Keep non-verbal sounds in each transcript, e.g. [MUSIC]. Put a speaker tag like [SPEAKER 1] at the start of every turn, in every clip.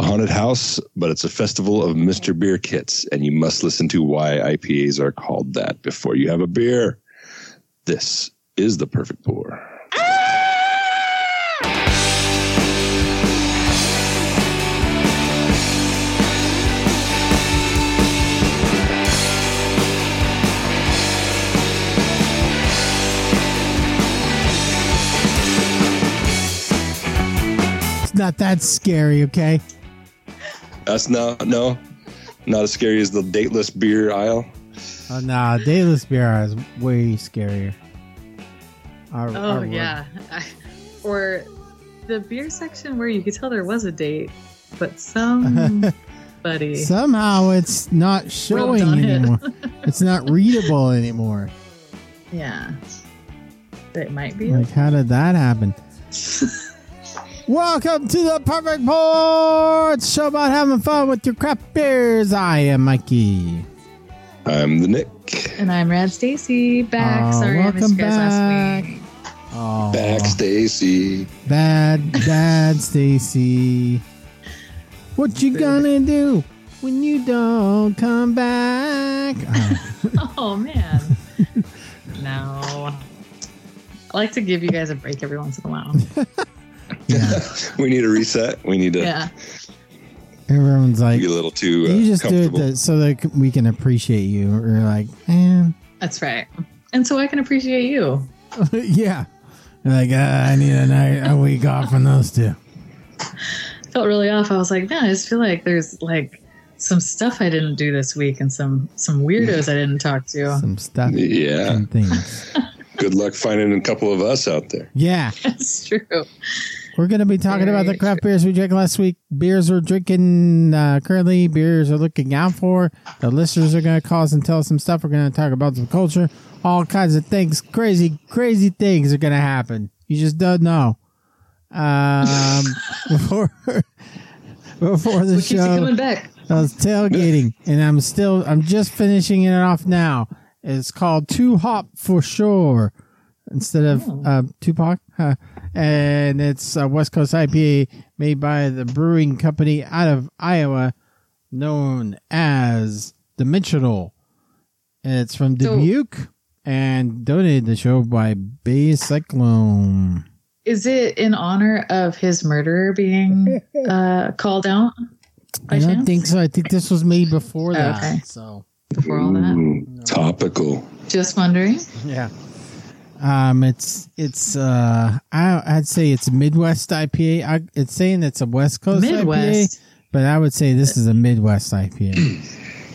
[SPEAKER 1] haunted house, but it's a festival of Mr. Beer Kits, and you must listen to why IPAs are called that before you have a beer. This is the perfect pour.
[SPEAKER 2] It's not that scary, okay?
[SPEAKER 1] That's not no, not as scary as the dateless beer aisle.
[SPEAKER 2] Oh, nah, Dayless Beer is way scarier. Our- our
[SPEAKER 3] Oh
[SPEAKER 2] word.
[SPEAKER 3] yeah, [LAUGHS] or the beer section where you could tell there was a date,
[SPEAKER 2] [LAUGHS]
[SPEAKER 3] but somebody.
[SPEAKER 2] Somehow it's not showing
[SPEAKER 3] done it. [LAUGHS]
[SPEAKER 2] anymore. it's not readable anymore.
[SPEAKER 3] yeah, it might be.
[SPEAKER 2] Like, how did that
[SPEAKER 3] [LAUGHS]
[SPEAKER 2] happen? Welcome to the Perfect Port It's a show about having fun with your craft beers. I am Mikey.
[SPEAKER 1] I'm the Nick.
[SPEAKER 3] And I'm Rad Stacy back.
[SPEAKER 2] Aw,
[SPEAKER 3] Sorry, I missed
[SPEAKER 2] welcome
[SPEAKER 3] you guys last
[SPEAKER 2] back.
[SPEAKER 3] week.
[SPEAKER 2] Oh,
[SPEAKER 1] Back Stacy.
[SPEAKER 2] bad, bad, Stacy. What you gonna do when you don't come back? Oh, [LAUGHS]
[SPEAKER 3] Oh man, no. I like to give you guys a break every once in
[SPEAKER 2] [LAUGHS]
[SPEAKER 3] a while.
[SPEAKER 1] [LAUGHS]
[SPEAKER 2] yeah,
[SPEAKER 1] we need a reset. We need to
[SPEAKER 3] Yeah,
[SPEAKER 2] everyone's like,
[SPEAKER 1] be a little too uh,
[SPEAKER 2] you just do it
[SPEAKER 1] comfortable.
[SPEAKER 2] to, so that we can appreciate you. We're like, man, [LAUGHS]
[SPEAKER 3] that's right. And so I can appreciate you.
[SPEAKER 2] yeah. You're like, ah, I need a night, a week off from those two.
[SPEAKER 3] felt really off. I was like, no, I just feel like there's like some stuff I didn't do this week and some some weirdos I didn't talk to. [LAUGHS]
[SPEAKER 2] Some stuff
[SPEAKER 1] Yeah.
[SPEAKER 2] and things.
[SPEAKER 1] Good luck finding a couple of us out there.
[SPEAKER 2] Yeah,
[SPEAKER 3] That's true.
[SPEAKER 2] we're gonna be talking about the
[SPEAKER 3] Very
[SPEAKER 2] craft beers we drank last week. Beers we're drinking uh, currently. Beers we're looking out for. The listeners are gonna call us and tell us some stuff. We're gonna talk about some culture. All kinds of things. Crazy, crazy things are gonna happen. You just don't know. Um, [LAUGHS] before before the
[SPEAKER 3] We keep
[SPEAKER 2] show,
[SPEAKER 3] coming back.
[SPEAKER 2] I was tailgating, [LAUGHS] and I'm still. I'm just finishing it off now. It's called Two Hop for Sure instead of
[SPEAKER 3] Oh.
[SPEAKER 2] uh, Tupac, huh? and it's a West Coast IPA made by the brewing company out of Iowa, known as Dimensional. And it's from
[SPEAKER 3] So-
[SPEAKER 2] Dubuque, and donated to the show by Bay Cyclone.
[SPEAKER 3] Is it in honor of his murderer being uh, called out? By
[SPEAKER 2] I don't
[SPEAKER 3] chance? Oh,
[SPEAKER 2] think so. I think this was made before that.
[SPEAKER 3] okay.
[SPEAKER 2] So.
[SPEAKER 3] Before all that,
[SPEAKER 1] Ooh, topical.
[SPEAKER 3] just wondering.
[SPEAKER 2] Yeah. Um, it's it's uh, I I'd say it's Midwest IPA. I, it's saying it's a West Coast IPA,
[SPEAKER 3] Midwest.
[SPEAKER 2] but I would say this is a Midwest
[SPEAKER 3] [COUGHS]
[SPEAKER 2] IPA.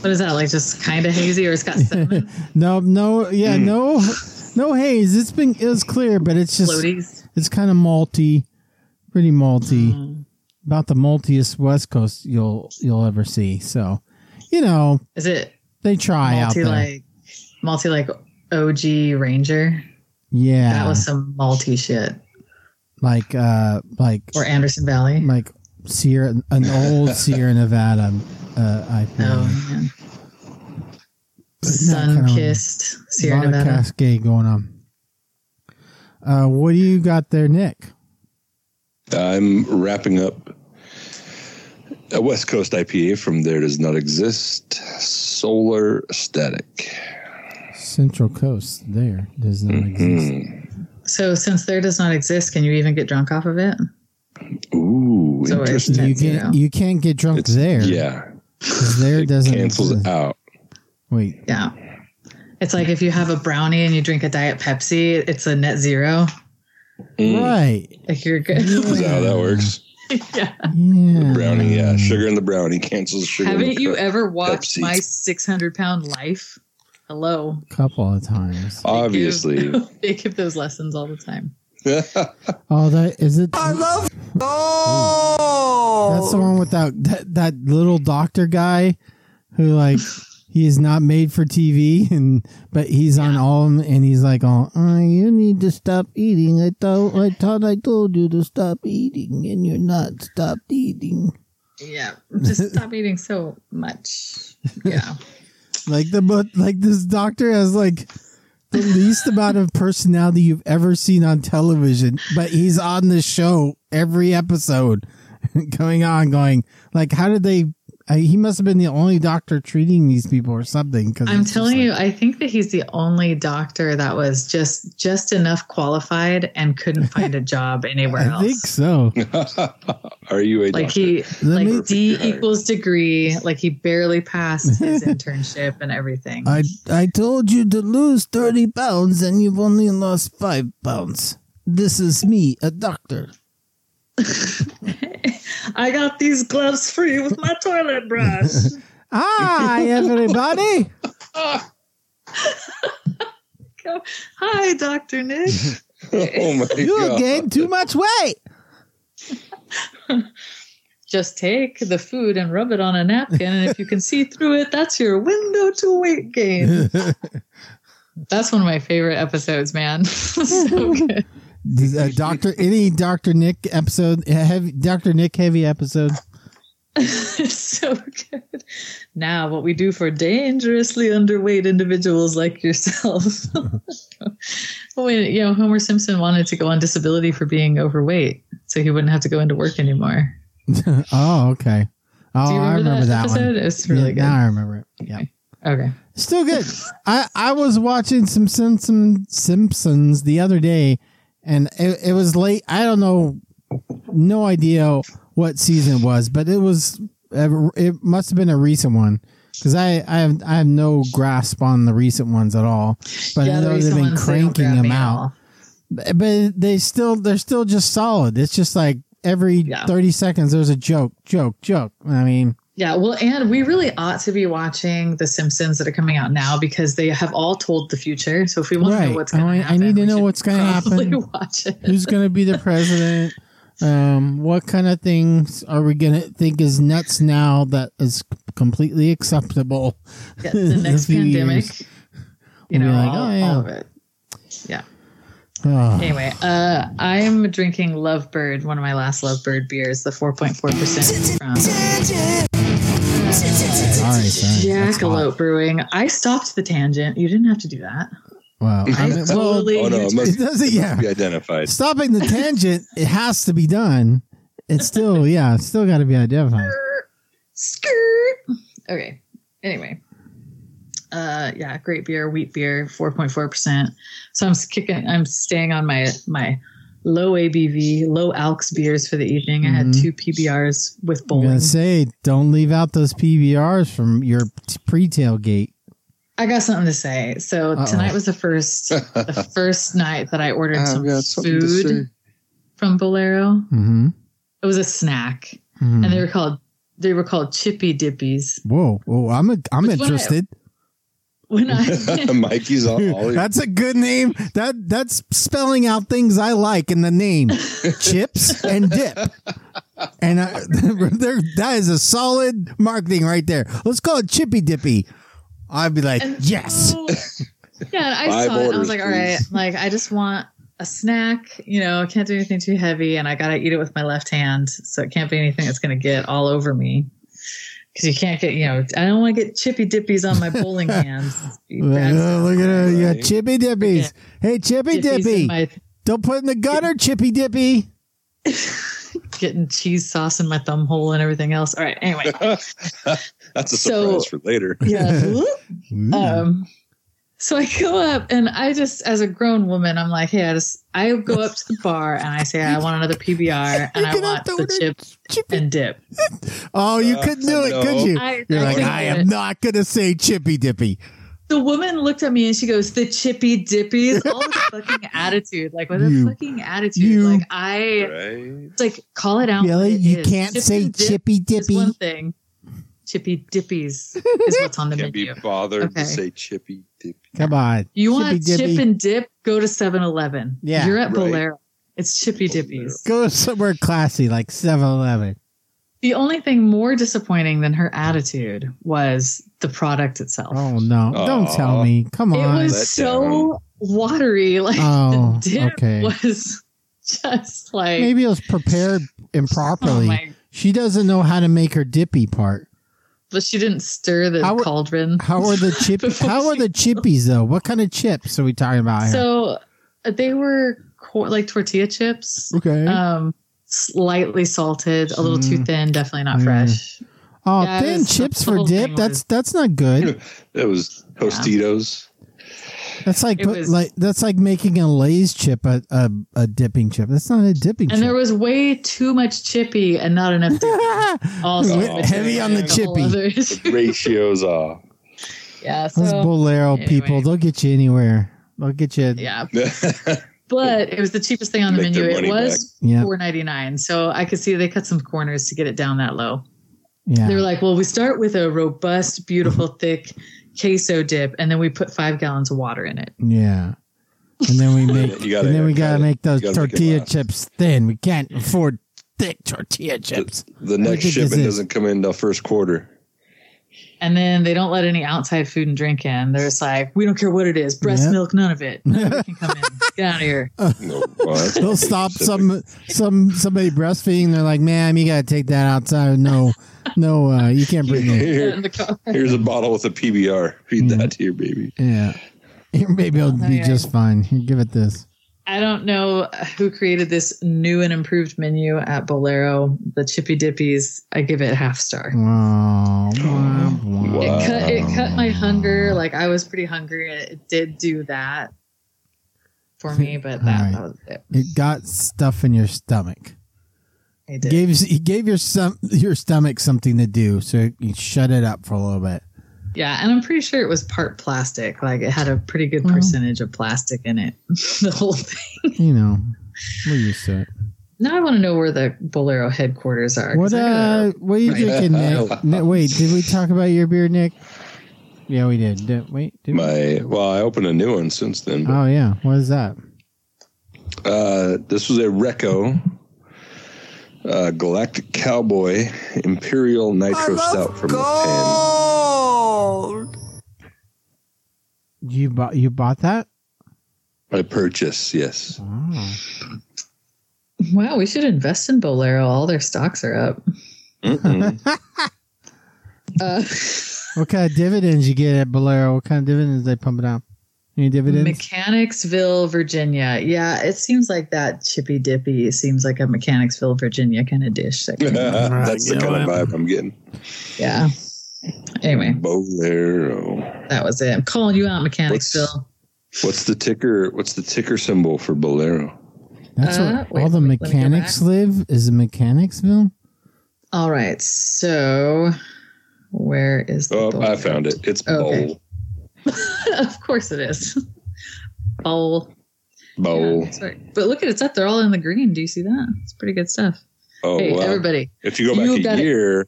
[SPEAKER 3] What is that like? Just kind of hazy, or
[SPEAKER 2] [LAUGHS]
[SPEAKER 3] it's got cinnamon
[SPEAKER 2] no, no, yeah, no, no haze. It's been it was clear, but it's just
[SPEAKER 3] floaties. Hmm.
[SPEAKER 2] it's kind of malty, pretty malty,
[SPEAKER 3] Mm.
[SPEAKER 2] about the maltiest West Coast you'll you'll ever see. So, you know,
[SPEAKER 3] Is it
[SPEAKER 2] they try out
[SPEAKER 3] multi
[SPEAKER 2] there.
[SPEAKER 3] like multi like OG Ranger?
[SPEAKER 2] yeah,
[SPEAKER 3] That was some multi shit.
[SPEAKER 2] like uh, like
[SPEAKER 3] Or Anderson Valley.
[SPEAKER 2] like Sierra, an old Sierra Nevada uh, IPA.
[SPEAKER 3] Oh man.
[SPEAKER 2] Isn't that kind
[SPEAKER 3] Sun
[SPEAKER 2] of-
[SPEAKER 3] kissed Sierra
[SPEAKER 2] lot of
[SPEAKER 3] Nevada.
[SPEAKER 2] cascade going on. Uh, what do you got there, Nick?
[SPEAKER 1] I'm wrapping up a West Coast IPA from There Does Not Exist, Solar Static.
[SPEAKER 2] Central Coast there does not exist.
[SPEAKER 1] Mm.
[SPEAKER 3] So since there does not exist, can you even get drunk off of it?
[SPEAKER 1] Ooh,
[SPEAKER 3] So it's
[SPEAKER 1] interesting.
[SPEAKER 2] You
[SPEAKER 3] That's
[SPEAKER 2] can't
[SPEAKER 3] zero.
[SPEAKER 2] you can't get drunk
[SPEAKER 1] It's-
[SPEAKER 2] there.
[SPEAKER 1] Yeah,
[SPEAKER 2] 'cause there
[SPEAKER 1] it
[SPEAKER 2] doesn't
[SPEAKER 1] cancels
[SPEAKER 2] exist.
[SPEAKER 1] out.
[SPEAKER 2] Wait,
[SPEAKER 3] Yeah. It's like if you have a brownie and you drink a diet Pepsi, it's a net zero.
[SPEAKER 1] Mm.
[SPEAKER 2] right?
[SPEAKER 3] Like you're good.
[SPEAKER 1] Is that how that works?
[SPEAKER 3] [LAUGHS] yeah.
[SPEAKER 2] Yeah,
[SPEAKER 1] Brownie, yeah. Sugar in the brownie cancels sugar. in the
[SPEAKER 3] Haven't you
[SPEAKER 1] cup.
[SPEAKER 3] ever watched
[SPEAKER 1] Pepsi.
[SPEAKER 3] my 600 pound life? Hello.
[SPEAKER 2] couple of times.
[SPEAKER 1] Obviously. [LAUGHS]
[SPEAKER 3] they give those lessons all the time.
[SPEAKER 2] Oh, that is it. I love. Oh, that's the one without that that little doctor guy, who like he is not made for TV, and but he's on all of 'em, and he's like, "Oh, uh, you need to stop eating. I thought I thought I told you to stop eating, and you're not stopped eating."
[SPEAKER 3] Yeah. Just stop eating so much. Yeah.
[SPEAKER 2] Like the but like this doctor has like the
[SPEAKER 3] [LAUGHS]
[SPEAKER 2] least amount of personality you've ever seen on television, but he's on the show every episode. [LAUGHS] going on, going like, how did they? I, he must have been the only doctor treating these people or something. Because
[SPEAKER 3] I'm telling you, I think that he's the only doctor that was just just enough qualified
[SPEAKER 2] [LAUGHS]
[SPEAKER 3] and couldn't find a job anywhere
[SPEAKER 2] I
[SPEAKER 3] else.
[SPEAKER 2] think
[SPEAKER 3] [LAUGHS]
[SPEAKER 2] so.
[SPEAKER 1] [LAUGHS] Are you a
[SPEAKER 3] Like
[SPEAKER 1] doctor?
[SPEAKER 3] he,
[SPEAKER 2] Let
[SPEAKER 3] like
[SPEAKER 2] me-
[SPEAKER 3] D
[SPEAKER 1] Perfect.
[SPEAKER 3] equals degree. Like he barely
[SPEAKER 2] [LAUGHS]
[SPEAKER 3] passed his internship and everything.
[SPEAKER 2] I I told you to lose thirty pounds and you've only lost five pounds. This is me, a
[SPEAKER 3] [LAUGHS]
[SPEAKER 2] doctor.
[SPEAKER 3] [LAUGHS] I got these gloves free with my toilet
[SPEAKER 2] [LAUGHS]
[SPEAKER 3] brush.
[SPEAKER 2] Hi, everybody.
[SPEAKER 3] Go, Hi,
[SPEAKER 2] [LAUGHS]
[SPEAKER 3] Doctor Nick.
[SPEAKER 1] [LAUGHS] oh my
[SPEAKER 2] You
[SPEAKER 1] god!
[SPEAKER 2] gained too much weight.
[SPEAKER 3] Just take the food and rub it on a napkin, and if you can see through it, that's your window to
[SPEAKER 2] [LAUGHS]
[SPEAKER 3] weight gain. That's one of my favorite episodes, man. [LAUGHS] so good.
[SPEAKER 2] Uh, Doctor, any Doctor Nick episode, heavy, Doctor Nick heavy
[SPEAKER 3] [LAUGHS]
[SPEAKER 2] episode.
[SPEAKER 3] It's so good. Now, what we do for dangerously underweight individuals like yourself. [LAUGHS] when, you know, Homer Simpson wanted to go on disability for being overweight, so he wouldn't have to go into work anymore.
[SPEAKER 2] oh, okay. Oh,
[SPEAKER 3] do you
[SPEAKER 2] I
[SPEAKER 3] remember,
[SPEAKER 2] remember that,
[SPEAKER 3] that,
[SPEAKER 2] one.
[SPEAKER 3] episode? It's really
[SPEAKER 2] yeah, Now I remember it. Yeah,
[SPEAKER 3] good. Okay.
[SPEAKER 2] still
[SPEAKER 3] [LAUGHS]
[SPEAKER 2] good. I I was watching some Simpson Simpsons the other day, and it, it was late. I don't know, no idea what season it was, but it was it must have been a recent one because I I have I have no grasp on the recent ones at all. But I
[SPEAKER 3] the
[SPEAKER 2] know they've
[SPEAKER 3] recent
[SPEAKER 2] been
[SPEAKER 3] ones, they don't
[SPEAKER 2] cranking
[SPEAKER 3] grab
[SPEAKER 2] them
[SPEAKER 3] me at
[SPEAKER 2] out.
[SPEAKER 3] all.
[SPEAKER 2] but they still they're still just solid. It's just like every
[SPEAKER 3] Yeah.
[SPEAKER 2] 30 seconds there's a joke, joke, joke. I mean,
[SPEAKER 3] Yeah, well, and we really ought to be watching The Simpsons that are coming out now because they have all told the future. So if we want to
[SPEAKER 2] Right.
[SPEAKER 3] know what's going
[SPEAKER 2] I- I
[SPEAKER 3] to happen,
[SPEAKER 2] need to
[SPEAKER 3] we
[SPEAKER 2] know
[SPEAKER 3] should
[SPEAKER 2] what's gonna
[SPEAKER 3] probably
[SPEAKER 2] happen.
[SPEAKER 3] [LAUGHS] Watch it.
[SPEAKER 2] who's going to be the president? Um, what kind of things are we going to think is nuts now that is completely acceptable?
[SPEAKER 3] Yeah,
[SPEAKER 2] [LAUGHS]
[SPEAKER 3] the
[SPEAKER 2] In a
[SPEAKER 3] next
[SPEAKER 2] few
[SPEAKER 3] pandemic,
[SPEAKER 2] years.
[SPEAKER 3] you
[SPEAKER 2] We'll
[SPEAKER 3] know,
[SPEAKER 2] be like,
[SPEAKER 3] all,
[SPEAKER 2] oh, yeah.
[SPEAKER 3] all of it. Yeah.
[SPEAKER 2] Oh,
[SPEAKER 3] Anyway, uh, I'm drinking Lovebird, one of my last Lovebird beers, the 4.4% from
[SPEAKER 2] sorry, sorry. That's hot.
[SPEAKER 3] Jackalope Brewing. I stopped the tangent. You didn't have to do that.
[SPEAKER 2] Wow. I
[SPEAKER 3] I
[SPEAKER 2] mean, well,
[SPEAKER 3] totally.
[SPEAKER 1] Oh no! It
[SPEAKER 2] [LAUGHS] it
[SPEAKER 1] must,
[SPEAKER 2] doesn't, yeah.
[SPEAKER 1] be
[SPEAKER 2] [LAUGHS]
[SPEAKER 1] identified. [LAUGHS]
[SPEAKER 2] Stopping the tangent, it has to be done. It's still, yeah, it's still got to be identified.
[SPEAKER 3] Skirt. Okay. Anyway. Uh yeah, great beer, wheat beer, 4.4%. So I'm s- kicking I'm staying on my my low ABV, low alks beers for the evening. I had
[SPEAKER 2] Mhm.
[SPEAKER 3] two PBRs with
[SPEAKER 2] I'm
[SPEAKER 3] bowling.
[SPEAKER 2] going to say, don't leave out those PBRs from your t- pre tailgate.
[SPEAKER 3] I got something to say. So
[SPEAKER 2] Uh-oh.
[SPEAKER 3] tonight was the
[SPEAKER 1] [LAUGHS]
[SPEAKER 3] first the first night that I ordered
[SPEAKER 1] I've
[SPEAKER 3] some
[SPEAKER 1] got something to
[SPEAKER 3] food
[SPEAKER 1] say.
[SPEAKER 3] from Bolero.
[SPEAKER 2] Mm-hmm.
[SPEAKER 3] It was a snack.
[SPEAKER 2] Mhm.
[SPEAKER 1] Hmm.
[SPEAKER 3] And they were called they were called chippy dippies.
[SPEAKER 2] Whoa, whoa! I'm a, I'm
[SPEAKER 3] Which one I-
[SPEAKER 2] interested.
[SPEAKER 3] When I
[SPEAKER 1] [LAUGHS] Mikey's all. Uh,
[SPEAKER 2] [LAUGHS]
[SPEAKER 1] all
[SPEAKER 2] That's a good name. That that's spelling out things I like in the
[SPEAKER 3] [LAUGHS]
[SPEAKER 2] name, chips and dip. And I, [LAUGHS] there, that is a solid marketing right there. Let's call it Chippy Dippy. I'd be like,
[SPEAKER 3] And
[SPEAKER 2] yes.
[SPEAKER 3] so- yeah, and I
[SPEAKER 1] Five
[SPEAKER 3] saw it. And I
[SPEAKER 1] orders,
[SPEAKER 3] was like, all right,
[SPEAKER 1] please.
[SPEAKER 3] like I just want a snack. You know, I can't do anything too heavy, and I gotta eat it with my left hand, so it can't be anything that's gonna get all over me. Because you can't get, you know, I don't want to get chippy dippies on
[SPEAKER 1] [LAUGHS]
[SPEAKER 3] my bowling hands.
[SPEAKER 2] Uh, look at her. You got
[SPEAKER 1] Right.
[SPEAKER 2] Chippy Dippies. Hey, Chippy
[SPEAKER 3] Dippies in
[SPEAKER 2] Dippy.
[SPEAKER 3] my-
[SPEAKER 2] Don't put in the gutter, Chippy Dippy.
[SPEAKER 3] getting cheese sauce in my thumb hole and everything else. All right,
[SPEAKER 1] [LAUGHS]
[SPEAKER 3] anyway,
[SPEAKER 1] [LAUGHS] That's a
[SPEAKER 3] So-
[SPEAKER 1] surprise for later.
[SPEAKER 3] yeah.
[SPEAKER 2] Ooh.
[SPEAKER 3] Um, so I go up and I just, as a grown woman, I'm like, hey, I just, I go up to the bar and I say, I want another PBR and
[SPEAKER 2] [LAUGHS] You
[SPEAKER 3] I
[SPEAKER 2] can
[SPEAKER 3] want
[SPEAKER 2] have to
[SPEAKER 3] the
[SPEAKER 2] order
[SPEAKER 3] chip
[SPEAKER 2] Chippy.
[SPEAKER 3] and dip.
[SPEAKER 2] Oh, you
[SPEAKER 1] Uh,
[SPEAKER 2] couldn't do it, could
[SPEAKER 1] no.
[SPEAKER 2] you?
[SPEAKER 3] I-
[SPEAKER 2] You're
[SPEAKER 3] I
[SPEAKER 2] like,
[SPEAKER 3] couldn't
[SPEAKER 2] I
[SPEAKER 3] do
[SPEAKER 2] am
[SPEAKER 3] it."
[SPEAKER 2] not going to say Chippy Dippy.
[SPEAKER 3] The woman looked at me and she goes, "The
[SPEAKER 2] [LAUGHS]
[SPEAKER 3] chippy dippies." All with a fucking attitude, like with
[SPEAKER 2] You-
[SPEAKER 3] a fucking attitude,
[SPEAKER 2] you-
[SPEAKER 3] like I,
[SPEAKER 1] Right?
[SPEAKER 3] it's like call it out.
[SPEAKER 2] Really?
[SPEAKER 3] what it
[SPEAKER 2] You
[SPEAKER 3] is.
[SPEAKER 2] can't
[SPEAKER 3] Chip
[SPEAKER 2] say
[SPEAKER 3] and dip
[SPEAKER 2] Chippy
[SPEAKER 3] is
[SPEAKER 2] Dippy?
[SPEAKER 3] One thing, chippy dippies is what's on the
[SPEAKER 1] Can't be
[SPEAKER 3] menu.
[SPEAKER 1] bothered
[SPEAKER 3] Okay.
[SPEAKER 1] to say chippy dippy.
[SPEAKER 2] Come on.
[SPEAKER 3] You want
[SPEAKER 2] Chippy Dippy.
[SPEAKER 3] chip and dip? Go to 7-Eleven.
[SPEAKER 2] Yeah.
[SPEAKER 3] you're at
[SPEAKER 1] Right.
[SPEAKER 3] Bolero. It's chippy
[SPEAKER 1] Bolero.
[SPEAKER 3] dippies.
[SPEAKER 2] Go somewhere classy like 7 Eleven.
[SPEAKER 3] The only thing more disappointing than her attitude was the product itself.
[SPEAKER 2] Oh, no. Don't
[SPEAKER 1] Aw.
[SPEAKER 2] tell me. Come
[SPEAKER 3] it
[SPEAKER 2] on.
[SPEAKER 3] was
[SPEAKER 1] Let
[SPEAKER 3] so watery. [LAUGHS] Like
[SPEAKER 2] Oh,
[SPEAKER 3] the dip
[SPEAKER 2] okay.
[SPEAKER 3] was just like
[SPEAKER 2] Maybe it was prepared
[SPEAKER 3] oh
[SPEAKER 2] improperly.
[SPEAKER 3] my.
[SPEAKER 2] she doesn't know how to make her dippy part.
[SPEAKER 3] But she didn't stir the
[SPEAKER 2] How are-
[SPEAKER 3] cauldron.
[SPEAKER 2] How are
[SPEAKER 3] [LAUGHS]
[SPEAKER 2] the chip?
[SPEAKER 3] Before
[SPEAKER 2] how are
[SPEAKER 3] she-
[SPEAKER 2] the chippies though? What kind of chips are we talking about here?
[SPEAKER 3] so uh, they were cor- like tortilla chips.
[SPEAKER 2] okay. Mm.
[SPEAKER 3] Um, slightly salted, a little too thin, definitely not fresh.
[SPEAKER 2] Oh,
[SPEAKER 3] Yeah,
[SPEAKER 2] thin
[SPEAKER 3] it's-
[SPEAKER 2] chips
[SPEAKER 3] the
[SPEAKER 2] for
[SPEAKER 3] whole
[SPEAKER 2] dip.
[SPEAKER 3] thing
[SPEAKER 2] That's
[SPEAKER 3] was-
[SPEAKER 2] that's not good.
[SPEAKER 1] That was Tostitos.
[SPEAKER 2] That's like
[SPEAKER 3] [LAUGHS] It
[SPEAKER 2] put-
[SPEAKER 3] was-
[SPEAKER 2] like that's like making a Lay's chip a, a, a dipping chip. That's not a dipping
[SPEAKER 3] And
[SPEAKER 2] chip.
[SPEAKER 3] there was way too much chippy and not enough
[SPEAKER 2] [LAUGHS]
[SPEAKER 3] dipping. Also,
[SPEAKER 1] Went
[SPEAKER 2] heavy on the chippy.
[SPEAKER 1] Ratios [LAUGHS] are.
[SPEAKER 3] yeah,
[SPEAKER 2] Those
[SPEAKER 3] so
[SPEAKER 2] bolero
[SPEAKER 3] anyway.
[SPEAKER 2] people, they'll get you anywhere. They'll get you.
[SPEAKER 3] yeah,
[SPEAKER 1] yeah,
[SPEAKER 3] but it was the cheapest thing on the
[SPEAKER 1] Make
[SPEAKER 3] menu.
[SPEAKER 1] their
[SPEAKER 3] It
[SPEAKER 1] money
[SPEAKER 3] was
[SPEAKER 2] back. Yeah.
[SPEAKER 3] four ninety nine, so I could see they cut some corners to get it down that low.
[SPEAKER 2] yeah. Mm-hmm.
[SPEAKER 3] They were like, "Well, we start with a robust, beautiful, thick queso dip, and then we put five gallons of water in it."
[SPEAKER 2] Yeah. And then we make
[SPEAKER 1] [LAUGHS] You gotta-
[SPEAKER 2] and then we gotta
[SPEAKER 1] gotta-
[SPEAKER 2] make those
[SPEAKER 1] you gotta make it
[SPEAKER 2] tortilla
[SPEAKER 1] last.
[SPEAKER 2] chips thin. We can't afford thick
[SPEAKER 1] [LAUGHS]
[SPEAKER 2] tortilla chips.
[SPEAKER 1] the next
[SPEAKER 2] think
[SPEAKER 1] shipment
[SPEAKER 2] it's it.
[SPEAKER 1] doesn't come in the first quarter.
[SPEAKER 3] And then they don't let any outside food and drink in. They're just like, "We don't care what it is, breast
[SPEAKER 2] Yeah.
[SPEAKER 3] milk, none of it. None of it can come in. Get out of here."
[SPEAKER 1] No, well, that's
[SPEAKER 2] [LAUGHS] They'll
[SPEAKER 1] pretty
[SPEAKER 2] stop
[SPEAKER 1] specific.
[SPEAKER 2] [LAUGHS] some some somebody breastfeeding. They're like, "Ma'am, you gotta take that outside. No, no, uh, you can't bring it."
[SPEAKER 1] Here,
[SPEAKER 3] In the car.
[SPEAKER 1] here's a bottle with a PBR. Feed
[SPEAKER 2] Yeah.
[SPEAKER 1] that to your baby.
[SPEAKER 2] Yeah, your baby will be
[SPEAKER 3] Oh, yeah.
[SPEAKER 2] just fine. Here, give it this.
[SPEAKER 3] I don't know who created this new and improved menu at Bolero. The Chippy Dippies, I give it half star.
[SPEAKER 2] Wow, wow, wow.
[SPEAKER 1] Wow.
[SPEAKER 3] It cut it cut my hunger. Like I was pretty hungry. and It did do that for me, but that,
[SPEAKER 2] Alright.
[SPEAKER 3] that was it.
[SPEAKER 2] It got stuff in your stomach.
[SPEAKER 3] It
[SPEAKER 2] It
[SPEAKER 3] did.
[SPEAKER 2] gave it gave your some your stomach something to do, so you shut it up for a little
[SPEAKER 3] [LAUGHS]
[SPEAKER 2] bit.
[SPEAKER 3] yeah, and I'm pretty sure it was part plastic. Like it had a pretty good
[SPEAKER 2] Well.
[SPEAKER 3] percentage of plastic in it. [LAUGHS] the whole thing.
[SPEAKER 2] You know, we're used to it.
[SPEAKER 3] Now I want to know where the Bolero headquarters are. 'cause
[SPEAKER 2] What
[SPEAKER 3] I gotta-
[SPEAKER 2] uh, what are you
[SPEAKER 3] Right.
[SPEAKER 2] drinking, Nick? Nick? Wait, did we talk about your beer, Nick? Yeah, we did. did wait, did we?
[SPEAKER 1] My well, I opened a new one since then. but,
[SPEAKER 2] Oh yeah, what is that?
[SPEAKER 1] Uh, this was a Recco uh, Galactic Cowboy Imperial Nitro Stout from Japan.
[SPEAKER 2] You bought you bought that?
[SPEAKER 1] I purchased, yes.
[SPEAKER 3] Hmm.
[SPEAKER 2] Wow.
[SPEAKER 3] wow, we should invest in Bolero. All their stocks are up.
[SPEAKER 2] Mm-hmm.
[SPEAKER 1] Mm-mm.
[SPEAKER 3] Uh,
[SPEAKER 2] Oh. [LAUGHS]
[SPEAKER 3] [LAUGHS]
[SPEAKER 2] What kind of dividends you get at Bolero? What kind of dividends they pumping out? Any dividends?
[SPEAKER 3] Mechanicsville, Virginia. Yeah, it seems like that chippy dippy seems like a Mechanicsville, Virginia kind of dish. That came
[SPEAKER 1] [LAUGHS]
[SPEAKER 3] out.
[SPEAKER 1] [LAUGHS] That's the
[SPEAKER 2] you know
[SPEAKER 1] kind of vibe I'm getting.
[SPEAKER 3] yeah. Anyway,
[SPEAKER 1] Bolero.
[SPEAKER 3] that was it. I'm calling you out, Mechanicsville.
[SPEAKER 1] What's the ticker? What's the ticker symbol for Bolero?
[SPEAKER 2] That's
[SPEAKER 3] Uh,
[SPEAKER 2] where
[SPEAKER 3] wait,
[SPEAKER 2] all the
[SPEAKER 3] wait, let me go
[SPEAKER 2] mechanics
[SPEAKER 3] back.
[SPEAKER 2] live. Is it Mechanicsville?
[SPEAKER 3] All right. So, where is the
[SPEAKER 1] Oh,
[SPEAKER 3] bowl?
[SPEAKER 1] I found it. It's
[SPEAKER 3] Okay.
[SPEAKER 1] bowl.
[SPEAKER 3] [LAUGHS] of course it is. Bowl.
[SPEAKER 1] Bowl.
[SPEAKER 3] Yeah, that's right. But look at it. It's up there all in the green. Do you see that? It's pretty good stuff.
[SPEAKER 1] Oh
[SPEAKER 3] hey,
[SPEAKER 1] wow!
[SPEAKER 3] everybody.
[SPEAKER 1] if you go
[SPEAKER 3] you've
[SPEAKER 1] back
[SPEAKER 3] got
[SPEAKER 1] a
[SPEAKER 3] it.
[SPEAKER 1] year,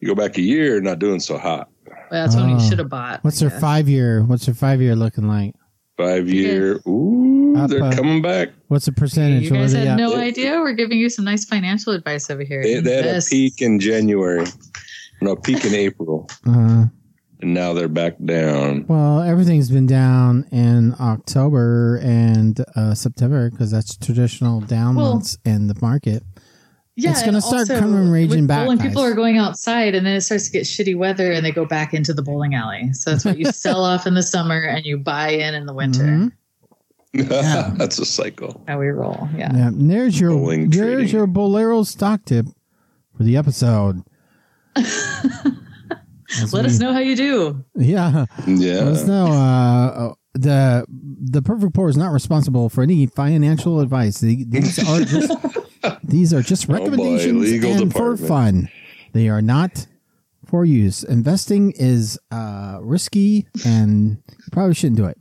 [SPEAKER 1] you go back a year, not doing so hot.
[SPEAKER 3] Well, that's one you
[SPEAKER 2] Oh.
[SPEAKER 3] should have bought.
[SPEAKER 2] What's
[SPEAKER 3] I
[SPEAKER 2] their
[SPEAKER 3] guess.
[SPEAKER 2] five year? What's their five year looking like?
[SPEAKER 1] Five year. Ooh,
[SPEAKER 2] Up,
[SPEAKER 1] they're
[SPEAKER 2] uh,
[SPEAKER 1] coming back.
[SPEAKER 2] What's the percentage?
[SPEAKER 3] You
[SPEAKER 2] What
[SPEAKER 3] guys
[SPEAKER 2] are they
[SPEAKER 3] had
[SPEAKER 2] at?
[SPEAKER 3] no
[SPEAKER 1] It-
[SPEAKER 3] idea. We're giving you some nice financial advice over here.
[SPEAKER 1] They, they had a
[SPEAKER 3] Invest.
[SPEAKER 1] peak in January, no peak in April,
[SPEAKER 2] uh,
[SPEAKER 1] and now they're back down.
[SPEAKER 2] well, everything's been down in October and uh, September because that's traditional down
[SPEAKER 3] Well-
[SPEAKER 2] months in the market.
[SPEAKER 3] Yeah,
[SPEAKER 2] It's gonna
[SPEAKER 3] and
[SPEAKER 2] start
[SPEAKER 3] also
[SPEAKER 2] coming raging
[SPEAKER 3] with
[SPEAKER 2] back,
[SPEAKER 3] Bowling people
[SPEAKER 2] guys.
[SPEAKER 3] are going outside, and then it starts to get shitty weather, and they go back into the bowling alley. So that's
[SPEAKER 2] [LAUGHS]
[SPEAKER 3] what you sell off in the summer, and you buy in in the winter.
[SPEAKER 2] Mhm. Yeah.
[SPEAKER 1] [LAUGHS] That's a cycle.
[SPEAKER 3] How we roll, yeah.
[SPEAKER 2] Yeah, and there's your
[SPEAKER 1] Bowling
[SPEAKER 2] there's
[SPEAKER 1] trading.
[SPEAKER 2] your Bolero stock tip for the
[SPEAKER 3] [LAUGHS]
[SPEAKER 2] episode. That's
[SPEAKER 3] Let
[SPEAKER 2] me.
[SPEAKER 3] us know how you
[SPEAKER 2] [LAUGHS]
[SPEAKER 3] do.
[SPEAKER 2] Yeah, let us
[SPEAKER 1] Yeah.
[SPEAKER 2] know. Uh, the The perfect pour is not responsible for any financial advice. The- These are
[SPEAKER 1] [LAUGHS]
[SPEAKER 2] just these are just
[SPEAKER 1] boy,
[SPEAKER 2] recommendations
[SPEAKER 1] Oh, legal
[SPEAKER 2] and for
[SPEAKER 1] department.
[SPEAKER 2] fun. They are not for use. Investing is uh, risky, and you probably shouldn't do it.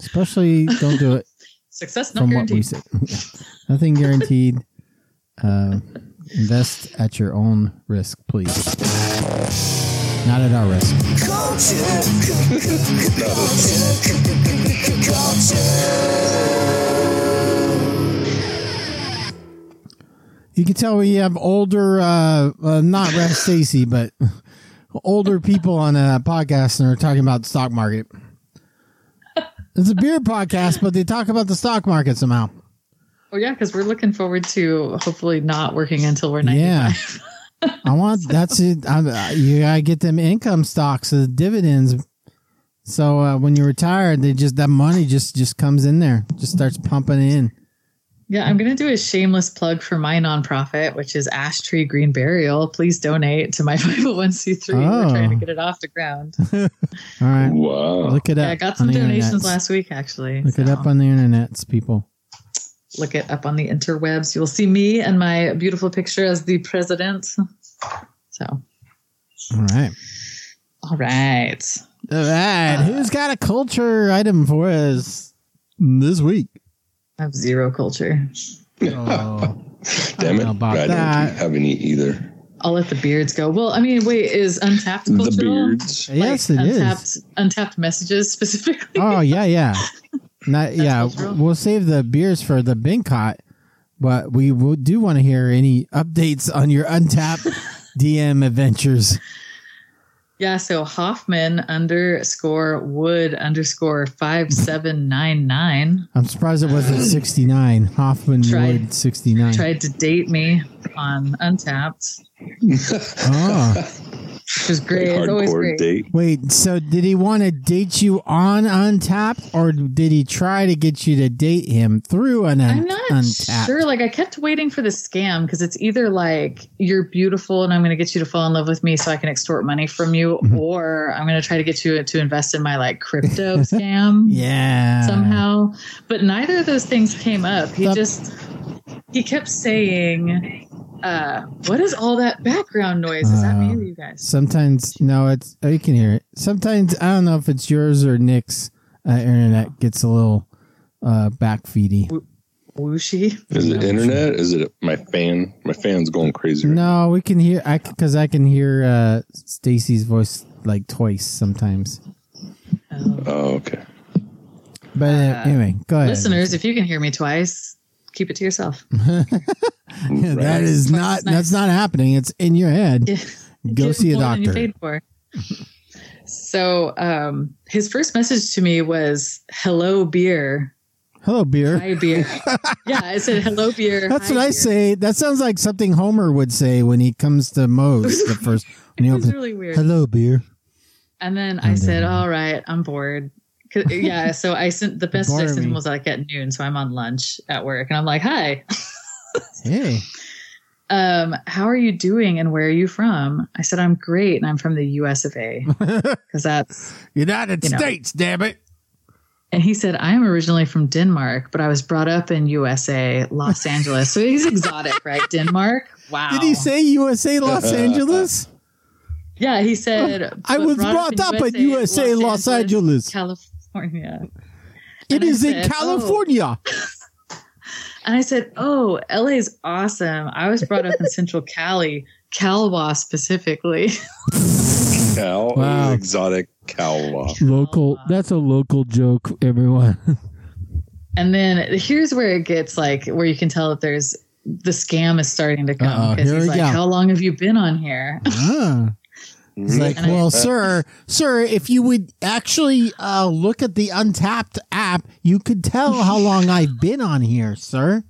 [SPEAKER 2] Especially, don't do it
[SPEAKER 3] Success not
[SPEAKER 2] from what we
[SPEAKER 3] guaranteed.
[SPEAKER 2] said. [LAUGHS] Nothing guaranteed. Uh, invest at your own risk, please. Not at our risk. You can tell we have older, uh, uh, not Ref Stacy, but [LAUGHS] older people on a podcast and are talking about the stock market. It's a beer podcast, but they talk about the stock market somehow.
[SPEAKER 3] Well, Oh, yeah, because we're looking forward to hopefully not working until we're 95.
[SPEAKER 2] Yeah. I
[SPEAKER 3] [LAUGHS]
[SPEAKER 2] want that's it. I, I- you gotta get them income stocks, the dividends. So uh, when you retire, they just that money just just comes in there, just starts pumping in.
[SPEAKER 3] Yeah, I'm going to do a shameless plug for my nonprofit, which is Ash Tree Green Burial. Please donate to my [LAUGHS] 501c3.
[SPEAKER 2] Oh.
[SPEAKER 3] We're trying to get it off the ground.
[SPEAKER 2] All right.
[SPEAKER 1] Wow.
[SPEAKER 2] Look it up.
[SPEAKER 3] yeah, I got
[SPEAKER 2] on
[SPEAKER 3] some
[SPEAKER 2] the
[SPEAKER 3] donations
[SPEAKER 2] internets.
[SPEAKER 3] last week, actually.
[SPEAKER 2] Look it
[SPEAKER 3] so
[SPEAKER 2] up on the internets, people.
[SPEAKER 3] look it up on the interwebs. You'll see me and my beautiful picture as the president. So,
[SPEAKER 2] All right.
[SPEAKER 3] all right.
[SPEAKER 2] All right.
[SPEAKER 3] Uh,
[SPEAKER 2] Who's got a culture item for us this
[SPEAKER 3] [LAUGHS]
[SPEAKER 2] week?
[SPEAKER 3] I have zero culture.
[SPEAKER 2] Oh.
[SPEAKER 1] Damn
[SPEAKER 2] I don't
[SPEAKER 1] it.
[SPEAKER 2] know about
[SPEAKER 1] I don't
[SPEAKER 2] that.
[SPEAKER 1] have any either.
[SPEAKER 3] I'll let the beards go. Well, I mean, wait, is Untapped cultural?
[SPEAKER 1] The beards.
[SPEAKER 3] Like,
[SPEAKER 2] yes, it is.
[SPEAKER 3] untapped, Untapped messages [LAUGHS] specifically.
[SPEAKER 2] Oh yeah,
[SPEAKER 3] [LAUGHS]
[SPEAKER 2] yeah. Not yeah.
[SPEAKER 3] cultural.
[SPEAKER 2] We'll save the beers for the Bincot, but we will, do want to hear any updates on your
[SPEAKER 3] [LAUGHS]
[SPEAKER 2] untapped DM adventures.
[SPEAKER 3] Yeah, so Hoffman underscore wood underscore five seven nine nine
[SPEAKER 2] I'm surprised it
[SPEAKER 3] [CLEARS THROAT]
[SPEAKER 2] wasn't 69. Hoffman
[SPEAKER 3] Tried-
[SPEAKER 2] Wood 69.
[SPEAKER 3] tried to date me on Untapped,
[SPEAKER 2] Oh,
[SPEAKER 3] which is
[SPEAKER 1] Like
[SPEAKER 3] great. It's always
[SPEAKER 1] hardcore
[SPEAKER 3] great.
[SPEAKER 1] date.
[SPEAKER 2] wait. So did he want to date you on Untapped, or did he try to get you to date him through an un-
[SPEAKER 3] I'm not
[SPEAKER 2] Untapped?
[SPEAKER 3] sure. Like I kept waiting for the scam because it's either like you're beautiful and I'm going to get you to fall in love with me so I can extort money from you,
[SPEAKER 2] Mm-hmm.
[SPEAKER 3] or I'm going to try to get you to invest in my
[SPEAKER 2] [LAUGHS]
[SPEAKER 3] like crypto scam.
[SPEAKER 2] Yeah.
[SPEAKER 3] somehow. But neither of those things came up. He
[SPEAKER 2] The-
[SPEAKER 3] just he kept saying, uh, "What is all that background noise? Is that me
[SPEAKER 2] Uh,
[SPEAKER 3] or you guys?"
[SPEAKER 2] Sometimes no, it's oh, you can hear it. Sometimes I don't know if it's yours or Nick's uh, internet gets a little uh, backfeedy. [LAUGHS]
[SPEAKER 3] Whooshy.
[SPEAKER 1] Is it
[SPEAKER 2] Yeah.
[SPEAKER 1] internet? Is it my fan? My fan's going crazy. right
[SPEAKER 2] No, we can hear I because I can hear uh, Stacy's voice like twice sometimes.
[SPEAKER 3] Oh.
[SPEAKER 1] now. Oh, okay.
[SPEAKER 2] But uh,
[SPEAKER 3] Uh,
[SPEAKER 2] anyway, go ahead.
[SPEAKER 3] Listeners, if you can hear me twice, keep it to yourself.
[SPEAKER 2] [LAUGHS] Mm-hmm. that
[SPEAKER 1] Right.
[SPEAKER 2] is
[SPEAKER 3] Twice
[SPEAKER 2] not
[SPEAKER 3] is nice.
[SPEAKER 2] that's not happening. It's in your head.
[SPEAKER 3] Yeah.
[SPEAKER 2] Go
[SPEAKER 3] Give
[SPEAKER 2] see a
[SPEAKER 3] more than you
[SPEAKER 2] doctor.
[SPEAKER 3] paid for. [LAUGHS] So um, his first message to me was "Hello beer,
[SPEAKER 2] Hello, beer. [LAUGHS]
[SPEAKER 3] hi beer." yeah, I said "Hello beer."
[SPEAKER 2] That's
[SPEAKER 3] hi,
[SPEAKER 2] what I
[SPEAKER 3] beer."
[SPEAKER 2] say. That sounds like something Homer would say when he comes to Moe's the first. When he
[SPEAKER 3] It was [LAUGHS]
[SPEAKER 2] opens,
[SPEAKER 3] really weird.
[SPEAKER 2] Hello, beer.
[SPEAKER 3] And then I
[SPEAKER 2] And
[SPEAKER 3] said,
[SPEAKER 2] then-
[SPEAKER 3] "All right, I'm bored." 'Cause-
[SPEAKER 2] [LAUGHS]
[SPEAKER 3] Yeah, so I sent the best I
[SPEAKER 2] Bore
[SPEAKER 3] sent
[SPEAKER 2] me.
[SPEAKER 3] him was like at noon, so I'm on lunch at work, and I'm like, "Hi,
[SPEAKER 2] Hey.
[SPEAKER 3] um, how are you doing, and where are you from?" I said, "I'm great, and I'm from the U.S. of A."
[SPEAKER 2] [LAUGHS]
[SPEAKER 3] Because that's
[SPEAKER 2] United
[SPEAKER 3] You know.
[SPEAKER 2] States, damn it.
[SPEAKER 3] and he said, "I'm originally from Denmark, but I was brought up in USA, Los Angeles." So he's
[SPEAKER 2] [LAUGHS]
[SPEAKER 3] exotic, right? Denmark. Wow.
[SPEAKER 2] Did he say USA Los
[SPEAKER 3] [LAUGHS]
[SPEAKER 2] Angeles?
[SPEAKER 3] Yeah, he said,
[SPEAKER 2] "Oh, I
[SPEAKER 3] "But
[SPEAKER 2] was brought up in USA Los Angeles.
[SPEAKER 3] California."
[SPEAKER 2] It
[SPEAKER 3] And I
[SPEAKER 2] is in
[SPEAKER 3] said, "Oh."
[SPEAKER 2] California.
[SPEAKER 3] And I said, Oh, LA's awesome. I was brought up in Central Cali, Calwa specifically. [LAUGHS]
[SPEAKER 1] Cow.
[SPEAKER 2] Wow.
[SPEAKER 1] Exotic cow walk.
[SPEAKER 3] Local-
[SPEAKER 2] That's a local joke, everyone.
[SPEAKER 3] And then here's where it gets like, where you can tell that there's the scam is starting to
[SPEAKER 2] Uh-oh,
[SPEAKER 3] come. Because
[SPEAKER 2] Uh, here
[SPEAKER 3] he's
[SPEAKER 2] we
[SPEAKER 3] like,
[SPEAKER 2] go.
[SPEAKER 3] How long have you been on here?
[SPEAKER 2] [LAUGHS] ah. It's like,
[SPEAKER 3] And
[SPEAKER 1] Mm-hmm.
[SPEAKER 3] I-
[SPEAKER 2] well,
[SPEAKER 1] [LAUGHS]
[SPEAKER 2] sir, sir, if you would actually uh, look at the Untapped app, you could tell how long I've been on here, sir.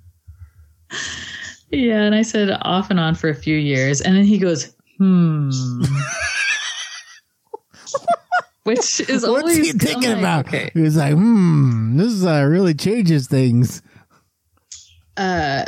[SPEAKER 3] yeah. And I said, Off and on for a few years. And then he goes,
[SPEAKER 2] [LAUGHS]
[SPEAKER 3] Hmm. Which is
[SPEAKER 2] What's
[SPEAKER 3] always
[SPEAKER 2] he
[SPEAKER 3] I'm
[SPEAKER 2] thinking
[SPEAKER 3] like,
[SPEAKER 2] about?
[SPEAKER 3] Okay.
[SPEAKER 2] He was like, hmm, this uh, really changes things.
[SPEAKER 3] uh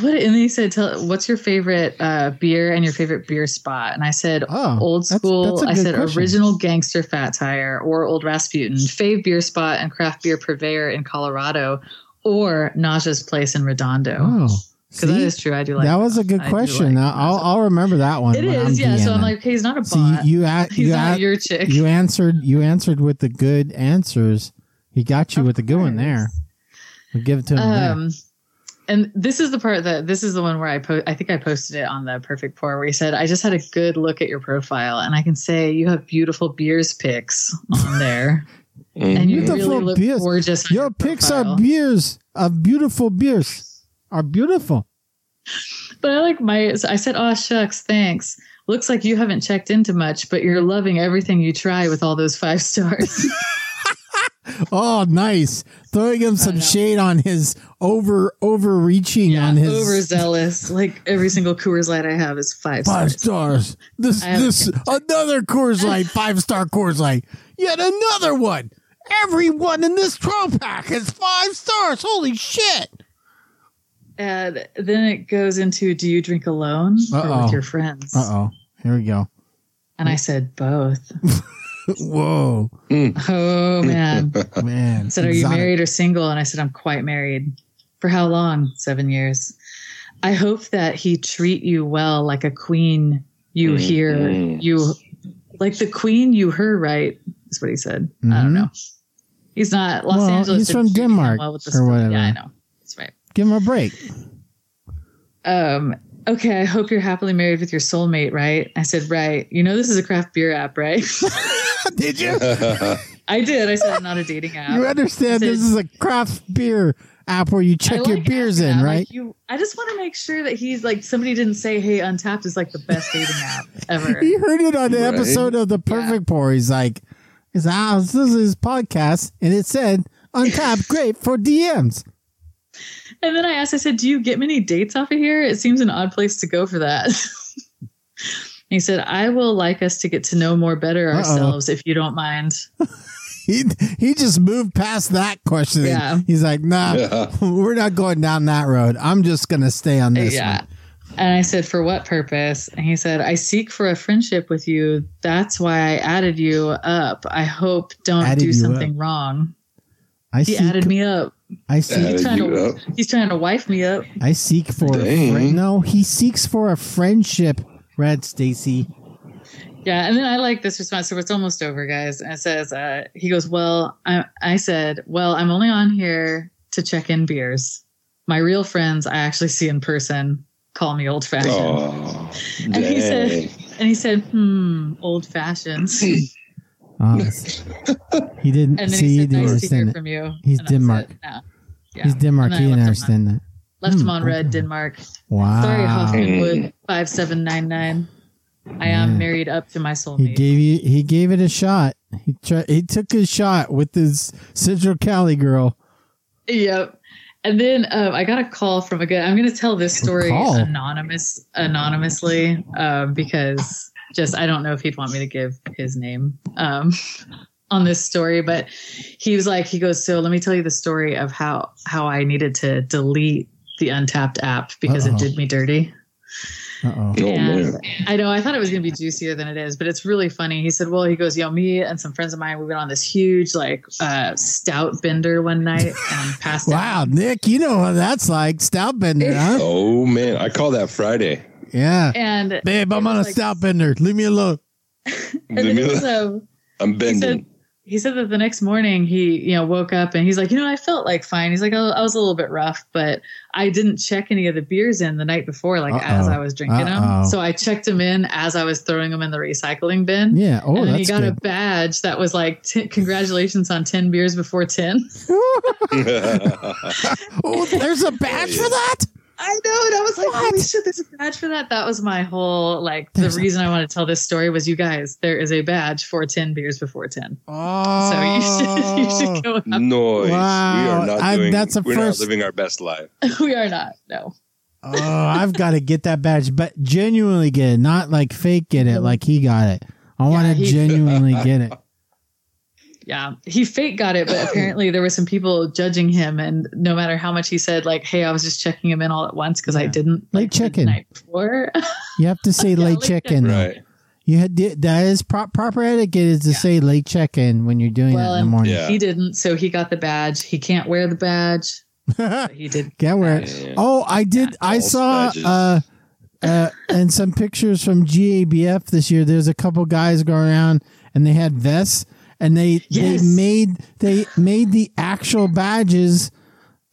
[SPEAKER 3] what and he said tell what's your favorite uh beer and your favorite beer spot and i said
[SPEAKER 2] Oh,
[SPEAKER 3] old
[SPEAKER 2] that's-
[SPEAKER 3] school
[SPEAKER 2] that's a
[SPEAKER 3] i
[SPEAKER 2] good
[SPEAKER 3] said
[SPEAKER 2] question.
[SPEAKER 3] original gangster fat tire or old rasputin fave beer spot and craft beer purveyor in colorado or nausea's place in redondo
[SPEAKER 2] Oh,
[SPEAKER 3] because that
[SPEAKER 2] see?
[SPEAKER 3] is true i do like "Oh,
[SPEAKER 2] that was a good
[SPEAKER 3] I do
[SPEAKER 2] question.
[SPEAKER 3] like
[SPEAKER 2] I'll, I'll
[SPEAKER 3] Nausea's.
[SPEAKER 2] I'll remember that one.
[SPEAKER 3] it
[SPEAKER 2] when
[SPEAKER 3] is yeah so i'm
[SPEAKER 2] DMing.
[SPEAKER 3] like hey he's not a
[SPEAKER 2] see
[SPEAKER 3] bot
[SPEAKER 2] you
[SPEAKER 3] [LAUGHS]
[SPEAKER 2] a-
[SPEAKER 3] he's
[SPEAKER 2] you
[SPEAKER 3] not
[SPEAKER 2] a-
[SPEAKER 3] your chick
[SPEAKER 2] you answered you answered with the good answers. He got you
[SPEAKER 3] Of
[SPEAKER 2] with the good one
[SPEAKER 3] course.
[SPEAKER 2] there. We give it to him. there.
[SPEAKER 3] Um, and this is the part that this is the one where I po- I think I posted it on the Perfect Pour where he said, "I just had a good look at your profile, and I can say you have beautiful beers pics on there, and you
[SPEAKER 2] Beautiful
[SPEAKER 3] really look
[SPEAKER 2] beers.
[SPEAKER 3] gorgeous." on
[SPEAKER 2] Your picks are
[SPEAKER 3] profile."
[SPEAKER 2] beers of beautiful beers are beautiful.
[SPEAKER 3] but I like my. so I said, "Oh shucks, thanks." Looks like you haven't checked into much, but you're loving everything you try with all those five stars.
[SPEAKER 2] Oh, nice! Throwing him some
[SPEAKER 3] know.
[SPEAKER 2] shade on his over overreaching on
[SPEAKER 3] [LAUGHS]
[SPEAKER 2] his
[SPEAKER 3] Overzealous, like every single Coors Light I have is five
[SPEAKER 2] five
[SPEAKER 3] stars.
[SPEAKER 2] stars. This
[SPEAKER 3] I have
[SPEAKER 2] this another Coors
[SPEAKER 3] [LAUGHS]
[SPEAKER 2] Light five star Coors Light. Yet another one. Everyone in this twelve pack is five stars. Holy shit!
[SPEAKER 3] And then it goes into do you drink alone or
[SPEAKER 2] Uh-oh.
[SPEAKER 3] with your friends?
[SPEAKER 2] Uh oh. Here we go.
[SPEAKER 3] And I said both.
[SPEAKER 2] [LAUGHS] Whoa,
[SPEAKER 3] [LAUGHS] Oh man.
[SPEAKER 2] man.
[SPEAKER 3] [LAUGHS] I said, Are you
[SPEAKER 2] Exotic.
[SPEAKER 3] married or single? And I said, I'm quite married. For how long? Seven years. I hope that he treat you well like a queen you
[SPEAKER 1] Mm,
[SPEAKER 3] hear
[SPEAKER 1] mm.
[SPEAKER 3] you like the queen you her right is what he said. I
[SPEAKER 2] Mhm.
[SPEAKER 3] don't know. He's not Los
[SPEAKER 2] Well,
[SPEAKER 3] Angeles.
[SPEAKER 2] he's
[SPEAKER 3] didn't
[SPEAKER 2] from
[SPEAKER 3] treat him
[SPEAKER 2] Denmark
[SPEAKER 3] well with
[SPEAKER 2] or
[SPEAKER 3] the story.
[SPEAKER 2] whatever.
[SPEAKER 3] Yeah, I know. That's right.
[SPEAKER 2] Give him a break.
[SPEAKER 3] um, okay, I hope you're happily married with your soulmate, right? I said, right. You know, this is a craft beer app, right?
[SPEAKER 2] [LAUGHS]
[SPEAKER 3] [LAUGHS]
[SPEAKER 2] Did
[SPEAKER 1] [LAUGHS]
[SPEAKER 2] you?
[SPEAKER 3] I did. I said, I'm not a dating app.
[SPEAKER 2] You understand
[SPEAKER 3] I
[SPEAKER 2] this
[SPEAKER 3] said,
[SPEAKER 2] is a craft beer app where you check
[SPEAKER 3] I
[SPEAKER 2] your
[SPEAKER 3] like
[SPEAKER 2] beers
[SPEAKER 3] Apple
[SPEAKER 2] in,
[SPEAKER 3] now. Like,
[SPEAKER 2] right?
[SPEAKER 3] you, I just want to make sure that he's like, somebody didn't say, hey, Untapped is like the best dating app
[SPEAKER 2] [LAUGHS]
[SPEAKER 3] ever.
[SPEAKER 2] You heard it on the
[SPEAKER 1] Right.
[SPEAKER 2] episode of The Perfect Pour. He's like, he's, ah, this is his podcast, and it said, untapped, great for DMs.
[SPEAKER 3] And then I asked, I said, do you get many dates off of here? It seems an odd place to go for that. [LAUGHS] he said, I will like us to get to know more better
[SPEAKER 2] Uh-oh.
[SPEAKER 3] ourselves if you don't mind.
[SPEAKER 2] He, he just moved past that questioning.
[SPEAKER 3] Yeah.
[SPEAKER 2] He's like, nah, [LAUGHS] we're not going down that road. I'm just going to stay on this
[SPEAKER 3] yeah. And I said, For what purpose? And he said, I seek for a friendship with you. That's why I added you up. I hope don't
[SPEAKER 2] Added you
[SPEAKER 3] do
[SPEAKER 2] up.
[SPEAKER 3] something wrong.
[SPEAKER 2] one. I
[SPEAKER 3] He
[SPEAKER 2] seek,
[SPEAKER 3] added me up.
[SPEAKER 2] I seek,
[SPEAKER 1] Added
[SPEAKER 3] trying
[SPEAKER 1] you
[SPEAKER 3] to-
[SPEAKER 1] up.
[SPEAKER 3] He's trying to wife me up.
[SPEAKER 2] I seek for a
[SPEAKER 1] Dang.
[SPEAKER 2] friend. No, he seeks for a friendship, Red Stacy.
[SPEAKER 3] Yeah. And then I like this response. So it's almost over, guys. And it says, uh, He goes, Well, I, I said, Well, I'm only on here to check in beers. My real friends I actually see in person call me old fashioned.
[SPEAKER 1] Oh,
[SPEAKER 3] And he said-
[SPEAKER 1] dang.
[SPEAKER 3] And he said, Hmm, old
[SPEAKER 2] [LAUGHS]
[SPEAKER 3] fashions.
[SPEAKER 2] Honest. Oh, he didn't
[SPEAKER 3] And then
[SPEAKER 2] see
[SPEAKER 3] he
[SPEAKER 2] he
[SPEAKER 3] said,
[SPEAKER 2] didn't
[SPEAKER 3] "Nice to hear
[SPEAKER 2] understand it.
[SPEAKER 3] from you."
[SPEAKER 2] He's
[SPEAKER 3] And I said,
[SPEAKER 2] Denmark.
[SPEAKER 3] "No." Yeah.
[SPEAKER 2] He's Denmark.
[SPEAKER 3] And
[SPEAKER 2] He
[SPEAKER 3] then I
[SPEAKER 2] didn't
[SPEAKER 3] left him
[SPEAKER 2] understand that.
[SPEAKER 3] on- Left him
[SPEAKER 2] Hmm,
[SPEAKER 3] on red,
[SPEAKER 2] okay.
[SPEAKER 3] Denmark.
[SPEAKER 2] Wow.
[SPEAKER 3] Sorry, Hoffman
[SPEAKER 1] Mm.
[SPEAKER 3] Wood five seven nine nine. I
[SPEAKER 2] Yeah.
[SPEAKER 3] am married up to my
[SPEAKER 2] He
[SPEAKER 3] soulmate.
[SPEAKER 2] gave you. He gave it a shot. He tri- he took his shot with his Central Cali girl.
[SPEAKER 3] yep. And then um, I got a call from a guy. I'm going to tell this story
[SPEAKER 2] call?
[SPEAKER 3] anonymous, anonymously, um, because just I don't know if he'd want me to give his name um, [LAUGHS] on this story. But he was like, he goes, so let me tell you the story of how how I needed to delete the Untapped app because
[SPEAKER 2] Uh-oh.
[SPEAKER 3] it did me dirty.
[SPEAKER 2] Uh oh.
[SPEAKER 1] oh man.
[SPEAKER 3] I know. I thought it was going to be juicier than it is, but it's really funny. He said, "Well, he goes, you know, me and some friends of mine, we went on this huge like uh, stout bender one night
[SPEAKER 2] [LAUGHS]
[SPEAKER 3] and passed
[SPEAKER 2] Wow,
[SPEAKER 3] out."
[SPEAKER 2] Nick, you know what that's like. Stout bender, huh?
[SPEAKER 1] Oh man, I call that Friday.
[SPEAKER 2] Yeah.
[SPEAKER 3] And
[SPEAKER 2] Babe, I'm on a
[SPEAKER 3] Like-
[SPEAKER 2] stout bender. Leave me alone.
[SPEAKER 3] [LAUGHS] and then it was, um,
[SPEAKER 1] I'm
[SPEAKER 3] he
[SPEAKER 1] bending.
[SPEAKER 3] said [LAUGHS] he said that the next morning he you know woke up and he's like, you know, I felt like fine. He's like, "Oh, I, I was a little bit rough, but I didn't check any of the beers in the night before, like as
[SPEAKER 2] Uh-oh.
[SPEAKER 3] I was drinking
[SPEAKER 2] Uh-oh.
[SPEAKER 3] them. So I checked them in as I was throwing them in the recycling bin.
[SPEAKER 2] Yeah. Oh,
[SPEAKER 3] and then he
[SPEAKER 2] that's
[SPEAKER 3] got a
[SPEAKER 2] good.
[SPEAKER 3] badge that was like, t- congratulations on 10 beers before 10.
[SPEAKER 2] Oh, there's a badge for that.
[SPEAKER 3] I know. And I was like,
[SPEAKER 2] What?
[SPEAKER 3] holy shit, there's a badge for that. That was my whole, like, the
[SPEAKER 2] There's a-
[SPEAKER 3] reason I want to tell this story was you guys, there is a badge for 10 beers before 10. So
[SPEAKER 2] Oh.
[SPEAKER 3] you should, [LAUGHS] you should go up.
[SPEAKER 1] Noise. We
[SPEAKER 2] Wow.
[SPEAKER 1] are not
[SPEAKER 2] I-
[SPEAKER 1] doing.
[SPEAKER 2] that's a
[SPEAKER 1] we're
[SPEAKER 2] first-
[SPEAKER 1] not living our best life.
[SPEAKER 3] [LAUGHS] we are not. No.
[SPEAKER 2] [LAUGHS] oh, I've got to get that badge, but genuinely get it, not like fake get it, like he got it. I want to
[SPEAKER 3] Yeah, he- [LAUGHS]
[SPEAKER 2] genuinely get it.
[SPEAKER 3] Yeah. He fake got
[SPEAKER 2] [CLEARS THROAT]
[SPEAKER 3] it, but apparently there were some people judging him. And no matter how much he said, like, hey, I was just checking him in all at once because I
[SPEAKER 2] Yeah.
[SPEAKER 3] didn't.
[SPEAKER 2] Late
[SPEAKER 3] like, the
[SPEAKER 2] check-in.
[SPEAKER 3] Night before. [LAUGHS]
[SPEAKER 2] You have to say late
[SPEAKER 3] late
[SPEAKER 2] check in.
[SPEAKER 1] Right.
[SPEAKER 2] You had that is pro- proper etiquette is to
[SPEAKER 3] Yeah.
[SPEAKER 2] say late check in when you're doing
[SPEAKER 3] Well,
[SPEAKER 2] that in
[SPEAKER 3] um,
[SPEAKER 2] the
[SPEAKER 3] and-
[SPEAKER 2] morning.
[SPEAKER 1] Yeah.
[SPEAKER 3] He didn't. So he got the badge. He can't wear the badge.
[SPEAKER 2] [LAUGHS]
[SPEAKER 3] But he did.
[SPEAKER 2] Can't wear it.
[SPEAKER 1] Yeah.
[SPEAKER 2] Oh, I did. I
[SPEAKER 1] False
[SPEAKER 2] saw
[SPEAKER 1] badges.
[SPEAKER 2] uh, uh, and some pictures from GABF this year. There's a couple guys going around and they had vests and they
[SPEAKER 3] Yes.
[SPEAKER 2] they made they made the actual badges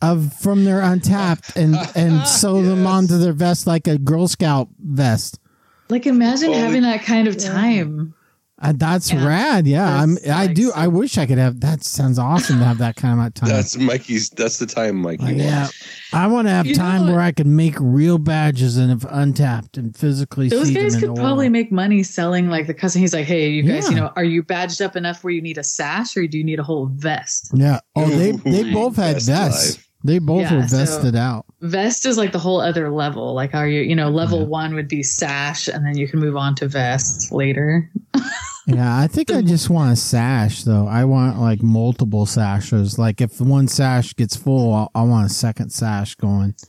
[SPEAKER 2] of from their untapped and
[SPEAKER 3] [LAUGHS]
[SPEAKER 2] and sewed them
[SPEAKER 1] Yes.
[SPEAKER 2] onto their vest like a Girl Scout vest.
[SPEAKER 3] Like, imagine
[SPEAKER 1] Holy-
[SPEAKER 3] having that kind of time.
[SPEAKER 2] Uh, that's
[SPEAKER 3] Yeah.
[SPEAKER 2] rad. Yeah, I'm.
[SPEAKER 3] That's,
[SPEAKER 2] I
[SPEAKER 3] like,
[SPEAKER 2] do.
[SPEAKER 3] so-
[SPEAKER 2] I wish I could have. That sounds awesome to have that kind of time.
[SPEAKER 1] That's Mikey's. That's the time, Mikey.
[SPEAKER 2] Like,
[SPEAKER 1] wants.
[SPEAKER 2] yeah, I want to have
[SPEAKER 3] You know
[SPEAKER 2] time
[SPEAKER 3] what?
[SPEAKER 2] where I can make real badges and if untapped and physically
[SPEAKER 3] Those
[SPEAKER 2] see
[SPEAKER 3] guys
[SPEAKER 2] them in
[SPEAKER 3] could
[SPEAKER 2] the
[SPEAKER 3] probably
[SPEAKER 2] world.
[SPEAKER 3] make money selling like the custom. He's like, hey, you guys, you
[SPEAKER 2] Yeah.
[SPEAKER 3] know, are you badged up enough where you need a sash or do you need a whole vest?
[SPEAKER 2] Yeah. Oh, they they
[SPEAKER 1] [LAUGHS] Ooh,
[SPEAKER 2] both had
[SPEAKER 1] best
[SPEAKER 2] vests.
[SPEAKER 1] life.
[SPEAKER 2] They both
[SPEAKER 3] Yeah,
[SPEAKER 2] were vested out.
[SPEAKER 3] Vest is like the whole other level. Like, are you, you know, level
[SPEAKER 2] Yeah.
[SPEAKER 3] one would be sash and then you can move on to vest later.
[SPEAKER 2] Yeah, I think I just want a sash though. I want like multiple sashes. Like if one sash gets full, I, I want a second sash going.
[SPEAKER 1] [LAUGHS]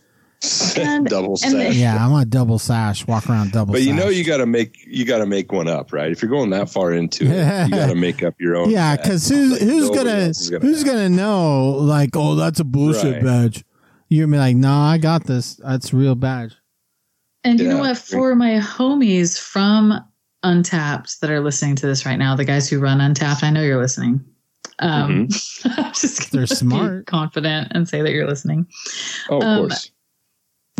[SPEAKER 3] And-
[SPEAKER 1] double
[SPEAKER 3] and
[SPEAKER 1] sash.
[SPEAKER 2] Yeah, I want a double sash. Walk around double.
[SPEAKER 1] But you know
[SPEAKER 2] sash.
[SPEAKER 1] you got to make you got to make one up, right? If you're going that far into it, you got
[SPEAKER 2] [LAUGHS]
[SPEAKER 1] to make up your own.
[SPEAKER 2] Yeah,
[SPEAKER 1] sash.
[SPEAKER 2] because who's
[SPEAKER 1] Like,
[SPEAKER 2] who's
[SPEAKER 1] nobody
[SPEAKER 2] gonna
[SPEAKER 1] else is
[SPEAKER 2] who's gonna know? Like, oh, that's a bullshit
[SPEAKER 1] Right.
[SPEAKER 2] badge. You're gonna be like, nah, I got this. That's a real badge.
[SPEAKER 3] And you
[SPEAKER 1] Yeah.
[SPEAKER 3] know what? For my homies from Untapped that are listening to this right now, the guys who run Untapped, I know you're listening. Um, [LAUGHS] I'm just
[SPEAKER 2] Mm-hmm. They're
[SPEAKER 3] gonna be
[SPEAKER 2] smart.
[SPEAKER 3] confident, and say that you're listening.
[SPEAKER 1] Oh, of
[SPEAKER 3] um,
[SPEAKER 1] course.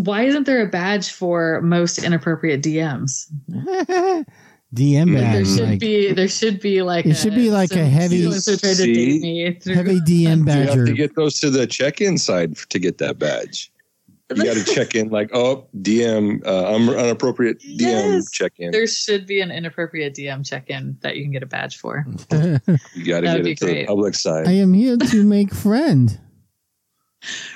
[SPEAKER 3] Why isn't there a badge for most inappropriate DMs?
[SPEAKER 2] [LAUGHS] DM
[SPEAKER 1] Like,
[SPEAKER 3] There
[SPEAKER 2] badge.
[SPEAKER 3] should
[SPEAKER 2] like,
[SPEAKER 3] be. There should be like
[SPEAKER 2] It should be like a heavy-
[SPEAKER 3] So tried to
[SPEAKER 1] See?
[SPEAKER 3] date me through-
[SPEAKER 2] heavy DM
[SPEAKER 1] You have
[SPEAKER 2] badger.
[SPEAKER 1] to
[SPEAKER 2] [LAUGHS]
[SPEAKER 1] get those to the check-in side to get that badge. You
[SPEAKER 3] [LAUGHS]
[SPEAKER 1] got to check in like, oh, DM, uh, I'm unappropriate DM
[SPEAKER 3] Yes.
[SPEAKER 1] check-in.
[SPEAKER 3] There should be an inappropriate DM check-in that you can get a badge for.
[SPEAKER 2] Mm.
[SPEAKER 1] you got to get
[SPEAKER 3] That'd be
[SPEAKER 1] it to the
[SPEAKER 3] great.
[SPEAKER 1] public
[SPEAKER 2] I
[SPEAKER 1] side.
[SPEAKER 2] am here to make friend.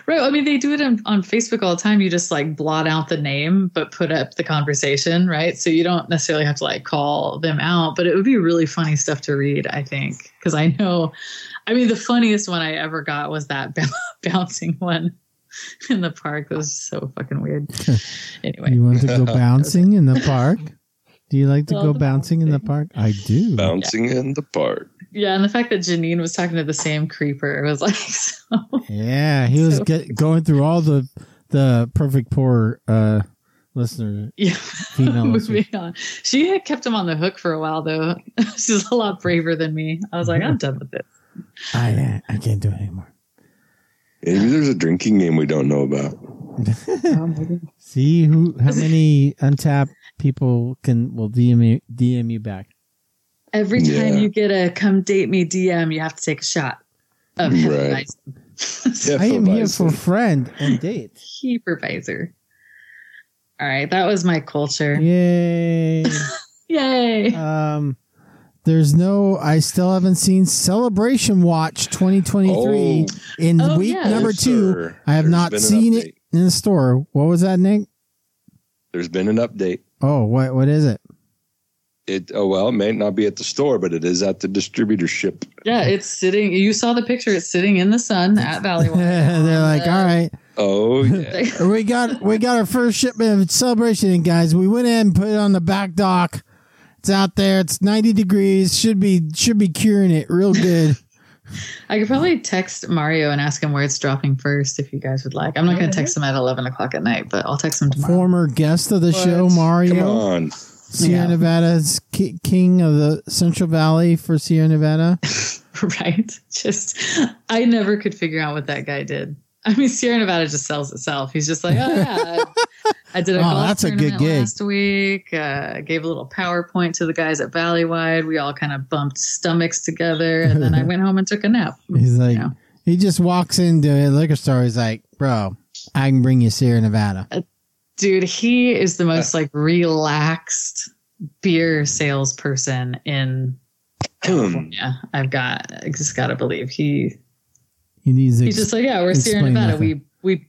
[SPEAKER 3] Right. I mean, they do it on, on Facebook all the time. You just like blot out the name, but put up the conversation, right? So you don't necessarily have to like call them out, but it would be really funny stuff to read, I think. Cause I know, I mean, the funniest one I ever got was that [LAUGHS] b- bouncing one in the park. That was so fucking weird.
[SPEAKER 2] [LAUGHS]
[SPEAKER 3] anyway,
[SPEAKER 2] You want to
[SPEAKER 1] [LAUGHS]
[SPEAKER 2] go bouncing in the park? Do you like to
[SPEAKER 3] Love
[SPEAKER 2] go bouncing in the park?
[SPEAKER 3] bouncing.
[SPEAKER 2] I do.
[SPEAKER 1] Bouncing in the park.
[SPEAKER 3] yeah. And the fact that Janine was talking to the same creeper was like, [LAUGHS] so,
[SPEAKER 2] Yeah, he was
[SPEAKER 3] So-
[SPEAKER 2] get, going through all the the perfect poor uh, listener
[SPEAKER 3] yeah.
[SPEAKER 2] female.
[SPEAKER 3] [LAUGHS]
[SPEAKER 2] listener.
[SPEAKER 3] Moving on. She had kept him on the hook for a while, though. [LAUGHS] She's a lot braver than me. I was like, I'm done with this.
[SPEAKER 2] I I can't do it anymore. [LAUGHS]
[SPEAKER 1] Maybe there's a drinking game we don't know about.
[SPEAKER 2] See who how many untapped people can will DM you, DM you back.
[SPEAKER 3] Every time
[SPEAKER 1] Yeah.
[SPEAKER 3] you get a come date me DM, you have to take a shot of him
[SPEAKER 1] Right.
[SPEAKER 3] advisor.
[SPEAKER 2] I am here for
[SPEAKER 1] Hefeweizen.
[SPEAKER 2] friend and date.
[SPEAKER 3] [LAUGHS] supervisor. All right, that was my culture.
[SPEAKER 2] Yay!
[SPEAKER 3] Yay.
[SPEAKER 2] Um, there's no. I still haven't seen Celebration Watch 2023 in
[SPEAKER 3] Oh,
[SPEAKER 2] week
[SPEAKER 3] yeah.
[SPEAKER 2] number
[SPEAKER 1] Oh,
[SPEAKER 2] two.
[SPEAKER 1] sir,
[SPEAKER 2] I have
[SPEAKER 1] there's
[SPEAKER 2] not
[SPEAKER 1] been an
[SPEAKER 2] seen
[SPEAKER 1] update.
[SPEAKER 2] it in the store. What was that, Nick?
[SPEAKER 1] There's been an update.
[SPEAKER 2] Oh, what what is it?
[SPEAKER 1] It oh well, it may not be at the store, but it is at the distributorship.
[SPEAKER 3] yeah, it's sitting. You saw the picture. It's sitting in the sun at
[SPEAKER 2] [LAUGHS]
[SPEAKER 3] Valley. Walk.
[SPEAKER 2] They're like, all right, [LAUGHS]
[SPEAKER 1] Oh yeah.
[SPEAKER 3] [LAUGHS]
[SPEAKER 2] we got we got our first shipment of celebration in, guys. We went in, put it on the back dock. It's out there. It's 90 degrees. Should be should be curing it
[SPEAKER 1] [LAUGHS]
[SPEAKER 2] real good.
[SPEAKER 3] I could probably text Mario and ask him where it's dropping first if you guys would like. I'm not going to text him at 11 o'clock at night, but I'll text him tomorrow.
[SPEAKER 2] Former guest of the
[SPEAKER 3] What?
[SPEAKER 2] show,
[SPEAKER 1] Come
[SPEAKER 2] Mario,
[SPEAKER 1] on. [CLEARS THROAT]
[SPEAKER 2] Sierra
[SPEAKER 3] Yeah.
[SPEAKER 2] Nevada's ki- king of the Central Valley for Sierra Nevada.
[SPEAKER 3] [LAUGHS] right? Just, I never could figure out what that guy did. I mean, Sierra Nevada just sells itself. He's just like, oh yeah, I did
[SPEAKER 2] [LAUGHS]
[SPEAKER 3] a
[SPEAKER 2] Oh,
[SPEAKER 3] golf
[SPEAKER 2] that's a good
[SPEAKER 3] tournament
[SPEAKER 2] gig.
[SPEAKER 3] last week. Uh, gave a little PowerPoint to the guys at Valleywide. We all kind of bumped stomachs together,
[SPEAKER 2] [LAUGHS]
[SPEAKER 3] and then I went home and took a nap.
[SPEAKER 2] He's like,
[SPEAKER 3] Yeah.
[SPEAKER 2] he just walks into a liquor store. He's like, bro, I can bring you Sierra Nevada.
[SPEAKER 3] Dude, he is the most like relaxed beer salesperson in
[SPEAKER 1] Hmm.
[SPEAKER 3] California. I've got, I just gotta believe he.
[SPEAKER 2] He needs.
[SPEAKER 3] He's
[SPEAKER 2] ex-
[SPEAKER 3] just like, yeah, we're Sierra
[SPEAKER 2] Explain
[SPEAKER 3] Nevada.
[SPEAKER 2] nothing.
[SPEAKER 3] We we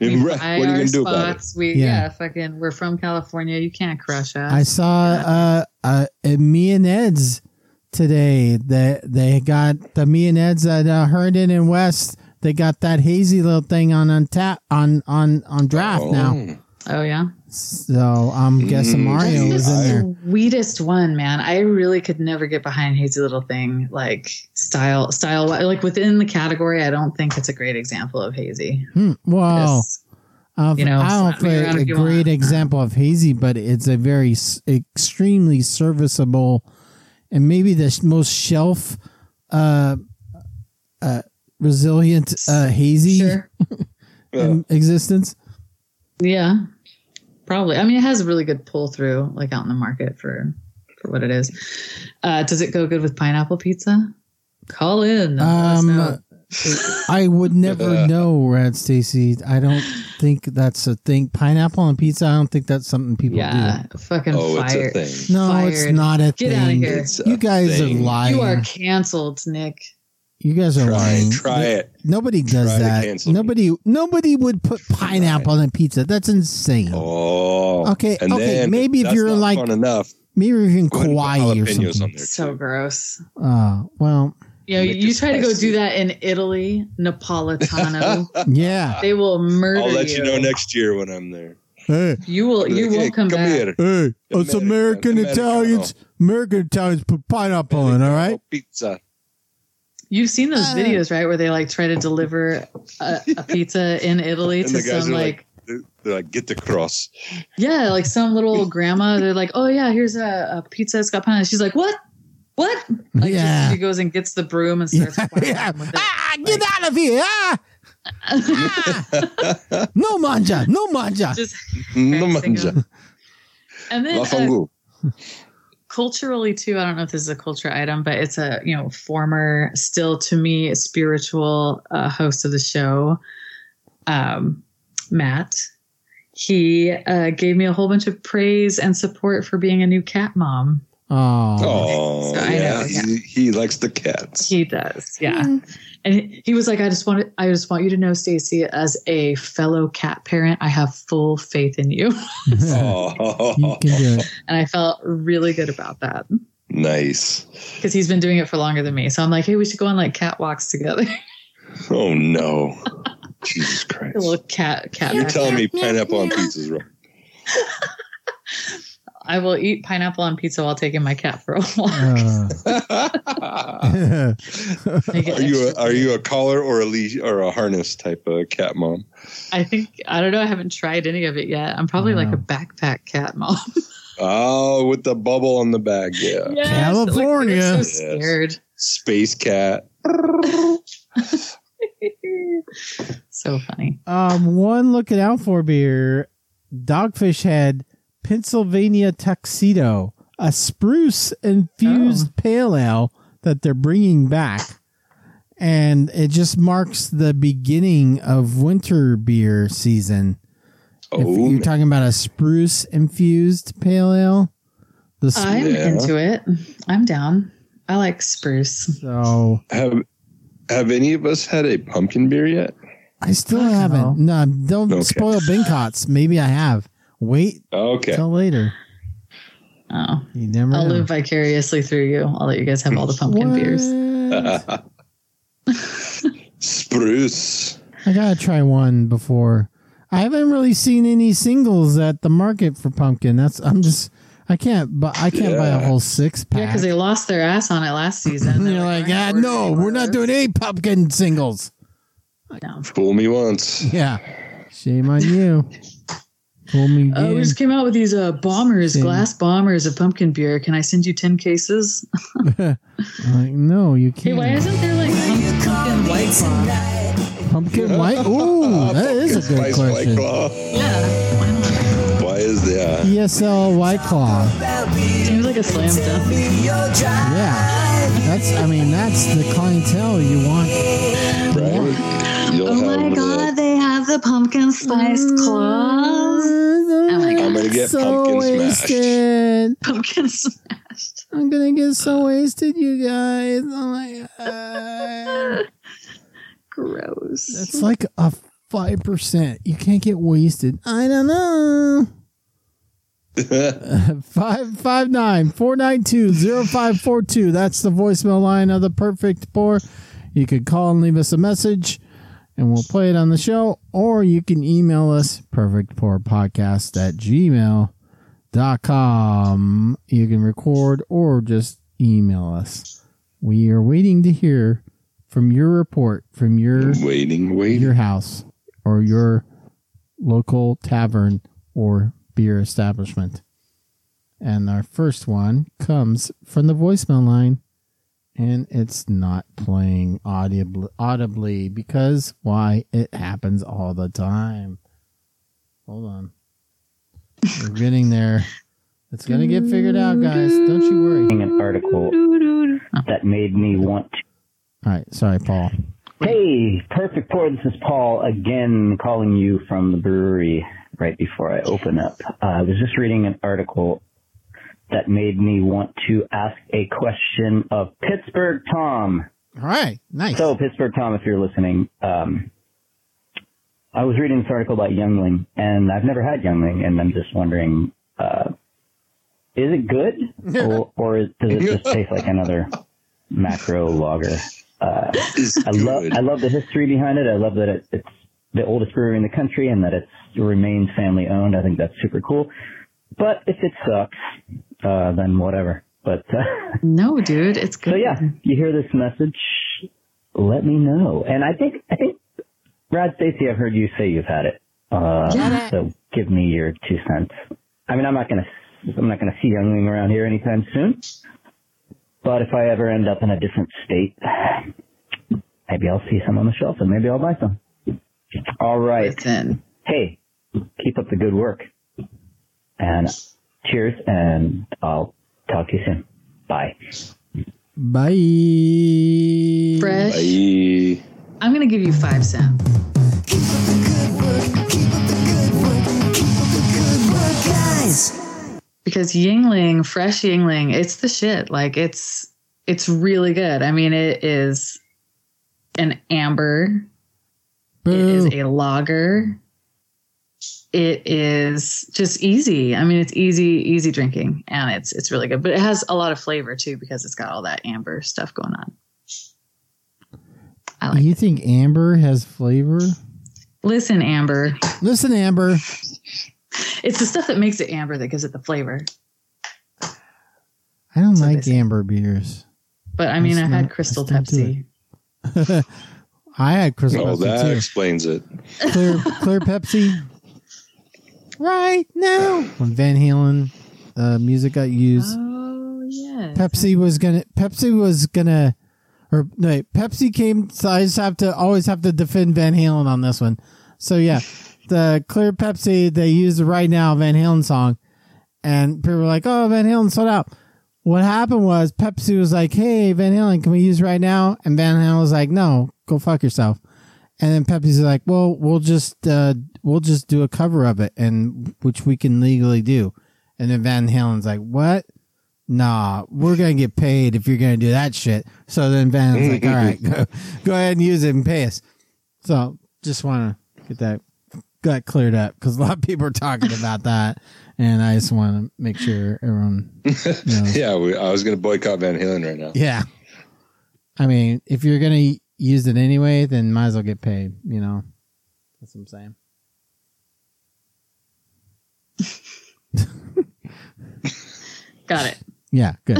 [SPEAKER 1] Right.
[SPEAKER 3] We
[SPEAKER 1] What
[SPEAKER 3] buy
[SPEAKER 1] are you
[SPEAKER 3] our
[SPEAKER 1] gonna do about it?
[SPEAKER 3] spots. We
[SPEAKER 2] Yeah.
[SPEAKER 3] yeah. fucking we're from California. You can't crush us.
[SPEAKER 2] I saw uh, uh, uh, me and Ed's today. That they got the me and Ed's that uh, Herndon and West. They got that hazy little thing on on tap on on on draft now.
[SPEAKER 3] oh yeah,
[SPEAKER 2] So I'm guessing
[SPEAKER 1] Mm,
[SPEAKER 2] Mario
[SPEAKER 1] That's
[SPEAKER 2] was in
[SPEAKER 1] just
[SPEAKER 2] there.
[SPEAKER 3] the sweetest one, man. I really could never get behind Hazy Little Thing like style style like within the category. I don't think it's a great example of hazy.
[SPEAKER 2] Hmm. Wow.
[SPEAKER 3] Just-
[SPEAKER 2] Of-
[SPEAKER 3] you know,
[SPEAKER 2] I don't
[SPEAKER 3] slap me
[SPEAKER 2] think
[SPEAKER 3] around
[SPEAKER 2] a
[SPEAKER 3] if you want.
[SPEAKER 2] great example of hazy, but it's a very s- extremely serviceable and maybe the s- most shelf uh, uh, resilient uh, hazy
[SPEAKER 3] Sure.
[SPEAKER 1] Oh, Yeah.
[SPEAKER 2] in existence.
[SPEAKER 3] Yeah. Probably. I mean, it has a really good pull through like out in the market for for what it is. Uh, does it go good with pineapple pizza? Call in. and let us
[SPEAKER 2] Um,
[SPEAKER 3] know.
[SPEAKER 2] I would never know, Rad Stacy. I don't think that's a thing. Pineapple on pizza. I don't think that's something people
[SPEAKER 3] yeah, fucking
[SPEAKER 1] Oh, it's
[SPEAKER 3] fire.
[SPEAKER 1] a thing.
[SPEAKER 2] do. No, it's
[SPEAKER 3] Fired.
[SPEAKER 2] not a
[SPEAKER 3] Get
[SPEAKER 2] thing.
[SPEAKER 3] outta here.
[SPEAKER 1] It's
[SPEAKER 2] You
[SPEAKER 1] a
[SPEAKER 2] guys
[SPEAKER 1] thing.
[SPEAKER 2] are lying.
[SPEAKER 3] You
[SPEAKER 2] You,
[SPEAKER 3] are canceled, Nick.
[SPEAKER 2] guys are
[SPEAKER 1] Try
[SPEAKER 2] lying.
[SPEAKER 1] it. Try it.
[SPEAKER 2] Nobody
[SPEAKER 1] Try
[SPEAKER 2] does
[SPEAKER 1] to
[SPEAKER 2] that.
[SPEAKER 1] cancel me.
[SPEAKER 2] Nobody nobody would put pineapple on a pizza. That's insane.
[SPEAKER 1] Oh.
[SPEAKER 2] Okay,
[SPEAKER 1] And
[SPEAKER 2] okay,
[SPEAKER 1] then,
[SPEAKER 2] maybe if
[SPEAKER 1] that's
[SPEAKER 2] you're
[SPEAKER 1] not
[SPEAKER 2] like-
[SPEAKER 1] fun enough,
[SPEAKER 2] Maybe
[SPEAKER 1] go
[SPEAKER 2] even
[SPEAKER 1] ahead and put
[SPEAKER 2] Kauai or
[SPEAKER 1] jalapenos
[SPEAKER 2] something.
[SPEAKER 1] on there,
[SPEAKER 3] So
[SPEAKER 1] too.
[SPEAKER 3] gross.
[SPEAKER 1] [LAUGHS]
[SPEAKER 2] Uh, well,
[SPEAKER 3] You know,
[SPEAKER 1] Make
[SPEAKER 3] you
[SPEAKER 1] it
[SPEAKER 3] try to go
[SPEAKER 1] spicy.
[SPEAKER 3] do that in Italy, [LAUGHS] Napolitano.
[SPEAKER 2] Yeah.
[SPEAKER 3] they will murder
[SPEAKER 1] I'll let you
[SPEAKER 3] you.
[SPEAKER 1] know next year when I'm there.
[SPEAKER 2] Hey,
[SPEAKER 3] You will. You
[SPEAKER 1] Hey,
[SPEAKER 3] will come, back.
[SPEAKER 1] here.
[SPEAKER 2] hey, us
[SPEAKER 1] American-
[SPEAKER 2] American
[SPEAKER 1] Americano.
[SPEAKER 2] Italians, American Italians put pineapple in, all right?
[SPEAKER 1] Oh, Pizza.
[SPEAKER 3] You've seen those
[SPEAKER 2] Uh.
[SPEAKER 3] videos, right, where they like try to deliver a, a [LAUGHS] pizza in Italy
[SPEAKER 1] And
[SPEAKER 3] to
[SPEAKER 1] the guys
[SPEAKER 3] some
[SPEAKER 1] are
[SPEAKER 3] like,
[SPEAKER 1] like- They're, they're like, get the cross. [LAUGHS]
[SPEAKER 3] yeah, like some little grandma. They're like, oh yeah, here's a, a pizza that's got pine. She's like, what? What? Like just-
[SPEAKER 2] Yeah.
[SPEAKER 3] she goes and gets the broom and starts.
[SPEAKER 2] [LAUGHS] yeah.
[SPEAKER 3] whacking with it.
[SPEAKER 2] Ah, get out of here. Ah,
[SPEAKER 3] [LAUGHS]
[SPEAKER 2] no manja. No [LAUGHS] manja.
[SPEAKER 3] just
[SPEAKER 1] No
[SPEAKER 3] practicing
[SPEAKER 1] manja.
[SPEAKER 3] them. And then
[SPEAKER 1] La
[SPEAKER 3] uh,
[SPEAKER 1] fungu.
[SPEAKER 3] culturally too i don't know if this is a culture item but it's a you know former still to me spiritual uh, host of the show um, matt he uh, gave me a whole bunch of praise and support for being a new cat mom
[SPEAKER 2] Oh.
[SPEAKER 1] Oh,
[SPEAKER 3] So I
[SPEAKER 1] yeah.
[SPEAKER 3] know,
[SPEAKER 1] He, he likes the cats.
[SPEAKER 3] he does yeah and he- he was like i just want i just want you to know stacy as a fellow cat parent i have full faith in you
[SPEAKER 2] [LAUGHS] you
[SPEAKER 1] oh, [LAUGHS]
[SPEAKER 2] can do it.
[SPEAKER 3] and i felt really good about that
[SPEAKER 1] nice.
[SPEAKER 3] because he's been doing it for longer than me so i'm like hey we should go on like cat walks together [LAUGHS]
[SPEAKER 1] Oh, no. Jesus
[SPEAKER 3] A
[SPEAKER 1] Christ.
[SPEAKER 3] little cat cat.
[SPEAKER 1] You're
[SPEAKER 3] back.
[SPEAKER 1] telling me pineapple
[SPEAKER 3] [LAUGHS]
[SPEAKER 1] on pizza is wrong.
[SPEAKER 3] I will eat pineapple on pizza while taking my cat for a walk. [LAUGHS]
[SPEAKER 2] Uh,
[SPEAKER 1] [LAUGHS] are [LAUGHS]
[SPEAKER 2] [LAUGHS]
[SPEAKER 3] Make it
[SPEAKER 1] you a,
[SPEAKER 3] extra
[SPEAKER 1] are
[SPEAKER 3] cute.
[SPEAKER 1] you a collar or a leash or a harness type of cat mom?
[SPEAKER 3] I think I don't know. I haven't tried any of it yet. I'm probably like
[SPEAKER 2] Wow.
[SPEAKER 3] a backpack cat mom. [LAUGHS]
[SPEAKER 1] Oh, with the bubble on the back, yeah.
[SPEAKER 3] Yes,
[SPEAKER 2] California.
[SPEAKER 3] like, I'm
[SPEAKER 1] Yes.
[SPEAKER 3] so scared.
[SPEAKER 1] Space cat. Oh,
[SPEAKER 3] [LAUGHS] so funny.
[SPEAKER 2] um, one looking out for beer. Dogfish Head, Pennsylvania Tuxedo, a spruce infused
[SPEAKER 1] Oh.
[SPEAKER 2] pale ale that they're bringing back. And it just marks the beginning of winter beer season. If
[SPEAKER 1] Oh,
[SPEAKER 2] you're
[SPEAKER 1] man.
[SPEAKER 2] talking about a spruce infused pale ale, the spruce.
[SPEAKER 3] I'm
[SPEAKER 1] Yeah.
[SPEAKER 3] into it. I'm down. I like spruce.
[SPEAKER 2] So
[SPEAKER 1] have have any of us had a pumpkin beer yet?
[SPEAKER 2] I still
[SPEAKER 3] Fuck
[SPEAKER 2] haven't. No, don't
[SPEAKER 1] Okay.
[SPEAKER 2] spoil Binkots. Maybe I have. Wait
[SPEAKER 1] Okay.
[SPEAKER 2] till later.
[SPEAKER 3] Oh,
[SPEAKER 2] You never
[SPEAKER 3] I'll
[SPEAKER 2] know.
[SPEAKER 3] live vicariously through you. I'll let you guys have all the pumpkin
[SPEAKER 2] What?
[SPEAKER 3] beers.
[SPEAKER 2] [LAUGHS]
[SPEAKER 1] [LAUGHS] Spruce.
[SPEAKER 2] I gotta try one before. I haven't really seen any singles at the market for pumpkin. That's I'm just I can't but I can't buy a
[SPEAKER 1] Yeah.
[SPEAKER 2] whole six pack.
[SPEAKER 3] Yeah, because they lost their ass on it last season.
[SPEAKER 2] [LAUGHS] and [LAUGHS]
[SPEAKER 3] They're
[SPEAKER 2] you're like,
[SPEAKER 3] "We're
[SPEAKER 2] ah,
[SPEAKER 3] not
[SPEAKER 2] no,
[SPEAKER 3] ordering
[SPEAKER 2] we're not
[SPEAKER 3] orders."
[SPEAKER 2] doing any pumpkin singles. [LAUGHS]
[SPEAKER 3] No.
[SPEAKER 1] Fool me once.
[SPEAKER 2] Yeah, shame on you. Fool me
[SPEAKER 3] Oh, we
[SPEAKER 2] again.
[SPEAKER 3] just came out with these uh, bombers,
[SPEAKER 2] Same.
[SPEAKER 3] glass bombers of pumpkin beer. Can I send you 10 cases?
[SPEAKER 2] like, no, you can't.
[SPEAKER 3] Hey, why isn't there like pumpkin, pumpkin white claw?
[SPEAKER 2] pumpkin white? Ooh, that is a good
[SPEAKER 1] Ah, Spice White
[SPEAKER 2] question.
[SPEAKER 1] Claw.
[SPEAKER 3] Yeah. Why not?
[SPEAKER 1] Why is that?
[SPEAKER 2] ESL E White Claw.
[SPEAKER 3] Seems like a slam dunk.
[SPEAKER 2] Yeah, that's. I mean, that's the clientele you want.
[SPEAKER 1] Right? You'll
[SPEAKER 3] Oh
[SPEAKER 1] have one
[SPEAKER 3] my
[SPEAKER 1] of those.
[SPEAKER 3] god, they have the pumpkin spice
[SPEAKER 2] Mm.
[SPEAKER 3] claws. Oh my God.
[SPEAKER 1] I'm gonna get
[SPEAKER 2] so
[SPEAKER 1] pumpkin smashed.
[SPEAKER 2] wasted.
[SPEAKER 3] [LAUGHS] Pumpkin smashed.
[SPEAKER 2] I'm gonna get so wasted, you guys. Oh my
[SPEAKER 3] [LAUGHS]
[SPEAKER 2] god,
[SPEAKER 3] Gross.
[SPEAKER 2] that's like a five percent. You can't get wasted. I don't know. Five five nine four nine two zero five four two. That's the voicemail line of the perfect pour. You could call and leave us a message, and we'll play it on the show, or you can email us perfectpourpodcast at gmail dot com. You can record or just email us. We are waiting to hear from your report from your
[SPEAKER 1] [LAUGHS] waiting, waiting.
[SPEAKER 2] your house or your local tavern or beer establishment. And our first one comes from the voicemail line, and it's not playing audibly, audibly because why? It happens all the time. Hold on. We're getting there. It's going to get figured out, guys. Don't you worry.
[SPEAKER 4] reading an article that made me want to.
[SPEAKER 2] All right. Sorry, Paul.
[SPEAKER 4] Hey, perfect pour. This is Paul again calling you from the brewery right before I open up. Uh, I was just reading an article that made me want to ask a question of Pittsburgh Tom.
[SPEAKER 2] All right. Nice. [LAUGHS]
[SPEAKER 4] So, Pittsburgh Tom, if you're listening, um, I was reading this article about Youngling, and I've never had Youngling, and I'm just wondering,
[SPEAKER 2] [LAUGHS]
[SPEAKER 4] uh, is it good, or, or does it just taste like another macro lager. Uh,
[SPEAKER 1] It's
[SPEAKER 4] I love
[SPEAKER 1] good.
[SPEAKER 4] I love the history behind it. I love that it, it's the oldest brewery in the country and that it's, it remains family owned. I think that's super cool. But if it sucks, uh, then whatever. But uh, [LAUGHS]
[SPEAKER 3] No, dude, it's good.
[SPEAKER 4] so yeah, you hear this message, let me know. And I think I think Brad Stacy, I've heard you say you've had it. Uh,
[SPEAKER 3] Yeah.
[SPEAKER 4] So give me your two cents. I mean, I'm not gonna I'm not gonna see youngling around here anytime soon. But if I ever end up in a different state, maybe I'll see some on the shelf and maybe I'll buy some. All right.
[SPEAKER 3] Listen.
[SPEAKER 4] Hey, keep up the good work. And cheers, and I'll talk to you soon. Bye.
[SPEAKER 2] Bye.
[SPEAKER 3] Fresh.
[SPEAKER 1] Bye.
[SPEAKER 3] I'm going to give you five cents. Because Yingling, fresh Yingling, it's the shit. Like it's it's really good. I mean, it is an amber. It is
[SPEAKER 2] Boo.
[SPEAKER 3] a lager. It is just easy. I mean, it's easy, easy drinking, and it's it's really good. But it has a lot of flavor too because it's got all that amber stuff going on. I like
[SPEAKER 2] You think amber has flavor?
[SPEAKER 3] Listen, Amber,
[SPEAKER 2] Listen, Amber.
[SPEAKER 3] it's the stuff that makes it amber that gives it the flavor.
[SPEAKER 2] I don't
[SPEAKER 3] That's what they
[SPEAKER 2] like
[SPEAKER 3] say.
[SPEAKER 2] amber beers.
[SPEAKER 3] But I mean,
[SPEAKER 2] Let's
[SPEAKER 3] I had
[SPEAKER 2] not-
[SPEAKER 3] Crystal
[SPEAKER 2] let's not do
[SPEAKER 3] Pepsi.
[SPEAKER 2] I had crystal
[SPEAKER 1] Oh, that
[SPEAKER 2] Pepsi
[SPEAKER 1] explains it.
[SPEAKER 2] too. Clear,
[SPEAKER 3] [LAUGHS]
[SPEAKER 2] clear Pepsi. Right now, when Van Halen uh, music got used,
[SPEAKER 3] Oh yes.
[SPEAKER 2] Pepsi was gonna. Pepsi was gonna. Or no, wait, Pepsi came. So I just have to always have to defend Van Halen on this one. So yeah, the clear Pepsi they used the right now Van Halen song, and people were like, "Oh, Van Halen sold out." What happened was Pepsi was like, "Hey, Van Halen, can we use right now?" And Van Halen was like, "No, go fuck yourself." And then Pepsi's like, "Well, we'll just uh, we'll just do a cover of it, and which we can legally do." And then Van Halen's like, "What? Nah, we're gonna get paid if you're gonna do that shit." So then Van's like, "All right, [LAUGHS] go, go ahead and use it and pay us." So just want to get that got cleared up because a lot of people are talking about that, and I just want to make sure everyone
[SPEAKER 1] [LAUGHS]
[SPEAKER 2] knows.
[SPEAKER 1] Yeah, we, I was going to boycott Van Halen right now.
[SPEAKER 2] Yeah. I mean, if you're gonna use it anyway, then might as well get paid. You know, that's what I'm saying.
[SPEAKER 3] Got it.
[SPEAKER 2] Yeah, [LAUGHS] good.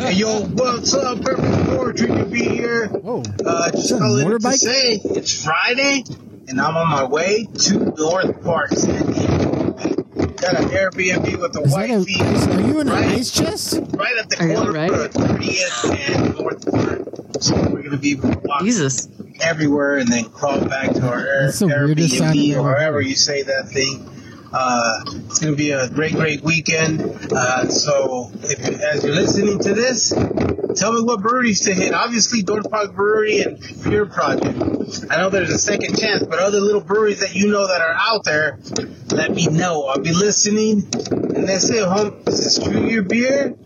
[SPEAKER 5] Hey, yo, what's up? Perfect Poetry to be here.
[SPEAKER 2] Whoa,
[SPEAKER 5] Uh,
[SPEAKER 2] Is that
[SPEAKER 5] just
[SPEAKER 2] a
[SPEAKER 5] calling in to
[SPEAKER 2] motorbike?
[SPEAKER 5] say it's Friday, and I'm on my way to North Park City. Got an Airbnb with a
[SPEAKER 2] is that
[SPEAKER 5] white
[SPEAKER 2] a? Ice, are you in an
[SPEAKER 5] right,
[SPEAKER 2] ice chest?
[SPEAKER 5] right at the
[SPEAKER 3] Are you
[SPEAKER 5] corner
[SPEAKER 3] alright?
[SPEAKER 5] of 30th and North Park. So we're gonna be walking
[SPEAKER 3] Jesus.
[SPEAKER 5] everywhere and then crawl back to our Air,
[SPEAKER 2] That's the weirdest sound I've
[SPEAKER 5] Airbnb
[SPEAKER 2] ever
[SPEAKER 5] or however
[SPEAKER 2] heard.
[SPEAKER 5] you say that thing. Uh, it's going to be a great, great weekend. Uh, so, if, as you're listening to this, tell me what breweries to hit. Obviously, North Park Brewery and Pure Project. I know there's a second chance, but other little breweries that you know that are out there, let me know. I'll be listening. And that's it, home. This is True Your Beer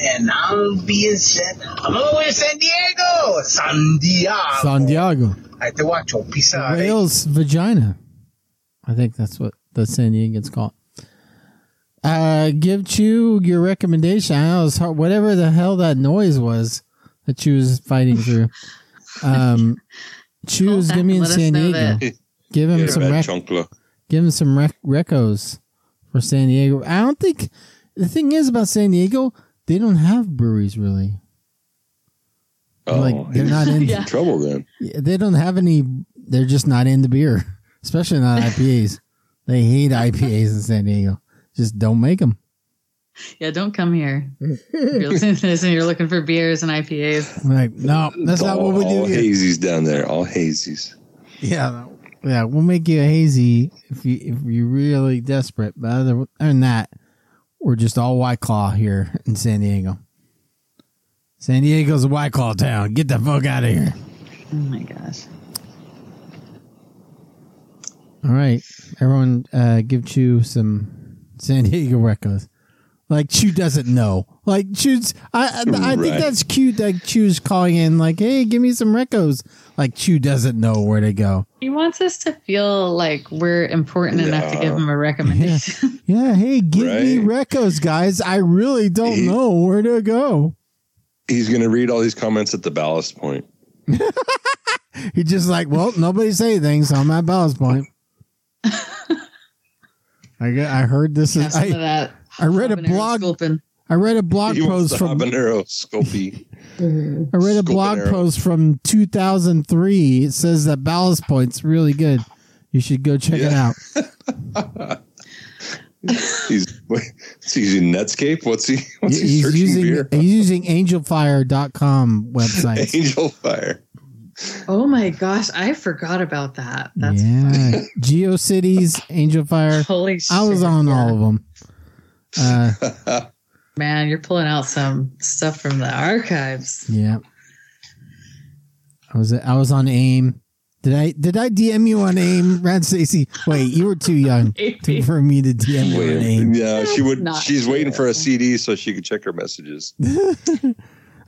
[SPEAKER 5] and I'll be in San. I'm over in San Diego, San Diego.
[SPEAKER 2] San Diego,
[SPEAKER 5] I te guacho, peace out.
[SPEAKER 2] whale's vagina. I think that's what the San Diegans call it. Uh, give Chew your recommendation. I was hard, whatever the hell that noise was that Chew was fighting through. Um, Chew
[SPEAKER 3] Call
[SPEAKER 2] is
[SPEAKER 3] back
[SPEAKER 2] gonna be
[SPEAKER 3] and
[SPEAKER 2] in
[SPEAKER 3] let us
[SPEAKER 2] San
[SPEAKER 3] know
[SPEAKER 2] Diego.
[SPEAKER 1] that-
[SPEAKER 2] Give him
[SPEAKER 1] Yeah,
[SPEAKER 2] some
[SPEAKER 1] bad
[SPEAKER 2] rec-
[SPEAKER 1] chunkla.
[SPEAKER 2] give him some rec- recos for San Diego. I don't think the thing is about San Diego, they don't have breweries really.
[SPEAKER 1] Oh,
[SPEAKER 2] like they're
[SPEAKER 1] he's
[SPEAKER 2] not in.
[SPEAKER 1] in trouble then.
[SPEAKER 2] They don't have any. They're just not into beer, [LAUGHS] especially not IPAs. they hate IPAs in San Diego. Just don't make them.
[SPEAKER 3] Yeah, don't come here. If you're listening to this and you're looking for beers and IPAs.
[SPEAKER 2] Like no, that's not
[SPEAKER 1] all,
[SPEAKER 2] what we do.
[SPEAKER 1] All
[SPEAKER 2] here.
[SPEAKER 1] hazies down there. All hazies.
[SPEAKER 2] Yeah, no. yeah, we'll make you a hazy if you if you're really desperate. But other other than that, we're just all White Claw here in San Diego. San Diego's a White Claw town. Get the fuck out of here.
[SPEAKER 3] Oh my gosh.
[SPEAKER 2] All right, everyone, uh, give Chew some San Diego recos. Like Chew doesn't know. Like Chew's, I I, I think
[SPEAKER 1] Right.
[SPEAKER 2] that's cute. Like Chew's calling in, like, hey, give me some recos. Like Chew doesn't know where to go.
[SPEAKER 3] He wants us to feel like we're important enough to give him a recommendation.
[SPEAKER 2] Yeah, hey, give me
[SPEAKER 1] Right.
[SPEAKER 2] recos, guys. I really don't know where to go.
[SPEAKER 1] he's going to read all these comments at the ballast point.
[SPEAKER 2] He just like, well, nobody say anything, so I'm at Ballast Point. I got, I heard this
[SPEAKER 3] Have
[SPEAKER 2] is
[SPEAKER 3] some of
[SPEAKER 2] I,
[SPEAKER 3] that.
[SPEAKER 2] I read a
[SPEAKER 3] habanero
[SPEAKER 2] blog
[SPEAKER 3] Sculpin.
[SPEAKER 2] I read a blog
[SPEAKER 1] he wants
[SPEAKER 2] post
[SPEAKER 1] the
[SPEAKER 2] from
[SPEAKER 1] habanero
[SPEAKER 2] [LAUGHS]
[SPEAKER 1] scopy.
[SPEAKER 2] I read a
[SPEAKER 1] Sculpin
[SPEAKER 2] blog
[SPEAKER 1] arrow.
[SPEAKER 2] post from 2003. It says that Ballast Point's really good. You should go check it
[SPEAKER 1] Yeah. [LAUGHS]
[SPEAKER 2] out.
[SPEAKER 1] he's, wait, he's using Netscape. What's he? What's he
[SPEAKER 2] he's
[SPEAKER 1] searching
[SPEAKER 2] using
[SPEAKER 1] beer?
[SPEAKER 2] he's using angelfire.com
[SPEAKER 1] [LAUGHS]
[SPEAKER 2] website.
[SPEAKER 1] Angel Fire.
[SPEAKER 3] Oh my gosh, I forgot about that. That's
[SPEAKER 2] yeah. GeoCities, Angelfire.
[SPEAKER 3] holy shit.
[SPEAKER 2] I was on all of them. Uh,
[SPEAKER 3] Man, you're pulling out some stuff from the archives.
[SPEAKER 2] yeah. I was I was on AIM. Did I did I DM you on AIM, Rad Stacy? Wait, you were too young
[SPEAKER 3] [LAUGHS]
[SPEAKER 2] to, for me to DM you on
[SPEAKER 1] Wait,
[SPEAKER 2] AIM.
[SPEAKER 1] yeah, she would.
[SPEAKER 3] Not
[SPEAKER 1] She's waiting for
[SPEAKER 3] fair.
[SPEAKER 1] a CD so she could check her messages.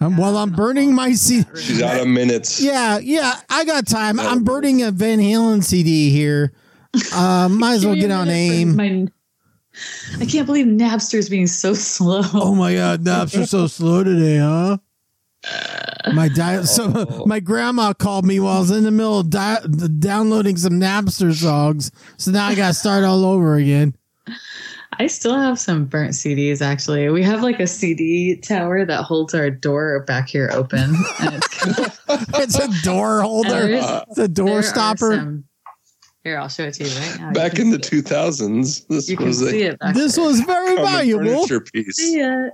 [SPEAKER 2] Um, well, I'm burning my seat.
[SPEAKER 1] She's out of minutes.
[SPEAKER 2] Yeah, yeah, I got time. I'm burning a Van Halen CD here. Uh, might as well get on AIM.
[SPEAKER 3] My- I can't believe Napster is being so [LAUGHS] slow.
[SPEAKER 2] Oh my god, naps are so slow today, huh? My dial. So
[SPEAKER 1] Oh.
[SPEAKER 2] my grandma called me while I was in the middle of di- downloading some Napster songs. So now I got to start all over again.
[SPEAKER 3] I still have some burnt CDs actually. We have like a CD tower that holds our door back here open. And
[SPEAKER 2] [LAUGHS]
[SPEAKER 3] it's kind of-
[SPEAKER 2] It's a door
[SPEAKER 3] there
[SPEAKER 2] holder.
[SPEAKER 3] is-
[SPEAKER 1] Uh,
[SPEAKER 2] It's a
[SPEAKER 3] there
[SPEAKER 2] door
[SPEAKER 3] are
[SPEAKER 2] stopper.
[SPEAKER 3] some- here, I'll show it to you right now. You
[SPEAKER 1] Back
[SPEAKER 3] can
[SPEAKER 1] in the
[SPEAKER 3] see it.
[SPEAKER 1] 2000s, this
[SPEAKER 3] You can
[SPEAKER 1] was
[SPEAKER 3] see
[SPEAKER 1] a
[SPEAKER 3] it. Back
[SPEAKER 2] This
[SPEAKER 3] there.
[SPEAKER 2] was very
[SPEAKER 1] common
[SPEAKER 2] valuable.
[SPEAKER 1] furniture piece.
[SPEAKER 3] See it.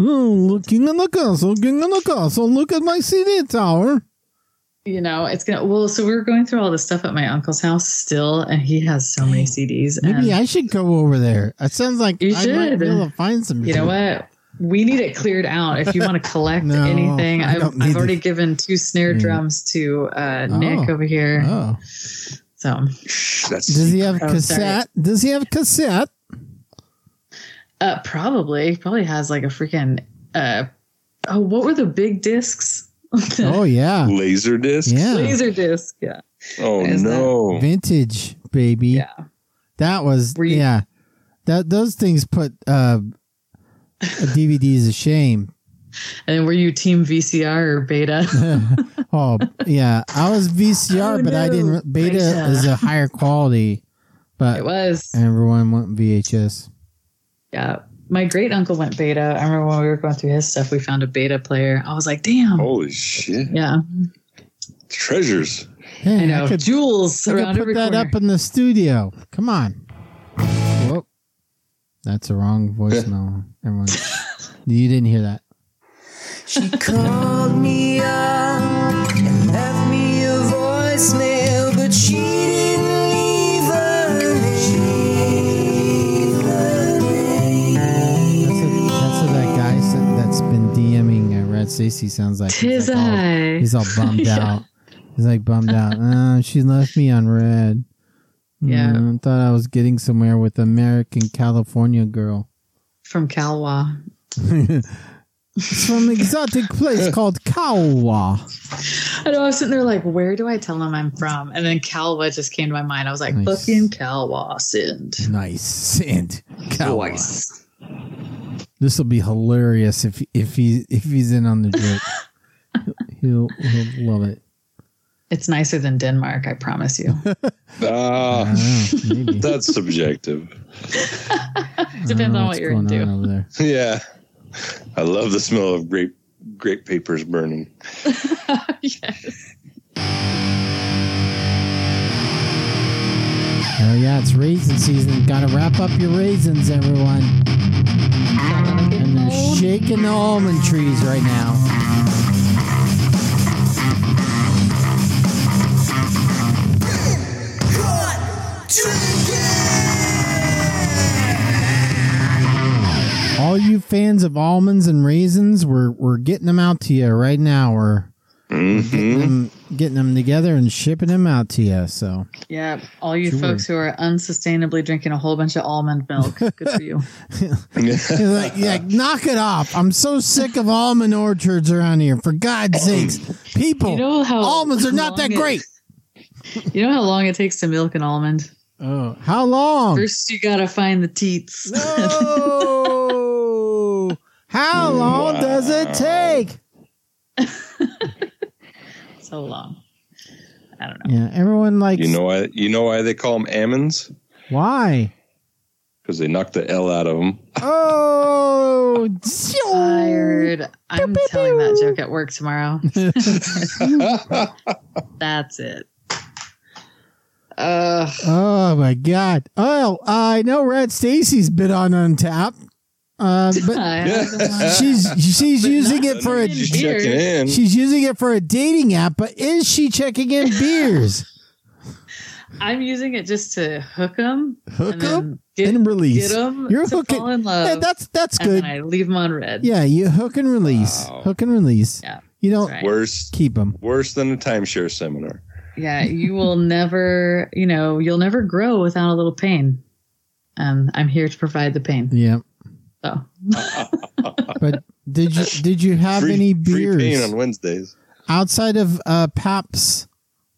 [SPEAKER 2] Oh, looking in the castle, looking in the castle. Look at my CD tower.
[SPEAKER 3] you know, it's gonna. Well, so we were going through all this stuff at my uncle's house still, and he has so many CDs. And
[SPEAKER 2] Maybe I should go over there. It sounds like
[SPEAKER 3] You
[SPEAKER 2] I might be
[SPEAKER 3] should.
[SPEAKER 2] able to find some.
[SPEAKER 3] you know what? We need it cleared out. If
[SPEAKER 2] [LAUGHS]
[SPEAKER 3] you want to collect
[SPEAKER 2] No,
[SPEAKER 3] anything,
[SPEAKER 2] I
[SPEAKER 3] I've,
[SPEAKER 2] don't need
[SPEAKER 3] I've already
[SPEAKER 2] it.
[SPEAKER 3] given two snare
[SPEAKER 2] Mm.
[SPEAKER 3] drums to uh,
[SPEAKER 2] Oh.
[SPEAKER 3] Nick over here.
[SPEAKER 2] Oh.
[SPEAKER 3] So
[SPEAKER 1] Shh, That's
[SPEAKER 2] Does he have
[SPEAKER 3] Oh, sorry.
[SPEAKER 2] cassette? Does he have
[SPEAKER 3] [LAUGHS]
[SPEAKER 2] cassette?
[SPEAKER 3] uh, probably, he probably has like a freaking. Uh, oh, what were the big discs?
[SPEAKER 2] Oh yeah,
[SPEAKER 1] laser disc.
[SPEAKER 2] yeah.
[SPEAKER 3] Laser disc. Yeah.
[SPEAKER 1] Oh
[SPEAKER 3] Is that-
[SPEAKER 1] no.
[SPEAKER 2] Vintage baby.
[SPEAKER 3] Yeah.
[SPEAKER 2] That was
[SPEAKER 3] Were you-
[SPEAKER 2] yeah. That those things put
[SPEAKER 3] [LAUGHS]
[SPEAKER 2] uh, a DVD is a shame.
[SPEAKER 3] And were you team VCR
[SPEAKER 2] [LAUGHS]
[SPEAKER 3] or beta?
[SPEAKER 2] oh yeah, I was VCR,
[SPEAKER 3] Oh,
[SPEAKER 2] but I didn't.
[SPEAKER 3] no.
[SPEAKER 2] re- Beta
[SPEAKER 3] Beta.
[SPEAKER 2] is a higher quality,
[SPEAKER 3] it
[SPEAKER 2] but
[SPEAKER 3] was.
[SPEAKER 2] everyone went VHS.
[SPEAKER 3] Yeah. My great uncle went beta. I remember when we were going through his stuff, we found a beta player. I was like, damn.
[SPEAKER 1] Holy shit.
[SPEAKER 3] Yeah.
[SPEAKER 1] Treasures.
[SPEAKER 2] Hey,
[SPEAKER 3] I know.
[SPEAKER 2] I could,
[SPEAKER 3] Jewels
[SPEAKER 2] I could
[SPEAKER 3] around every
[SPEAKER 2] put that
[SPEAKER 3] corner.
[SPEAKER 2] up in the studio. Come on. Whoop. That's a wrong
[SPEAKER 3] [LAUGHS]
[SPEAKER 2] voicemail. Everyone, you didn't hear that.
[SPEAKER 6] She called me up and left me a voicemail, but she didn't leave a name.
[SPEAKER 2] That's what, that's what that guy said that's been DMing uh, Red Stacy sounds like.
[SPEAKER 3] Tis
[SPEAKER 2] he's, like "Oh, all,
[SPEAKER 3] I.
[SPEAKER 2] he's
[SPEAKER 3] [LAUGHS]
[SPEAKER 2] all bummed
[SPEAKER 3] Yeah.
[SPEAKER 2] out. He's like bummed
[SPEAKER 3] [LAUGHS]
[SPEAKER 2] out. Uh, she left me on red.
[SPEAKER 3] Yeah.
[SPEAKER 2] Mm, thought I was getting somewhere with American California girl. [LAUGHS]
[SPEAKER 3] From Calwa.
[SPEAKER 2] It's from an exotic place called Kawa.
[SPEAKER 3] I know I was sitting there like, where do I tell them I'm from? And then Calwa just came to my mind. I was like,
[SPEAKER 2] Nice.
[SPEAKER 3] fucking Calwa send.
[SPEAKER 2] Nice sand. Kawa.
[SPEAKER 3] Voice.
[SPEAKER 2] This will be hilarious if if he if he's in on the joke.
[SPEAKER 3] [LAUGHS]
[SPEAKER 2] he'll, he'll love it.
[SPEAKER 3] It's nicer than Denmark, I promise [LAUGHS] you.
[SPEAKER 1] Ah,
[SPEAKER 2] Oh,
[SPEAKER 3] [LAUGHS]
[SPEAKER 2] maybe.
[SPEAKER 1] that's subjective. [LAUGHS]
[SPEAKER 3] Depends on what you're into.
[SPEAKER 2] over there.
[SPEAKER 1] Yeah. I love the smell of grape grape papers burning.
[SPEAKER 3] [LAUGHS] yes.
[SPEAKER 2] Oh yeah, it's raisin season. Gotta wrap up your raisins, everyone. And they're shaking the almond trees right now. All you fans of almonds and raisins, we're we're getting them out to you right now. We're
[SPEAKER 1] hmm
[SPEAKER 2] um, getting them together and shipping them out to you. So
[SPEAKER 3] Yeah. All you
[SPEAKER 2] Sure.
[SPEAKER 3] folks who are unsustainably drinking a whole bunch of almond
[SPEAKER 2] [LAUGHS]
[SPEAKER 3] milk. Good for you.
[SPEAKER 2] You're like, yeah, knock it off. I'm so sick of almond orchards around here. For God's sakes, people,
[SPEAKER 3] You know how
[SPEAKER 2] almonds are not
[SPEAKER 3] long
[SPEAKER 2] that
[SPEAKER 3] it-
[SPEAKER 2] great.
[SPEAKER 3] [LAUGHS] You know how long it takes to milk an almond?
[SPEAKER 2] Oh, how long?
[SPEAKER 3] First, you gotta find the teats.
[SPEAKER 1] [LAUGHS]
[SPEAKER 2] No. How long does it take?
[SPEAKER 3] so long. I don't know.
[SPEAKER 2] Yeah, everyone likes.
[SPEAKER 1] [LAUGHS] You know why? You know why they call them almonds?
[SPEAKER 2] why?
[SPEAKER 1] Because they knocked the L out of them.
[SPEAKER 2] Oh,
[SPEAKER 3] [LAUGHS] Tired. I'm telling that joke at work tomorrow. [LAUGHS] That's it. Uh,
[SPEAKER 2] oh my god. Oh, I know Red Stacy's been on Untap, uh,
[SPEAKER 1] [LAUGHS]
[SPEAKER 2] but
[SPEAKER 3] I [LAUGHS] have the one-
[SPEAKER 2] [LAUGHS] she's she's using it [LAUGHS] for a
[SPEAKER 3] in
[SPEAKER 1] Just checking in.
[SPEAKER 2] she's using it for a dating app. But is she checking in beers?
[SPEAKER 3] I'm using it just to hook them.
[SPEAKER 2] [LAUGHS] Hook up and release.
[SPEAKER 3] Get them
[SPEAKER 2] You're
[SPEAKER 3] to
[SPEAKER 2] hooking-
[SPEAKER 3] fall in love.
[SPEAKER 2] Yeah, that's that's
[SPEAKER 3] and
[SPEAKER 2] good.
[SPEAKER 3] then I leave them on red.
[SPEAKER 2] Yeah, you hook and release.
[SPEAKER 1] Wow.
[SPEAKER 2] Hook and release.
[SPEAKER 3] Yeah,
[SPEAKER 2] You don't
[SPEAKER 3] right.
[SPEAKER 1] Worse,
[SPEAKER 2] keep them.
[SPEAKER 1] worse than a timeshare seminar.
[SPEAKER 3] Yeah,
[SPEAKER 2] [LAUGHS]
[SPEAKER 3] you will never, you know, you'll never grow without a little pain. Um, I'm here to provide the pain.
[SPEAKER 2] Yeah.
[SPEAKER 3] So
[SPEAKER 2] But did you did you have
[SPEAKER 1] free,
[SPEAKER 2] any
[SPEAKER 1] free
[SPEAKER 2] beers
[SPEAKER 1] pain on Wednesdays.
[SPEAKER 2] outside of uh, Paps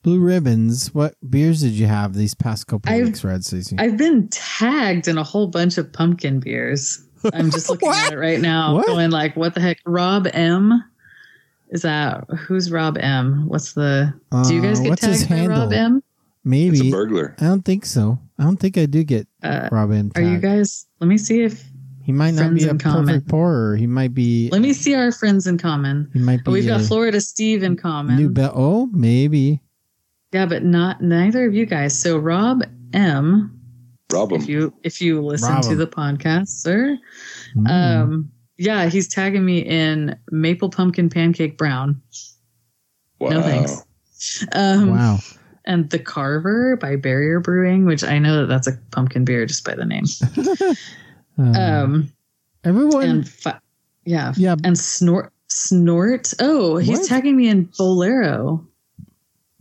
[SPEAKER 2] Blue Ribbons? What beers did you have these past couple
[SPEAKER 3] I've-
[SPEAKER 2] weeks, Red Stacy?
[SPEAKER 3] I've been tagged in a whole bunch of pumpkin beers.
[SPEAKER 2] [LAUGHS]
[SPEAKER 3] I'm just looking at it right now,
[SPEAKER 2] What?
[SPEAKER 3] going like, what the heck? Rob M. Is that who's Rob M? What's the? Do you guys
[SPEAKER 2] Uh,
[SPEAKER 3] get
[SPEAKER 2] what's his
[SPEAKER 3] tagged by Rob
[SPEAKER 2] handle?
[SPEAKER 3] M?
[SPEAKER 1] It's a
[SPEAKER 2] Maybe
[SPEAKER 1] burglar.
[SPEAKER 2] I don't think so. I don't think I do get
[SPEAKER 3] Uh,
[SPEAKER 2] Robin.
[SPEAKER 3] Are you
[SPEAKER 2] tagged.
[SPEAKER 3] guys? Let me see if.
[SPEAKER 2] He might not
[SPEAKER 3] friends
[SPEAKER 2] be a
[SPEAKER 3] in common?
[SPEAKER 2] perfect pourer. He might be.
[SPEAKER 3] Let me see our friends in common.
[SPEAKER 2] He might be.
[SPEAKER 3] Oh, we've got
[SPEAKER 2] a
[SPEAKER 3] Florida Steve in common.
[SPEAKER 2] New Bel. Oh, maybe.
[SPEAKER 3] Yeah, but not neither of you guys. So Rob M, if
[SPEAKER 1] Problem.
[SPEAKER 3] you if you listen
[SPEAKER 2] Rob
[SPEAKER 3] to
[SPEAKER 2] M.
[SPEAKER 3] the podcast, sir.
[SPEAKER 2] Mm.
[SPEAKER 3] Um yeah, he's tagging me in maple pumpkin pancake brown.
[SPEAKER 1] Wow.
[SPEAKER 3] No thanks. Um
[SPEAKER 2] wow.
[SPEAKER 3] and The Carver by Barrier Brewing, which I know that that's a pumpkin beer just by the name.
[SPEAKER 2] Uh,
[SPEAKER 3] Um
[SPEAKER 2] everyone.
[SPEAKER 3] and fi- yeah.
[SPEAKER 2] yeah.
[SPEAKER 3] And snort snort. Oh, he's
[SPEAKER 2] What?
[SPEAKER 3] tagging me in Bolero.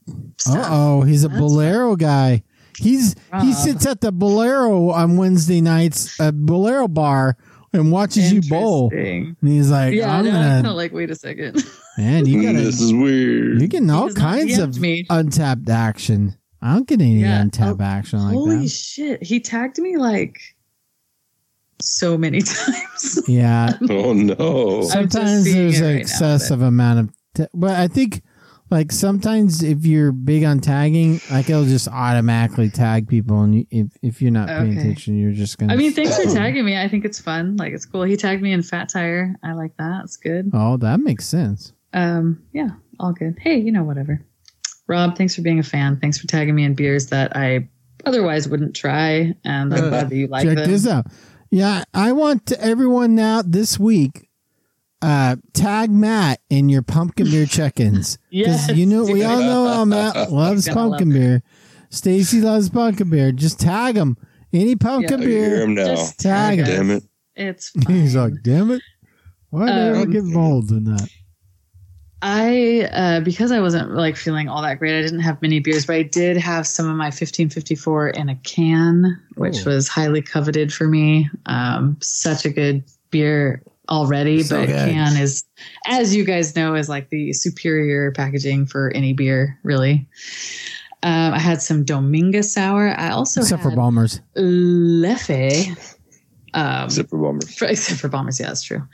[SPEAKER 2] Uh
[SPEAKER 3] stuff.
[SPEAKER 2] oh, he's a
[SPEAKER 3] That's-
[SPEAKER 2] bolero guy. He's he
[SPEAKER 3] Rob.
[SPEAKER 2] sits at the bolero on Wednesday nights at bolero bar and watches you bowl.
[SPEAKER 3] Interesting.
[SPEAKER 2] And he's like,
[SPEAKER 3] Yeah,
[SPEAKER 2] I'm
[SPEAKER 3] no, I'm
[SPEAKER 2] gonna
[SPEAKER 3] kinda like, wait a second.
[SPEAKER 2] man, you
[SPEAKER 1] Mm,
[SPEAKER 2] gotta
[SPEAKER 1] This is
[SPEAKER 2] you're
[SPEAKER 1] weird.
[SPEAKER 2] getting [LAUGHS]
[SPEAKER 3] [LAUGHS]
[SPEAKER 2] all
[SPEAKER 3] does not
[SPEAKER 2] kinds of
[SPEAKER 3] DM'd me.
[SPEAKER 2] untapped action. I don't get any
[SPEAKER 3] Yeah.
[SPEAKER 2] untapped
[SPEAKER 3] Oh,
[SPEAKER 2] action like
[SPEAKER 3] Holy
[SPEAKER 2] that.
[SPEAKER 3] shit. He tagged me like so many [LAUGHS] times.
[SPEAKER 2] yeah,
[SPEAKER 1] Oh no.
[SPEAKER 3] I'm just
[SPEAKER 2] sometimes
[SPEAKER 3] seeing
[SPEAKER 2] there's
[SPEAKER 3] it
[SPEAKER 2] an
[SPEAKER 3] right now,
[SPEAKER 2] excessive amount of t- but i think like sometimes if you're big on tagging like it'll just automatically tag people and you, if, if you're not paying
[SPEAKER 3] Okay.
[SPEAKER 2] attention you're just gonna
[SPEAKER 3] I mean, thanks
[SPEAKER 2] [CLEARS THROAT]
[SPEAKER 3] for tagging me. I think it's fun. Like, it's cool. He tagged me in Fat Tire. I like that. It's good.
[SPEAKER 2] oh that makes sense
[SPEAKER 3] Um, yeah, all good. Hey, you know, whatever. Rob, thanks for being a fan. Thanks for tagging me in beers that I otherwise wouldn't try. And I'm glad that you like
[SPEAKER 2] check
[SPEAKER 3] them.
[SPEAKER 2] this out yeah i want to everyone now this week uh tag matt in your pumpkin beer
[SPEAKER 3] [LAUGHS]
[SPEAKER 2] check-ins
[SPEAKER 3] Yes,
[SPEAKER 2] you know we
[SPEAKER 3] dude.
[SPEAKER 2] all know
[SPEAKER 3] [LAUGHS]
[SPEAKER 2] how matt loves
[SPEAKER 3] gonna love
[SPEAKER 2] pumpkin beer stacy loves pumpkin beer just tag him any pumpkin
[SPEAKER 1] I
[SPEAKER 2] beer
[SPEAKER 1] hear him now.
[SPEAKER 3] Just
[SPEAKER 2] Tag him.
[SPEAKER 3] tag us.
[SPEAKER 1] Damn it.
[SPEAKER 3] It's
[SPEAKER 2] [LAUGHS] He's
[SPEAKER 3] fine.
[SPEAKER 2] like, damn it. Why did I ever
[SPEAKER 3] Um,
[SPEAKER 2] get involved in that?
[SPEAKER 3] I uh, because I wasn't like feeling all that great. I didn't have many beers, but I did have some of my 1554 in a can, which
[SPEAKER 2] Oh.
[SPEAKER 3] was highly coveted for me. Um, such a good beer already,
[SPEAKER 7] So
[SPEAKER 3] but a
[SPEAKER 7] good.
[SPEAKER 3] can is, as you guys know, is like the superior packaging for any beer, really. Um, I had some Dominga sour. I also
[SPEAKER 2] Except for
[SPEAKER 3] had [LAUGHS]
[SPEAKER 2] Bombers. [LAUGHS]
[SPEAKER 3] Leffe. Um,
[SPEAKER 1] Zipper bombers.
[SPEAKER 3] for- except for bombers, yeah, that's true.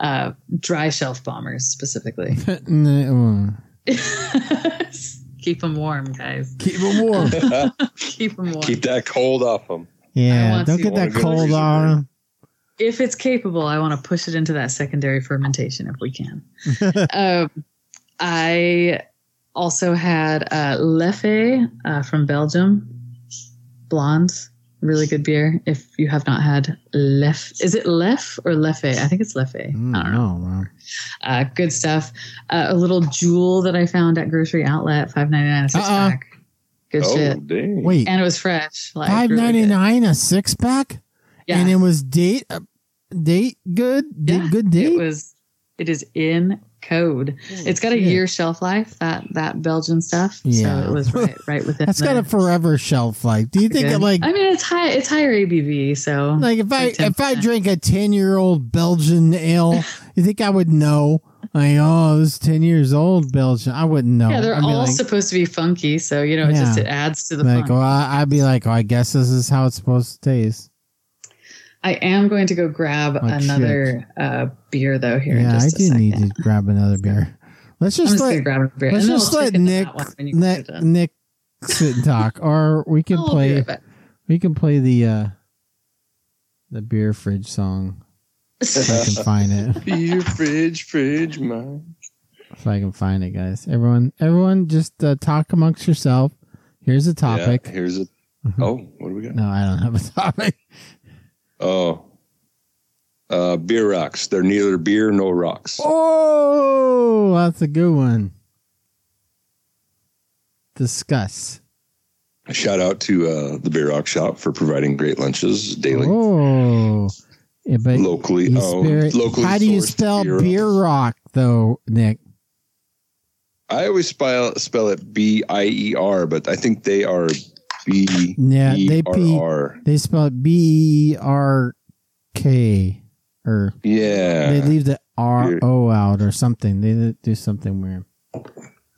[SPEAKER 3] Uh, dry shelf bombers specifically.
[SPEAKER 2] Mm, uh,
[SPEAKER 3] [LAUGHS] Keep them warm, guys.
[SPEAKER 2] Keep them warm.
[SPEAKER 3] Keep them
[SPEAKER 1] [LAUGHS]
[SPEAKER 3] warm.
[SPEAKER 1] Keep that cold off them.
[SPEAKER 3] I
[SPEAKER 2] yeah,
[SPEAKER 3] want
[SPEAKER 2] don't
[SPEAKER 3] to-
[SPEAKER 2] get
[SPEAKER 1] I
[SPEAKER 2] that
[SPEAKER 1] wanna go
[SPEAKER 2] cold
[SPEAKER 1] freezer.
[SPEAKER 2] on 'em.
[SPEAKER 3] if it's capable, I want to push it into that secondary fermentation if we
[SPEAKER 2] [LAUGHS]
[SPEAKER 3] can. um, I also had uh, Leffe uh, from Belgium, blonde, really good beer. If you have not had Leff, is it Leff or Leffe? I think it's Leffe.
[SPEAKER 2] Mm,
[SPEAKER 3] I don't know.
[SPEAKER 2] no, wow.
[SPEAKER 3] Uh, good stuff. Uh, a little jewel that I found at grocery outlet, five ninety nine a six
[SPEAKER 2] Uh-uh.
[SPEAKER 3] pack. Good
[SPEAKER 1] oh,
[SPEAKER 3] shit.
[SPEAKER 1] dang.
[SPEAKER 2] Wait,
[SPEAKER 3] And it was fresh. Like
[SPEAKER 2] five
[SPEAKER 3] really
[SPEAKER 2] ninety
[SPEAKER 3] good.
[SPEAKER 2] nine a six pack,
[SPEAKER 3] Yeah.
[SPEAKER 2] and it was date uh, date good, did
[SPEAKER 3] Yeah,
[SPEAKER 2] good
[SPEAKER 3] It
[SPEAKER 2] date.
[SPEAKER 3] was. It is in code. it's got a
[SPEAKER 2] shit.
[SPEAKER 3] year shelf life. That that Belgian stuff.
[SPEAKER 2] Yeah.
[SPEAKER 3] So it was
[SPEAKER 2] [LAUGHS]
[SPEAKER 3] right right within.
[SPEAKER 2] That's got
[SPEAKER 3] the-
[SPEAKER 2] a forever shelf life. Do you think it
[SPEAKER 3] good.
[SPEAKER 2] like
[SPEAKER 3] I mean, it's high. It's higher ABV. So
[SPEAKER 2] like if I
[SPEAKER 3] like 10%.
[SPEAKER 2] if I drink a ten year old Belgian
[SPEAKER 3] [LAUGHS]
[SPEAKER 2] ale, you think I would know? Like oh, this is ten years old Belgian, I wouldn't know.
[SPEAKER 3] yeah, they're
[SPEAKER 2] I'd be
[SPEAKER 3] all
[SPEAKER 2] like,
[SPEAKER 3] supposed to be funky. So you know, it just
[SPEAKER 2] Yeah.
[SPEAKER 3] it adds to the
[SPEAKER 2] like
[SPEAKER 3] fun.
[SPEAKER 2] well, I- I'd be like, oh, I guess this is how it's supposed to taste.
[SPEAKER 3] I am going to go grab
[SPEAKER 2] Like
[SPEAKER 3] another uh, beer though here in
[SPEAKER 2] Oh, yeah, I
[SPEAKER 3] just a
[SPEAKER 2] do
[SPEAKER 3] second.
[SPEAKER 2] need to grab another beer. Let's just
[SPEAKER 3] I'm just gonna
[SPEAKER 2] let
[SPEAKER 3] grab a beer.
[SPEAKER 2] let's
[SPEAKER 3] and then
[SPEAKER 2] just
[SPEAKER 3] I'll
[SPEAKER 2] let
[SPEAKER 3] stick into
[SPEAKER 2] Nick
[SPEAKER 3] that one when you guys are
[SPEAKER 2] let
[SPEAKER 3] done.
[SPEAKER 2] Nick sit and talk, or we can
[SPEAKER 3] I'll be
[SPEAKER 2] play
[SPEAKER 3] right back.
[SPEAKER 2] we can play the uh the beer fridge song if [LAUGHS] I can find it.
[SPEAKER 1] Beer fridge, fridge, mine.
[SPEAKER 2] If I can find it, guys. Everyone, everyone, just uh, talk amongst yourself. Here's a topic.
[SPEAKER 1] Yeah,
[SPEAKER 2] Mm-hmm.
[SPEAKER 1] here's a. Oh, what do we got?
[SPEAKER 2] No, I don't have a [LAUGHS] topic.
[SPEAKER 1] Oh. Uh, beer rocks. They're neither beer nor rocks.
[SPEAKER 2] Oh, that's a good one. Discuss.
[SPEAKER 1] Shout out to uh, the Beer Rock Shop for providing great lunches daily. oh,
[SPEAKER 2] Oh, yeah, but
[SPEAKER 1] locally
[SPEAKER 2] you
[SPEAKER 1] owned.
[SPEAKER 2] spirit-
[SPEAKER 1] Locally
[SPEAKER 2] How do you
[SPEAKER 1] sourced
[SPEAKER 2] spell beer,
[SPEAKER 1] rock.
[SPEAKER 2] rock, though, Nick?
[SPEAKER 1] I always spell spell it B I E R, but I think they are B
[SPEAKER 2] Yeah,
[SPEAKER 1] E
[SPEAKER 2] they
[SPEAKER 1] R
[SPEAKER 2] p
[SPEAKER 1] R.
[SPEAKER 2] they spell it B E R K or they
[SPEAKER 1] Yeah,
[SPEAKER 2] leave the R
[SPEAKER 1] Beer.
[SPEAKER 2] O out or something. They do something weird.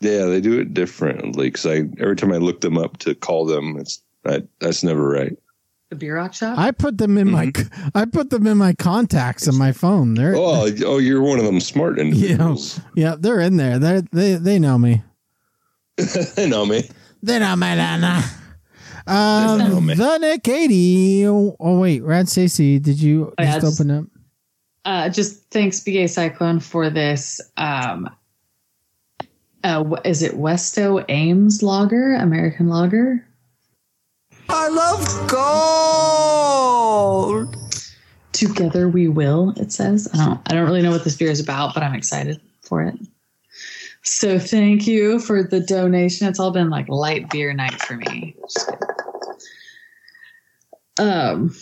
[SPEAKER 1] yeah, they do it differently. Because I every time I look them up to call them, it's I, that's never right.
[SPEAKER 3] [LAUGHS] The beer rock shop.
[SPEAKER 2] I put them in my [LAUGHS] I put them in my contacts on my phone. They're
[SPEAKER 1] Mm-hmm. Oh, oh, you're one of them smart individuals.
[SPEAKER 2] yeah, they're in there. They they they know me.
[SPEAKER 1] [LAUGHS] you know me.
[SPEAKER 2] They know me, Lana. Um,
[SPEAKER 1] know me.
[SPEAKER 2] the Nick eighty. Oh, oh, wait, Rad Stacy, did you
[SPEAKER 3] Oh,
[SPEAKER 2] just
[SPEAKER 3] yeah, just-
[SPEAKER 2] open up?
[SPEAKER 3] uh, just thanks BA Cyclone for this. Um, uh, wh- is it Westo Ames Lager, American Lager?
[SPEAKER 6] I love gold.
[SPEAKER 3] Together we will. It says. I don't. I don't really know what this beer is about, but I'm excited for it. So thank you for the donation. It's all been like light beer night for me. Just good. Um,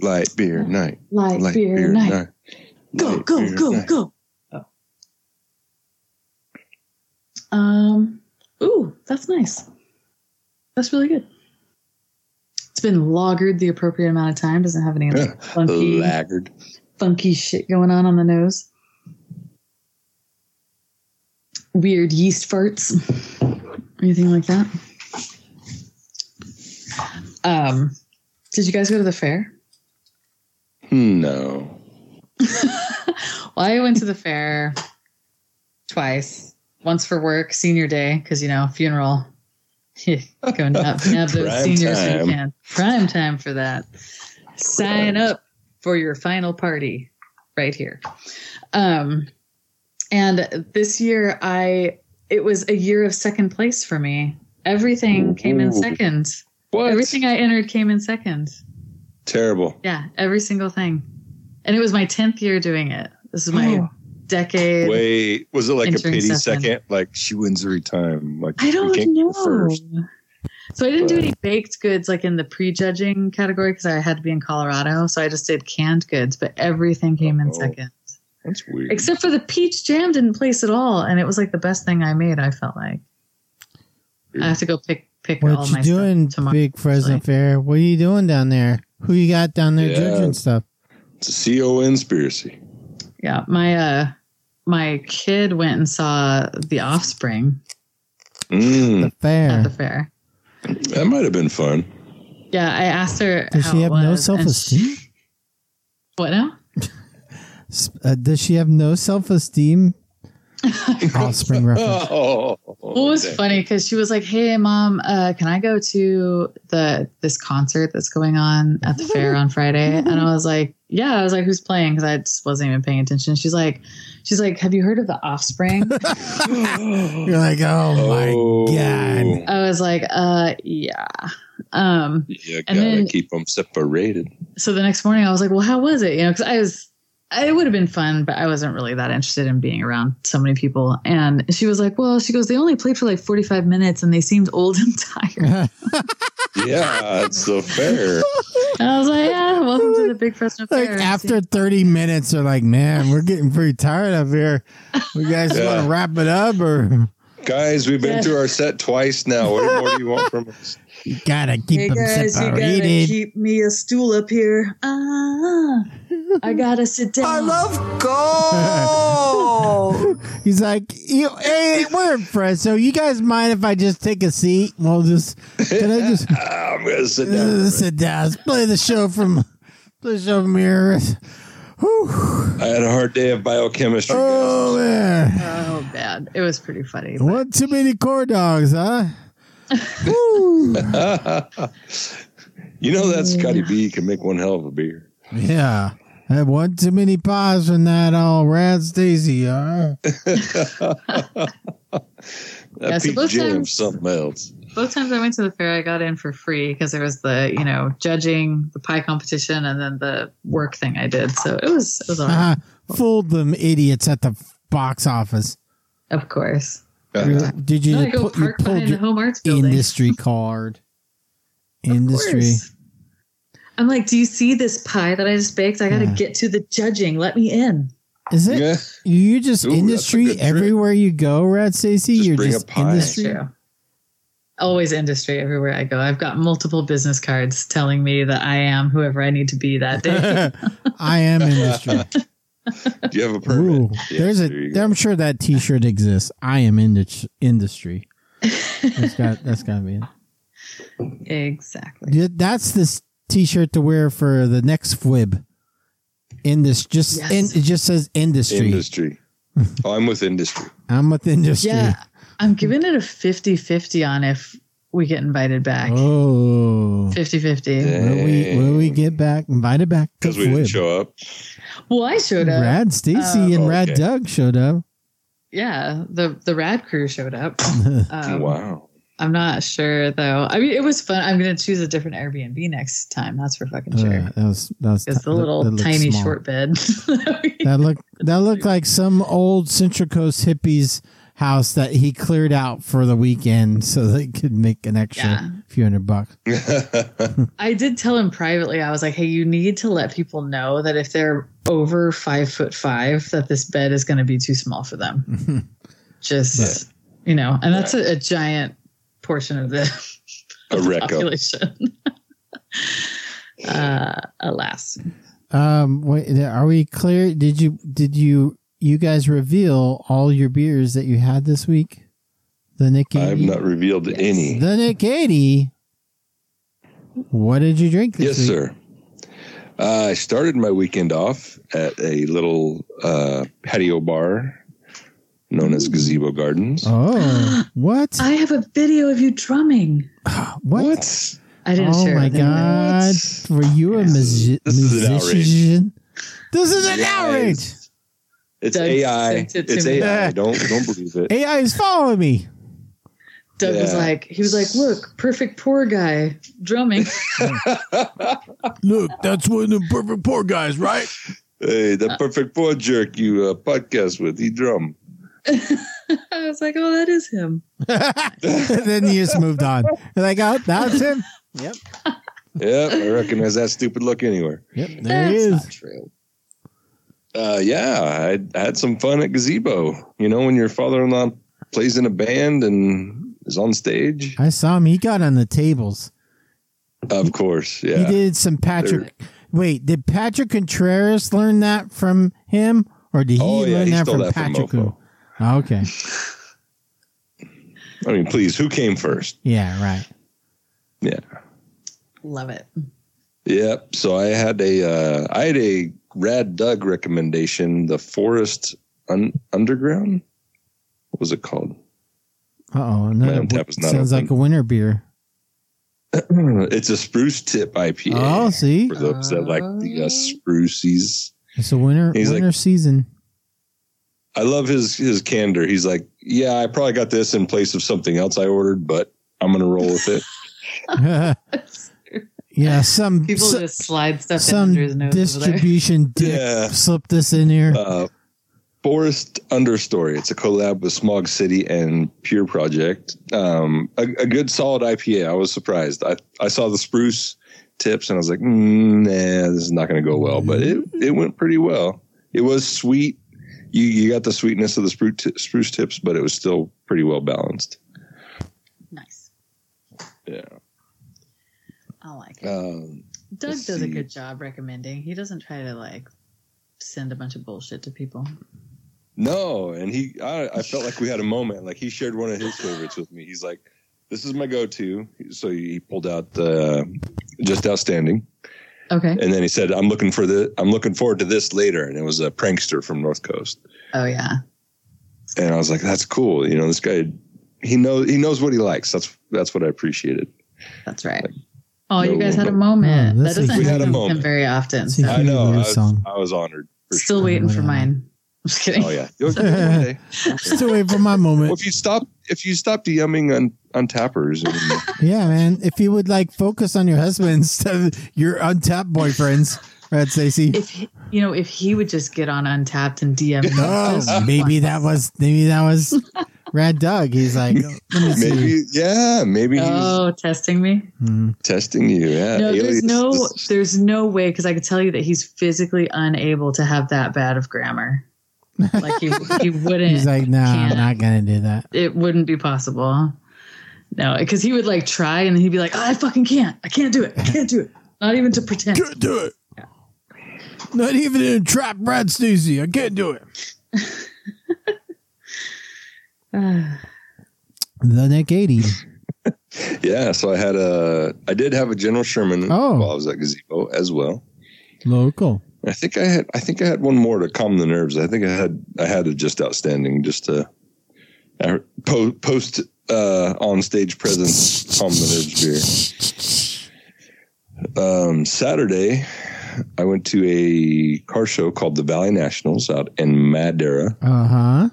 [SPEAKER 1] Light beer night.
[SPEAKER 3] light,
[SPEAKER 1] Light
[SPEAKER 3] beer, night. Go
[SPEAKER 1] Light
[SPEAKER 3] go
[SPEAKER 1] beer
[SPEAKER 3] go
[SPEAKER 1] night.
[SPEAKER 3] go. Oh. Um. Ooh, that's nice. That's really good. It's been lagered the appropriate amount of time. Doesn't have any like, funky,
[SPEAKER 1] Laggard.
[SPEAKER 3] funky shit going on on the nose. Weird yeast farts, anything like that. Um, did you guys go to the fair?
[SPEAKER 1] No.
[SPEAKER 3] Well, I went to the fair twice. Once for work, senior day, because you know, funeral. [LAUGHS]
[SPEAKER 1] [LAUGHS]
[SPEAKER 3] Go nab, nab those
[SPEAKER 1] Prime
[SPEAKER 3] seniors if
[SPEAKER 1] time.
[SPEAKER 3] you can. Prime time for that. Sign up for your final party right here. Um, and this year, I it was a year of second place for me. Everything came in
[SPEAKER 1] Ooh.
[SPEAKER 3] second.
[SPEAKER 1] What?
[SPEAKER 3] Everything I entered came in second.
[SPEAKER 1] Terrible.
[SPEAKER 3] Yeah, every single thing. And it was my 10th year doing it. This is my
[SPEAKER 2] Oh.
[SPEAKER 3] decade.
[SPEAKER 1] Wait, was it like a
[SPEAKER 3] Entering
[SPEAKER 1] pity
[SPEAKER 3] Stefan.
[SPEAKER 1] second? Like she wins every time. Like
[SPEAKER 3] I
[SPEAKER 1] we
[SPEAKER 3] don't
[SPEAKER 1] can't
[SPEAKER 3] know.
[SPEAKER 1] go first.
[SPEAKER 3] So I didn't do
[SPEAKER 1] But-
[SPEAKER 3] any baked goods like in the prejudging category because I had to be in Colorado. So I just did canned goods, but everything came in
[SPEAKER 1] Uh-oh.
[SPEAKER 3] second.
[SPEAKER 1] That's weird.
[SPEAKER 3] Except for the peach jam didn't place at all. And it was like the best thing I made, I felt like. I have to go pick pick all
[SPEAKER 2] What
[SPEAKER 3] my
[SPEAKER 2] you doing,
[SPEAKER 3] stuff tomorrow.
[SPEAKER 2] Big Fresno
[SPEAKER 3] actually.
[SPEAKER 2] Fair? What are you doing down there? Who you got down there
[SPEAKER 1] Yeah.
[SPEAKER 2] judging stuff?
[SPEAKER 1] it's a CO conspiracy.
[SPEAKER 3] Yeah. My uh my kid went and saw The Offspring
[SPEAKER 2] The
[SPEAKER 1] Mm,
[SPEAKER 2] fair.
[SPEAKER 3] at the fair.
[SPEAKER 1] that might have been
[SPEAKER 3] [LAUGHS]
[SPEAKER 1] fun.
[SPEAKER 3] Yeah, I asked her.
[SPEAKER 2] Does
[SPEAKER 3] how
[SPEAKER 2] she
[SPEAKER 3] it
[SPEAKER 2] have no
[SPEAKER 3] was, and
[SPEAKER 2] self-esteem?
[SPEAKER 3] she- What now?
[SPEAKER 2] S- Uh, does she have no self-esteem?
[SPEAKER 1] [LAUGHS]
[SPEAKER 2] Offspring reference.
[SPEAKER 1] Oh,
[SPEAKER 3] Well, it
[SPEAKER 2] [LAUGHS]
[SPEAKER 3] was funny because she was like, "Hey, mom, uh, can I go to the this concert that's going on at the fair on Friday?" And I was like, "Yeah." I was like, "Who's playing?" Because I just wasn't even paying attention. She's like, "She's like, have you heard of the
[SPEAKER 2] [LAUGHS]
[SPEAKER 3] Offspring?"
[SPEAKER 2] You're like, oh, [LAUGHS] my Oh god.
[SPEAKER 1] Oh,
[SPEAKER 3] I was like, "Uh, yeah." Um,
[SPEAKER 1] You
[SPEAKER 3] And
[SPEAKER 1] gotta
[SPEAKER 3] then-
[SPEAKER 1] keep them separated.
[SPEAKER 3] so the next morning, I was like, "Well, how was it?" You know, because I was. It would have been fun, but I wasn't really that interested in being around so many people. And she was like, "Well," she goes, "They only played for like forty-five minutes, and they seemed old and [LAUGHS] tired."
[SPEAKER 2] [LAUGHS]
[SPEAKER 1] Yeah, it's so fair.
[SPEAKER 3] And I was like, yeah, welcome to the Big Fresno Fair.
[SPEAKER 2] [LAUGHS] like after 30 minutes, they're like, man, we're getting pretty tired up here. We guys
[SPEAKER 1] Yeah.
[SPEAKER 2] want to wrap it up or
[SPEAKER 1] Guys, we've been
[SPEAKER 3] Yeah.
[SPEAKER 1] through our set twice now. What more do you want from
[SPEAKER 2] [LAUGHS]
[SPEAKER 1] us?
[SPEAKER 2] you gotta keep them separated.
[SPEAKER 3] keep me a stool up here. Ah, [LAUGHS] I gotta sit down.
[SPEAKER 6] I love gold.
[SPEAKER 2] He's like, you, hey, we're in Fresno. You guys mind if I just take a seat? We'll just, can I just
[SPEAKER 1] Ah, I'm gonna sit
[SPEAKER 2] uh,
[SPEAKER 1] down.
[SPEAKER 2] sit down? Let's play the show from, play the show from here. Whew.
[SPEAKER 1] I had a hard day of biochemistry. guys.
[SPEAKER 2] Oh, man.
[SPEAKER 3] oh, bad. it was pretty funny. but-
[SPEAKER 2] What too many corn dogs, [LAUGHS] huh? Woo.
[SPEAKER 1] You know that Scotty B can make one hell of a beer.
[SPEAKER 2] Yeah. Had one too many pies from that old Rad Stacy, huh?
[SPEAKER 1] That
[SPEAKER 3] Yeah, so
[SPEAKER 1] Pete
[SPEAKER 3] those
[SPEAKER 1] Jam,
[SPEAKER 3] times-
[SPEAKER 1] something else.
[SPEAKER 3] both times I went to the fair, I got in for free because there was the you know judging, the pie competition, and then the work thing I did. So it was it was all right.
[SPEAKER 2] Ah, Fooled them idiots at the f- box office.
[SPEAKER 3] of course.
[SPEAKER 2] You- Did you,
[SPEAKER 3] Now I
[SPEAKER 2] you
[SPEAKER 3] go
[SPEAKER 2] pu- you
[SPEAKER 3] park
[SPEAKER 2] pulled
[SPEAKER 3] behind the
[SPEAKER 2] your
[SPEAKER 3] home arts building.
[SPEAKER 2] industry card?
[SPEAKER 3] Of course.
[SPEAKER 2] Industry.
[SPEAKER 3] I'm like, do you see this pie that I just baked? I got to
[SPEAKER 2] Yeah.
[SPEAKER 3] get to the judging. Let me in.
[SPEAKER 2] Is it?
[SPEAKER 1] Yeah.
[SPEAKER 2] You just
[SPEAKER 1] Ooh, that's a good
[SPEAKER 2] industry
[SPEAKER 1] trick.
[SPEAKER 2] everywhere you go, Rad Stacy?
[SPEAKER 1] Just
[SPEAKER 2] You're
[SPEAKER 1] bring a
[SPEAKER 2] just
[SPEAKER 1] pie.
[SPEAKER 3] That's
[SPEAKER 2] industry.
[SPEAKER 3] true. Always industry everywhere I go. I've got multiple business cards telling me that I am whoever I need to be
[SPEAKER 2] [LAUGHS]
[SPEAKER 3] that day. [LAUGHS]
[SPEAKER 2] I
[SPEAKER 1] [LAUGHS]
[SPEAKER 2] am industry.
[SPEAKER 1] Do you have a permit?
[SPEAKER 2] Ooh,
[SPEAKER 1] Yeah,
[SPEAKER 2] there's a.
[SPEAKER 1] there you
[SPEAKER 2] There
[SPEAKER 1] go.
[SPEAKER 2] I'm sure that T-shirt exists. I am in industry. That's got. That's got to be it.
[SPEAKER 3] exactly.
[SPEAKER 2] Yeah, That's this T-shirt to wear for the next FWIB. In this, just
[SPEAKER 3] Yes.
[SPEAKER 2] in, it just says industry.
[SPEAKER 1] industry.
[SPEAKER 2] [LAUGHS]
[SPEAKER 1] oh, I'm with industry.
[SPEAKER 2] I'm with industry.
[SPEAKER 3] Yeah. I'm giving it a 50 50 on if we get invited back.
[SPEAKER 2] Oh,
[SPEAKER 3] 50 50.
[SPEAKER 1] Yeah.
[SPEAKER 2] will we will we get back invited back to
[SPEAKER 1] Because we didn't
[SPEAKER 2] FWIB?
[SPEAKER 1] show up. Oh,
[SPEAKER 3] Well, I showed up.
[SPEAKER 2] Rad Stacy
[SPEAKER 3] Um,
[SPEAKER 2] and Rad
[SPEAKER 1] Okay.
[SPEAKER 2] Doug showed up. [LAUGHS]
[SPEAKER 3] Yeah, the the rad crew showed up.
[SPEAKER 2] Uh,
[SPEAKER 1] [LAUGHS]
[SPEAKER 3] Um,
[SPEAKER 1] wow. [LAUGHS]
[SPEAKER 3] I'm not sure though. I mean, it was fun. I'm gonna choose a different Airbnb next time. That's for fucking
[SPEAKER 2] Uh,
[SPEAKER 3] sure.
[SPEAKER 2] that was that was
[SPEAKER 3] It's
[SPEAKER 2] ti-
[SPEAKER 3] the little
[SPEAKER 2] that looked
[SPEAKER 3] tiny
[SPEAKER 2] small.
[SPEAKER 3] short
[SPEAKER 2] [LAUGHS]
[SPEAKER 3] bed. [LAUGHS]
[SPEAKER 2] That looked that looked like some old Central Coast hippies house that he cleared out for the weekend so [LAUGHS] they could make an extra
[SPEAKER 3] Yeah.
[SPEAKER 2] few hundred bucks. [LAUGHS]
[SPEAKER 3] I did tell him privately. I was like, "Hey, you need to let people know that if they're over five foot five, that this bed is gonna be too small for them. Just you know, and that's a, a giant portion of the
[SPEAKER 1] a wreck up.
[SPEAKER 3] population. [LAUGHS] uh, alas,
[SPEAKER 2] Um, wait, are we clear? Did you did you you guys reveal all your beers that you had this week? The Nick
[SPEAKER 1] I have
[SPEAKER 2] Cady-
[SPEAKER 1] not revealed any.
[SPEAKER 2] The Nick Cady. What did you drink
[SPEAKER 1] Yes,
[SPEAKER 2] this week?
[SPEAKER 1] sir. Uh, I started my weekend off at a little uh, patio bar known as Gazebo Gardens.
[SPEAKER 2] Oh, [GASPS] what?
[SPEAKER 3] I have a video of you drumming.
[SPEAKER 2] [GASPS] what?
[SPEAKER 3] I didn't
[SPEAKER 2] Oh
[SPEAKER 3] share.
[SPEAKER 2] my
[SPEAKER 3] it, didn't I?
[SPEAKER 2] god! Were you a musi-
[SPEAKER 1] This is an outrage.
[SPEAKER 2] musician? This is an
[SPEAKER 1] Yes.
[SPEAKER 2] outrage.
[SPEAKER 1] It's
[SPEAKER 3] Doug
[SPEAKER 1] AI.
[SPEAKER 3] sent it to
[SPEAKER 1] It's
[SPEAKER 3] me.
[SPEAKER 2] [LAUGHS]
[SPEAKER 1] AI. Don't don't believe it.
[SPEAKER 2] AI is following me.
[SPEAKER 3] Doug was
[SPEAKER 1] Yeah.
[SPEAKER 3] like, he was like, look, perfect poor guy
[SPEAKER 1] [LAUGHS]
[SPEAKER 3] drumming.
[SPEAKER 2] Look, that's one of the perfect poor guys, right?
[SPEAKER 1] Hey, the perfect poor jerk you uh, podcast with. He drum.
[SPEAKER 3] I was like, oh, that is him.
[SPEAKER 2] [LAUGHS] then you just moved on. And I got that's him.
[SPEAKER 1] Yep, I recognize that stupid look anywhere.
[SPEAKER 2] Yep, there
[SPEAKER 3] That's
[SPEAKER 2] he is.
[SPEAKER 3] not true.
[SPEAKER 1] Uh, yeah, I, I had some fun at Gazebo. You know, when your father-in-law plays in a band and is on stage.
[SPEAKER 2] I saw him. He got on the tables.
[SPEAKER 1] Of course, yeah.
[SPEAKER 2] He did some Patrick. Wait, did Patrick Contreras learn that from him, or did he
[SPEAKER 1] Oh, yeah,
[SPEAKER 2] learn
[SPEAKER 1] he
[SPEAKER 2] that
[SPEAKER 1] stole
[SPEAKER 2] from
[SPEAKER 1] that from
[SPEAKER 2] Patrick?
[SPEAKER 1] Mofo.
[SPEAKER 2] okay,
[SPEAKER 1] I mean, please, who came first?
[SPEAKER 2] yeah, right.
[SPEAKER 1] Yeah.
[SPEAKER 3] Love it. [LAUGHS]
[SPEAKER 1] Yep. So I had a uh, I had a Rad Doug recommendation, the Forest Un- Underground. What was it called? [CLEARS THROAT]
[SPEAKER 2] Uh oh, another
[SPEAKER 1] tap is not
[SPEAKER 2] sounds
[SPEAKER 1] open.
[SPEAKER 2] like a winter beer.
[SPEAKER 1] it's a spruce tip IPA.
[SPEAKER 2] Oh, see,
[SPEAKER 1] For those that like the uh, spruces.
[SPEAKER 2] it's a winter
[SPEAKER 1] He's like-
[SPEAKER 2] winter season. [LAUGHS]
[SPEAKER 1] I love his his candor. He's like, yeah, I probably got this in place of something else I ordered, but I'm gonna roll with it.
[SPEAKER 2] yeah, some
[SPEAKER 3] People
[SPEAKER 2] so-
[SPEAKER 3] just slide stuff
[SPEAKER 2] some
[SPEAKER 3] in under his nose. Distribute-
[SPEAKER 2] distribution dick
[SPEAKER 1] Yeah.
[SPEAKER 2] slipped this in here.
[SPEAKER 1] Uh, Forest Understory. It's a collab with Smog City and Pure Project. Um, a, a good solid IPA. I was surprised. I, I saw the spruce tips and I was like, mm, nah, this is not going to go well, but it, it went pretty well. It was sweet. You, you got the sweetness of the spruce, ti- spruce tips, but it was still pretty well balanced.
[SPEAKER 3] nice.
[SPEAKER 1] Yeah.
[SPEAKER 3] I like it.
[SPEAKER 1] Um,
[SPEAKER 3] Doug
[SPEAKER 1] let's
[SPEAKER 3] does a
[SPEAKER 1] see.
[SPEAKER 3] good job recommending. He doesn't try to like send a bunch of bullshit to people.
[SPEAKER 1] No, and he, I, I felt like we had a moment. Like he shared one of his favorites with me. He's like, "This is my go-to." So he pulled out the just outstanding,
[SPEAKER 3] Okay.
[SPEAKER 1] and then he said, "I'm looking for the, I'm looking forward to this later." And it was a prankster from North Coast.
[SPEAKER 3] Oh yeah.
[SPEAKER 1] and I was like, that's cool. You know, this guy, he knows he knows what he likes. That's that's what I appreciated.
[SPEAKER 3] That's right. Oh, you
[SPEAKER 1] No,
[SPEAKER 3] guys had a
[SPEAKER 1] no.
[SPEAKER 3] moment.
[SPEAKER 2] No,
[SPEAKER 3] that
[SPEAKER 2] that's a-
[SPEAKER 3] doesn't
[SPEAKER 1] We had a
[SPEAKER 3] happen with him
[SPEAKER 1] moment.
[SPEAKER 3] very often.
[SPEAKER 2] That's a
[SPEAKER 3] so.
[SPEAKER 1] I know. I
[SPEAKER 2] Love
[SPEAKER 1] was,
[SPEAKER 2] song.
[SPEAKER 1] I was honored. For
[SPEAKER 3] Still
[SPEAKER 1] sure.
[SPEAKER 3] waiting
[SPEAKER 2] Oh,
[SPEAKER 3] for
[SPEAKER 2] yeah.
[SPEAKER 3] mine. I'm just kidding.
[SPEAKER 1] Oh yeah. You'll
[SPEAKER 2] [LAUGHS]
[SPEAKER 1] get it one day.
[SPEAKER 2] Still wait for my
[SPEAKER 1] Well,
[SPEAKER 2] moment.
[SPEAKER 1] if you stop, if you stop DMing on on
[SPEAKER 2] [LAUGHS]
[SPEAKER 1] tappers, and,
[SPEAKER 2] Yeah, man. If you would like focus on your husband instead of your untapped boyfriends, right, Stacey?
[SPEAKER 3] If he- you know, if he would just get on Untapped and
[SPEAKER 2] [LAUGHS]
[SPEAKER 3] DM me,
[SPEAKER 2] Oh,
[SPEAKER 3] just
[SPEAKER 2] maybe
[SPEAKER 3] once.
[SPEAKER 2] that was maybe that was Rad Doug. He's like, let me see.
[SPEAKER 1] maybe yeah, maybe he's
[SPEAKER 3] Oh, testing me.
[SPEAKER 2] Hmm.
[SPEAKER 1] testing you. Yeah.
[SPEAKER 3] No, there's
[SPEAKER 1] Alias
[SPEAKER 3] no,
[SPEAKER 1] Uh, is-
[SPEAKER 3] there's no way because I could tell you that he's physically unable to have that bad of grammar. Like he,
[SPEAKER 2] [LAUGHS]
[SPEAKER 3] he wouldn't.
[SPEAKER 2] He's like, no, I'm
[SPEAKER 3] Can't.
[SPEAKER 2] not gonna do that.
[SPEAKER 3] it wouldn't be possible. No, because he would like try and he'd be like, "Ah, I fucking can't. I can't do it. I can't do it. Not even to pretend. [SIGHS]
[SPEAKER 2] Can't do it. Not even in a trap, Brad Stacey. I can't do it. The Nick eighty.
[SPEAKER 1] Yeah, so I had a, I did have a General Sherman
[SPEAKER 2] Oh.
[SPEAKER 1] while I was at Gazebo as well.
[SPEAKER 2] Local.
[SPEAKER 1] I think I had, I think I had one more to calm the nerves. I think I had, I had a just outstanding, just to uh, po- post uh, on stage presence calm the nerves beer. Um, Saturday, I went to a car show called the Valley Nationals out in Madeira.
[SPEAKER 2] Uh huh.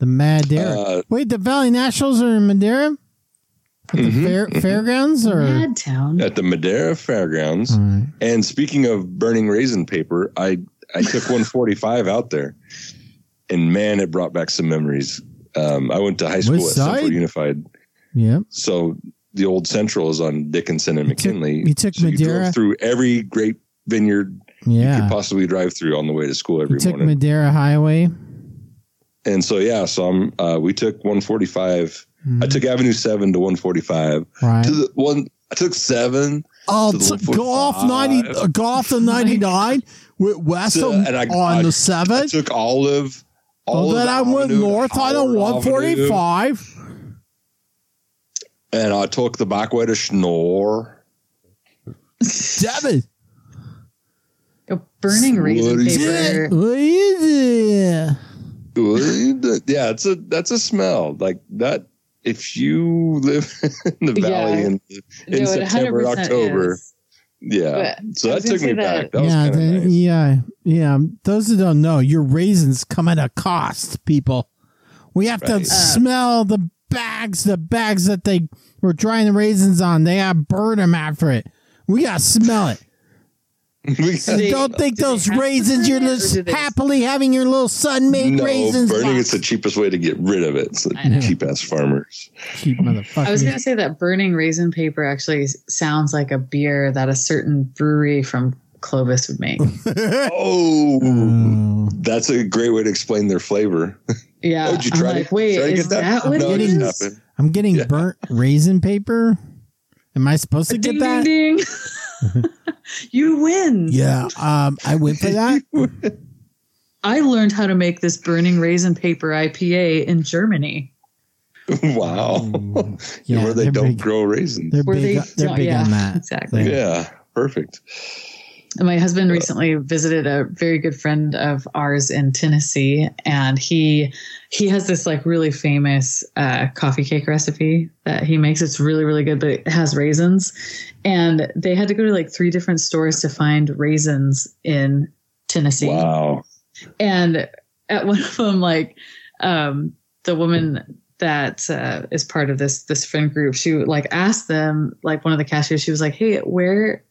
[SPEAKER 2] The Madeira.
[SPEAKER 1] Uh,
[SPEAKER 2] Wait, the Valley Nationals are in Madeira? At the
[SPEAKER 1] Mhm,
[SPEAKER 2] fair, fairgrounds or
[SPEAKER 3] Mad town.
[SPEAKER 1] at the Madeira Fairgrounds.
[SPEAKER 2] All right.
[SPEAKER 1] And speaking of burning raisin paper, I I took
[SPEAKER 2] [LAUGHS]
[SPEAKER 1] 145 out there, and man, it brought back some memories. Um, I went to high school at
[SPEAKER 2] side?
[SPEAKER 1] Central Unified,
[SPEAKER 2] Yeah.
[SPEAKER 1] so the old Central is on Dickinson and
[SPEAKER 2] You took-
[SPEAKER 1] McKinley.
[SPEAKER 2] you took
[SPEAKER 1] so You
[SPEAKER 2] Madeira?
[SPEAKER 1] drove through every grape vineyard you
[SPEAKER 2] Yeah.
[SPEAKER 1] could possibly drive through on the way to school
[SPEAKER 2] You
[SPEAKER 1] every
[SPEAKER 2] took
[SPEAKER 1] morning.
[SPEAKER 2] Madeira Highway.
[SPEAKER 1] and so yeah, so I'm uh, we took 145.
[SPEAKER 2] Mm-hmm.
[SPEAKER 1] I took Avenue Seven to 145
[SPEAKER 2] Right.
[SPEAKER 1] to the one. I took seven,
[SPEAKER 2] Oh,
[SPEAKER 1] to the
[SPEAKER 2] t- go off
[SPEAKER 1] 145. [LAUGHS]
[SPEAKER 2] ninety, uh, go off the ninety nine with West
[SPEAKER 1] So,
[SPEAKER 2] on,
[SPEAKER 1] and I-
[SPEAKER 2] on
[SPEAKER 1] I-
[SPEAKER 2] the
[SPEAKER 1] I
[SPEAKER 2] seventh.
[SPEAKER 1] took Olive.
[SPEAKER 2] Oh,
[SPEAKER 1] Olive
[SPEAKER 2] then I went
[SPEAKER 1] Avenue,
[SPEAKER 2] north on a
[SPEAKER 1] Howard
[SPEAKER 2] one forty
[SPEAKER 1] Avenue.
[SPEAKER 2] five.
[SPEAKER 1] and I took the back way to Schnorr.
[SPEAKER 2] Devin,
[SPEAKER 3] A burning raisin
[SPEAKER 1] What is
[SPEAKER 3] paper.
[SPEAKER 2] what is it?
[SPEAKER 1] yeah, it's a that's a smell like that. If you live [LAUGHS] in the
[SPEAKER 3] Yeah.
[SPEAKER 1] valley in, in
[SPEAKER 3] No, it
[SPEAKER 1] September,
[SPEAKER 3] 100%
[SPEAKER 1] October,
[SPEAKER 3] is.
[SPEAKER 1] yeah.
[SPEAKER 3] But
[SPEAKER 1] So
[SPEAKER 3] I
[SPEAKER 1] that
[SPEAKER 3] was gonna
[SPEAKER 1] took me
[SPEAKER 3] say that-
[SPEAKER 1] back. That
[SPEAKER 2] yeah,
[SPEAKER 1] was
[SPEAKER 2] the-
[SPEAKER 1] kind of nice.
[SPEAKER 2] yeah, yeah. Those that don't know, your raisins come at a cost, people. We have to
[SPEAKER 1] Right. Uh,
[SPEAKER 2] smell the bags, the bags that they were drying the raisins on. They gotta burn them after it. We gotta smell it.
[SPEAKER 1] [LAUGHS] We got-
[SPEAKER 3] They-
[SPEAKER 2] don't think
[SPEAKER 3] do they
[SPEAKER 2] those
[SPEAKER 3] have to
[SPEAKER 2] raisins
[SPEAKER 3] burn
[SPEAKER 2] you're
[SPEAKER 3] it, or
[SPEAKER 2] just
[SPEAKER 3] do they-
[SPEAKER 2] happily having your little sun made
[SPEAKER 1] no,
[SPEAKER 2] raisins.
[SPEAKER 1] burning is
[SPEAKER 2] box.
[SPEAKER 1] the cheapest way to get rid of it. It's
[SPEAKER 3] I know.
[SPEAKER 1] like cheap ass farmers.
[SPEAKER 2] cheap motherfucker.
[SPEAKER 3] I was going to say that burning raisin paper actually s- sounds like a beer that a certain brewery from Clovis
[SPEAKER 2] [LAUGHS]
[SPEAKER 3] would make.
[SPEAKER 1] Oh,
[SPEAKER 2] Oh.
[SPEAKER 1] that's a great way to explain their flavor. [LAUGHS] oh,
[SPEAKER 3] Yeah.
[SPEAKER 1] did you
[SPEAKER 3] Uh, I'm
[SPEAKER 1] try
[SPEAKER 3] like,
[SPEAKER 1] to
[SPEAKER 3] wait,
[SPEAKER 1] try to
[SPEAKER 3] is
[SPEAKER 1] get
[SPEAKER 3] that, what
[SPEAKER 1] no,
[SPEAKER 3] it
[SPEAKER 1] it
[SPEAKER 3] is?
[SPEAKER 1] didn't
[SPEAKER 2] is?
[SPEAKER 1] happen. [LAUGHS]
[SPEAKER 2] I'm getting
[SPEAKER 1] Yeah.
[SPEAKER 2] burnt raisin paper. Am I supposed to get
[SPEAKER 3] Ding,
[SPEAKER 2] that?
[SPEAKER 3] ding, ding.
[SPEAKER 2] [LAUGHS]
[SPEAKER 3] you win.
[SPEAKER 2] Yeah, um, I went
[SPEAKER 1] [LAUGHS]
[SPEAKER 2] for that.
[SPEAKER 3] I learned how to make this burning raisin paper IPA in Germany.
[SPEAKER 1] [LAUGHS] wow,
[SPEAKER 2] Mm, Yeah,
[SPEAKER 1] Oh. where they
[SPEAKER 2] they're
[SPEAKER 1] don't
[SPEAKER 2] big.
[SPEAKER 1] grow raisins.
[SPEAKER 2] They're
[SPEAKER 3] Where
[SPEAKER 2] big.
[SPEAKER 3] they
[SPEAKER 2] They, are
[SPEAKER 3] don't-
[SPEAKER 2] big
[SPEAKER 3] yeah,
[SPEAKER 2] on that.
[SPEAKER 3] [LAUGHS] exactly.
[SPEAKER 2] They're-
[SPEAKER 1] Yeah, perfect.
[SPEAKER 3] And my husband recently visited a very good friend of ours in Tennessee, and he he has this like really famous uh, coffee cake recipe that he makes. It's really really good, but it has raisins, and they had to go to like three different stores to find raisins in
[SPEAKER 1] [LAUGHS]
[SPEAKER 3] Tennessee.
[SPEAKER 1] Wow.
[SPEAKER 3] And at one of them, like um, the woman that uh, is part of this this friend group, she like asked them, like one of the cashiers, she was like, "Hey, where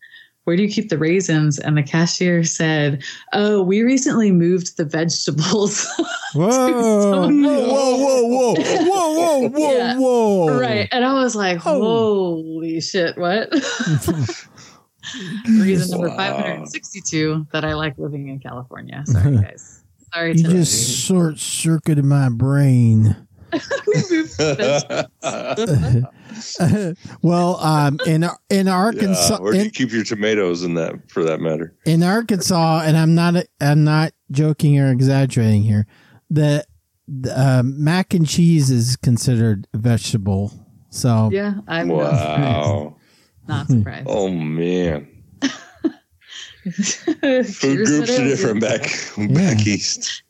[SPEAKER 3] where do you keep the raisins?" And the cashier said, "Oh, we recently moved the vegetables." [LAUGHS]
[SPEAKER 2] Whoa. whoa! Whoa! Whoa! Whoa! Whoa! Whoa! Whoa!
[SPEAKER 3] Yeah.
[SPEAKER 2] Whoa!
[SPEAKER 3] right, and I was like,
[SPEAKER 2] Oh.
[SPEAKER 3] "Holy shit, what?" [LAUGHS] Reason number
[SPEAKER 1] Wow.
[SPEAKER 3] five hundred sixty-two that I like living in California.
[SPEAKER 2] [LAUGHS]
[SPEAKER 3] Sorry, guys. Sorry,
[SPEAKER 2] [LAUGHS] You
[SPEAKER 3] to
[SPEAKER 2] just short circuited my brain. [LAUGHS]
[SPEAKER 3] [LAUGHS] we moved the vegetables.
[SPEAKER 2] well, um, in in
[SPEAKER 1] Yeah,
[SPEAKER 2] Arkansas,
[SPEAKER 1] where do you
[SPEAKER 2] in,
[SPEAKER 1] keep your tomatoes in that, for that matter?
[SPEAKER 2] in Arkansas, and I'm not I'm not joking or exaggerating here. The, the uh, mac and cheese is considered a vegetable. So
[SPEAKER 3] Yeah, I'm not surprised.
[SPEAKER 1] Wow.
[SPEAKER 3] Not surprised.
[SPEAKER 1] Oh man.
[SPEAKER 3] Food
[SPEAKER 1] Food groups are different back back east.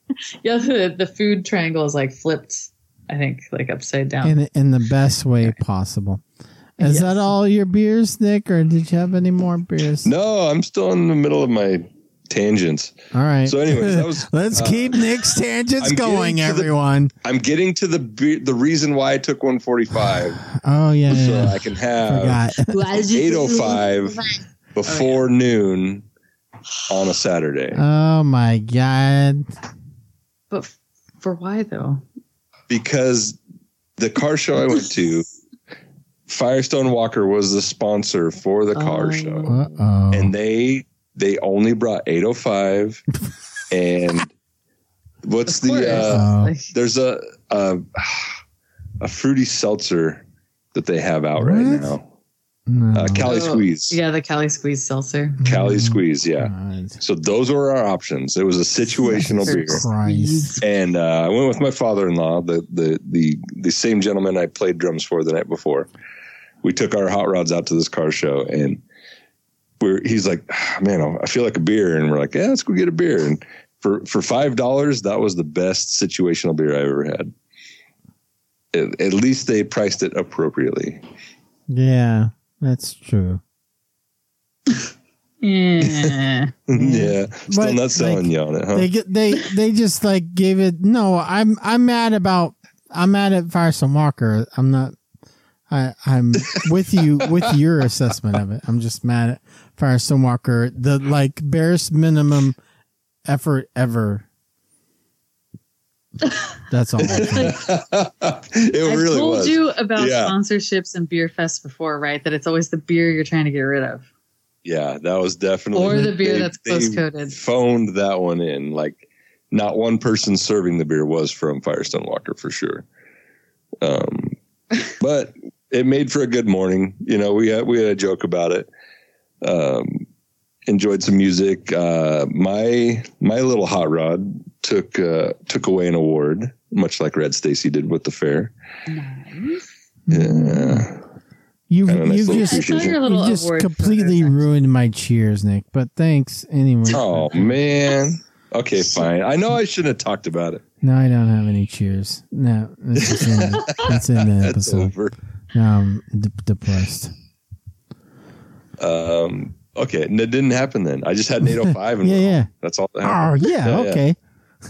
[SPEAKER 3] yeah, the, the food triangle is like flipped. I think like upside down.
[SPEAKER 2] in in the best way possible. Is
[SPEAKER 3] Yes.
[SPEAKER 2] that all your beers, Nick, or did you have any more beers?
[SPEAKER 1] No, I'm still in the middle of my tangents.
[SPEAKER 2] All right.
[SPEAKER 1] So anyways, that was-
[SPEAKER 2] [LAUGHS] let's
[SPEAKER 1] uh,
[SPEAKER 2] keep Nick's tangents
[SPEAKER 1] I'm getting
[SPEAKER 2] going,
[SPEAKER 1] to the-
[SPEAKER 2] everyone.
[SPEAKER 1] I'm getting to the be- the reason why I took 145
[SPEAKER 2] oh yeah, yeah,
[SPEAKER 1] so
[SPEAKER 2] yeah.
[SPEAKER 1] I uh, can have
[SPEAKER 2] forgot.
[SPEAKER 1] [LAUGHS] 805 before noon on a Saturday
[SPEAKER 2] oh my god.
[SPEAKER 3] But f- for why though?
[SPEAKER 1] because the car show I went to, Firestone Walker was the sponsor for the car
[SPEAKER 3] Oh.
[SPEAKER 1] show.
[SPEAKER 2] Uh oh.
[SPEAKER 1] and they they only brought
[SPEAKER 3] [LAUGHS]
[SPEAKER 1] 805 and what's
[SPEAKER 3] Of course.
[SPEAKER 1] the uh,
[SPEAKER 2] Oh.
[SPEAKER 3] Like,
[SPEAKER 1] there's a, a a fruity seltzer that they have out right
[SPEAKER 2] What?
[SPEAKER 1] now
[SPEAKER 2] No.
[SPEAKER 1] uh, cali
[SPEAKER 3] Oh,
[SPEAKER 1] squeeze
[SPEAKER 3] yeah, the Cali squeeze seltzer.
[SPEAKER 1] cali squeeze yeah
[SPEAKER 2] God.
[SPEAKER 1] so those were our options it was a situational
[SPEAKER 3] Seltzer
[SPEAKER 1] beer
[SPEAKER 2] Christ.
[SPEAKER 1] and uh, I went with my father-in-law, the, the the the same gentleman I played drums for the night before. We took our hot rods out to this car show, and we're he's like, "Ah, "Man, I feel like a beer," and we're like, "Yeah, let's go get a beer." And for for five dollars, that was the best situational beer I ever had. At, at least they priced it appropriately.
[SPEAKER 2] Yeah, that's true.
[SPEAKER 1] yeah,
[SPEAKER 3] Yeah.
[SPEAKER 1] still
[SPEAKER 2] Mm-hmm. But,
[SPEAKER 1] not selling
[SPEAKER 2] like,
[SPEAKER 1] you on it, huh?
[SPEAKER 2] They get they they just like gave it. No, I'm I'm mad about I'm mad at Firestone Walker. I'm not. I I'm with you with your assessment of it. I'm just mad at Firestone Walker. The like barest minimum effort ever.
[SPEAKER 1] [LAUGHS]
[SPEAKER 2] That's all. I'm saying.
[SPEAKER 1] [LAUGHS] it
[SPEAKER 3] I
[SPEAKER 1] really
[SPEAKER 3] told
[SPEAKER 1] was.
[SPEAKER 3] you about
[SPEAKER 1] Yeah.
[SPEAKER 3] sponsorships and beer fests before, right? That it's always the beer you're trying to get rid of.
[SPEAKER 1] Yeah, that was definitely
[SPEAKER 3] Or the beer
[SPEAKER 1] they-
[SPEAKER 3] that's
[SPEAKER 1] they
[SPEAKER 3] close-coated.
[SPEAKER 1] Phoned that one in. Like, not one person serving the beer was from Firestone Walker for sure. Um, but it made for a good morning. You know, we had we had a joke about it. Um, enjoyed some music. Uh, my my little hot rod took uh, took away an award, much like Red Stacy did with the fair. Yeah.
[SPEAKER 2] You've
[SPEAKER 1] Kinda nice
[SPEAKER 2] you've
[SPEAKER 1] little
[SPEAKER 2] just
[SPEAKER 3] I saw your little
[SPEAKER 2] you just
[SPEAKER 3] award. for
[SPEAKER 2] completely
[SPEAKER 3] that.
[SPEAKER 2] ruined my cheers, Nick. But thanks anyway.
[SPEAKER 1] Oh man. Okay, fine. I know I shouldn't have talked about it.
[SPEAKER 2] No, I don't have any cheers. No, that's, just in, the, that's in the
[SPEAKER 1] [LAUGHS] That's
[SPEAKER 2] episode.
[SPEAKER 1] over.
[SPEAKER 2] No, I'm Um, de- depressed.
[SPEAKER 1] Um, okay, and it didn't happen then. I just had an
[SPEAKER 2] [LAUGHS]
[SPEAKER 1] 805 and
[SPEAKER 2] Yeah,
[SPEAKER 1] went home.
[SPEAKER 2] yeah.
[SPEAKER 1] that's all that
[SPEAKER 2] Oh,
[SPEAKER 1] happened.
[SPEAKER 2] yeah,
[SPEAKER 1] Yeah, yeah.
[SPEAKER 2] okay.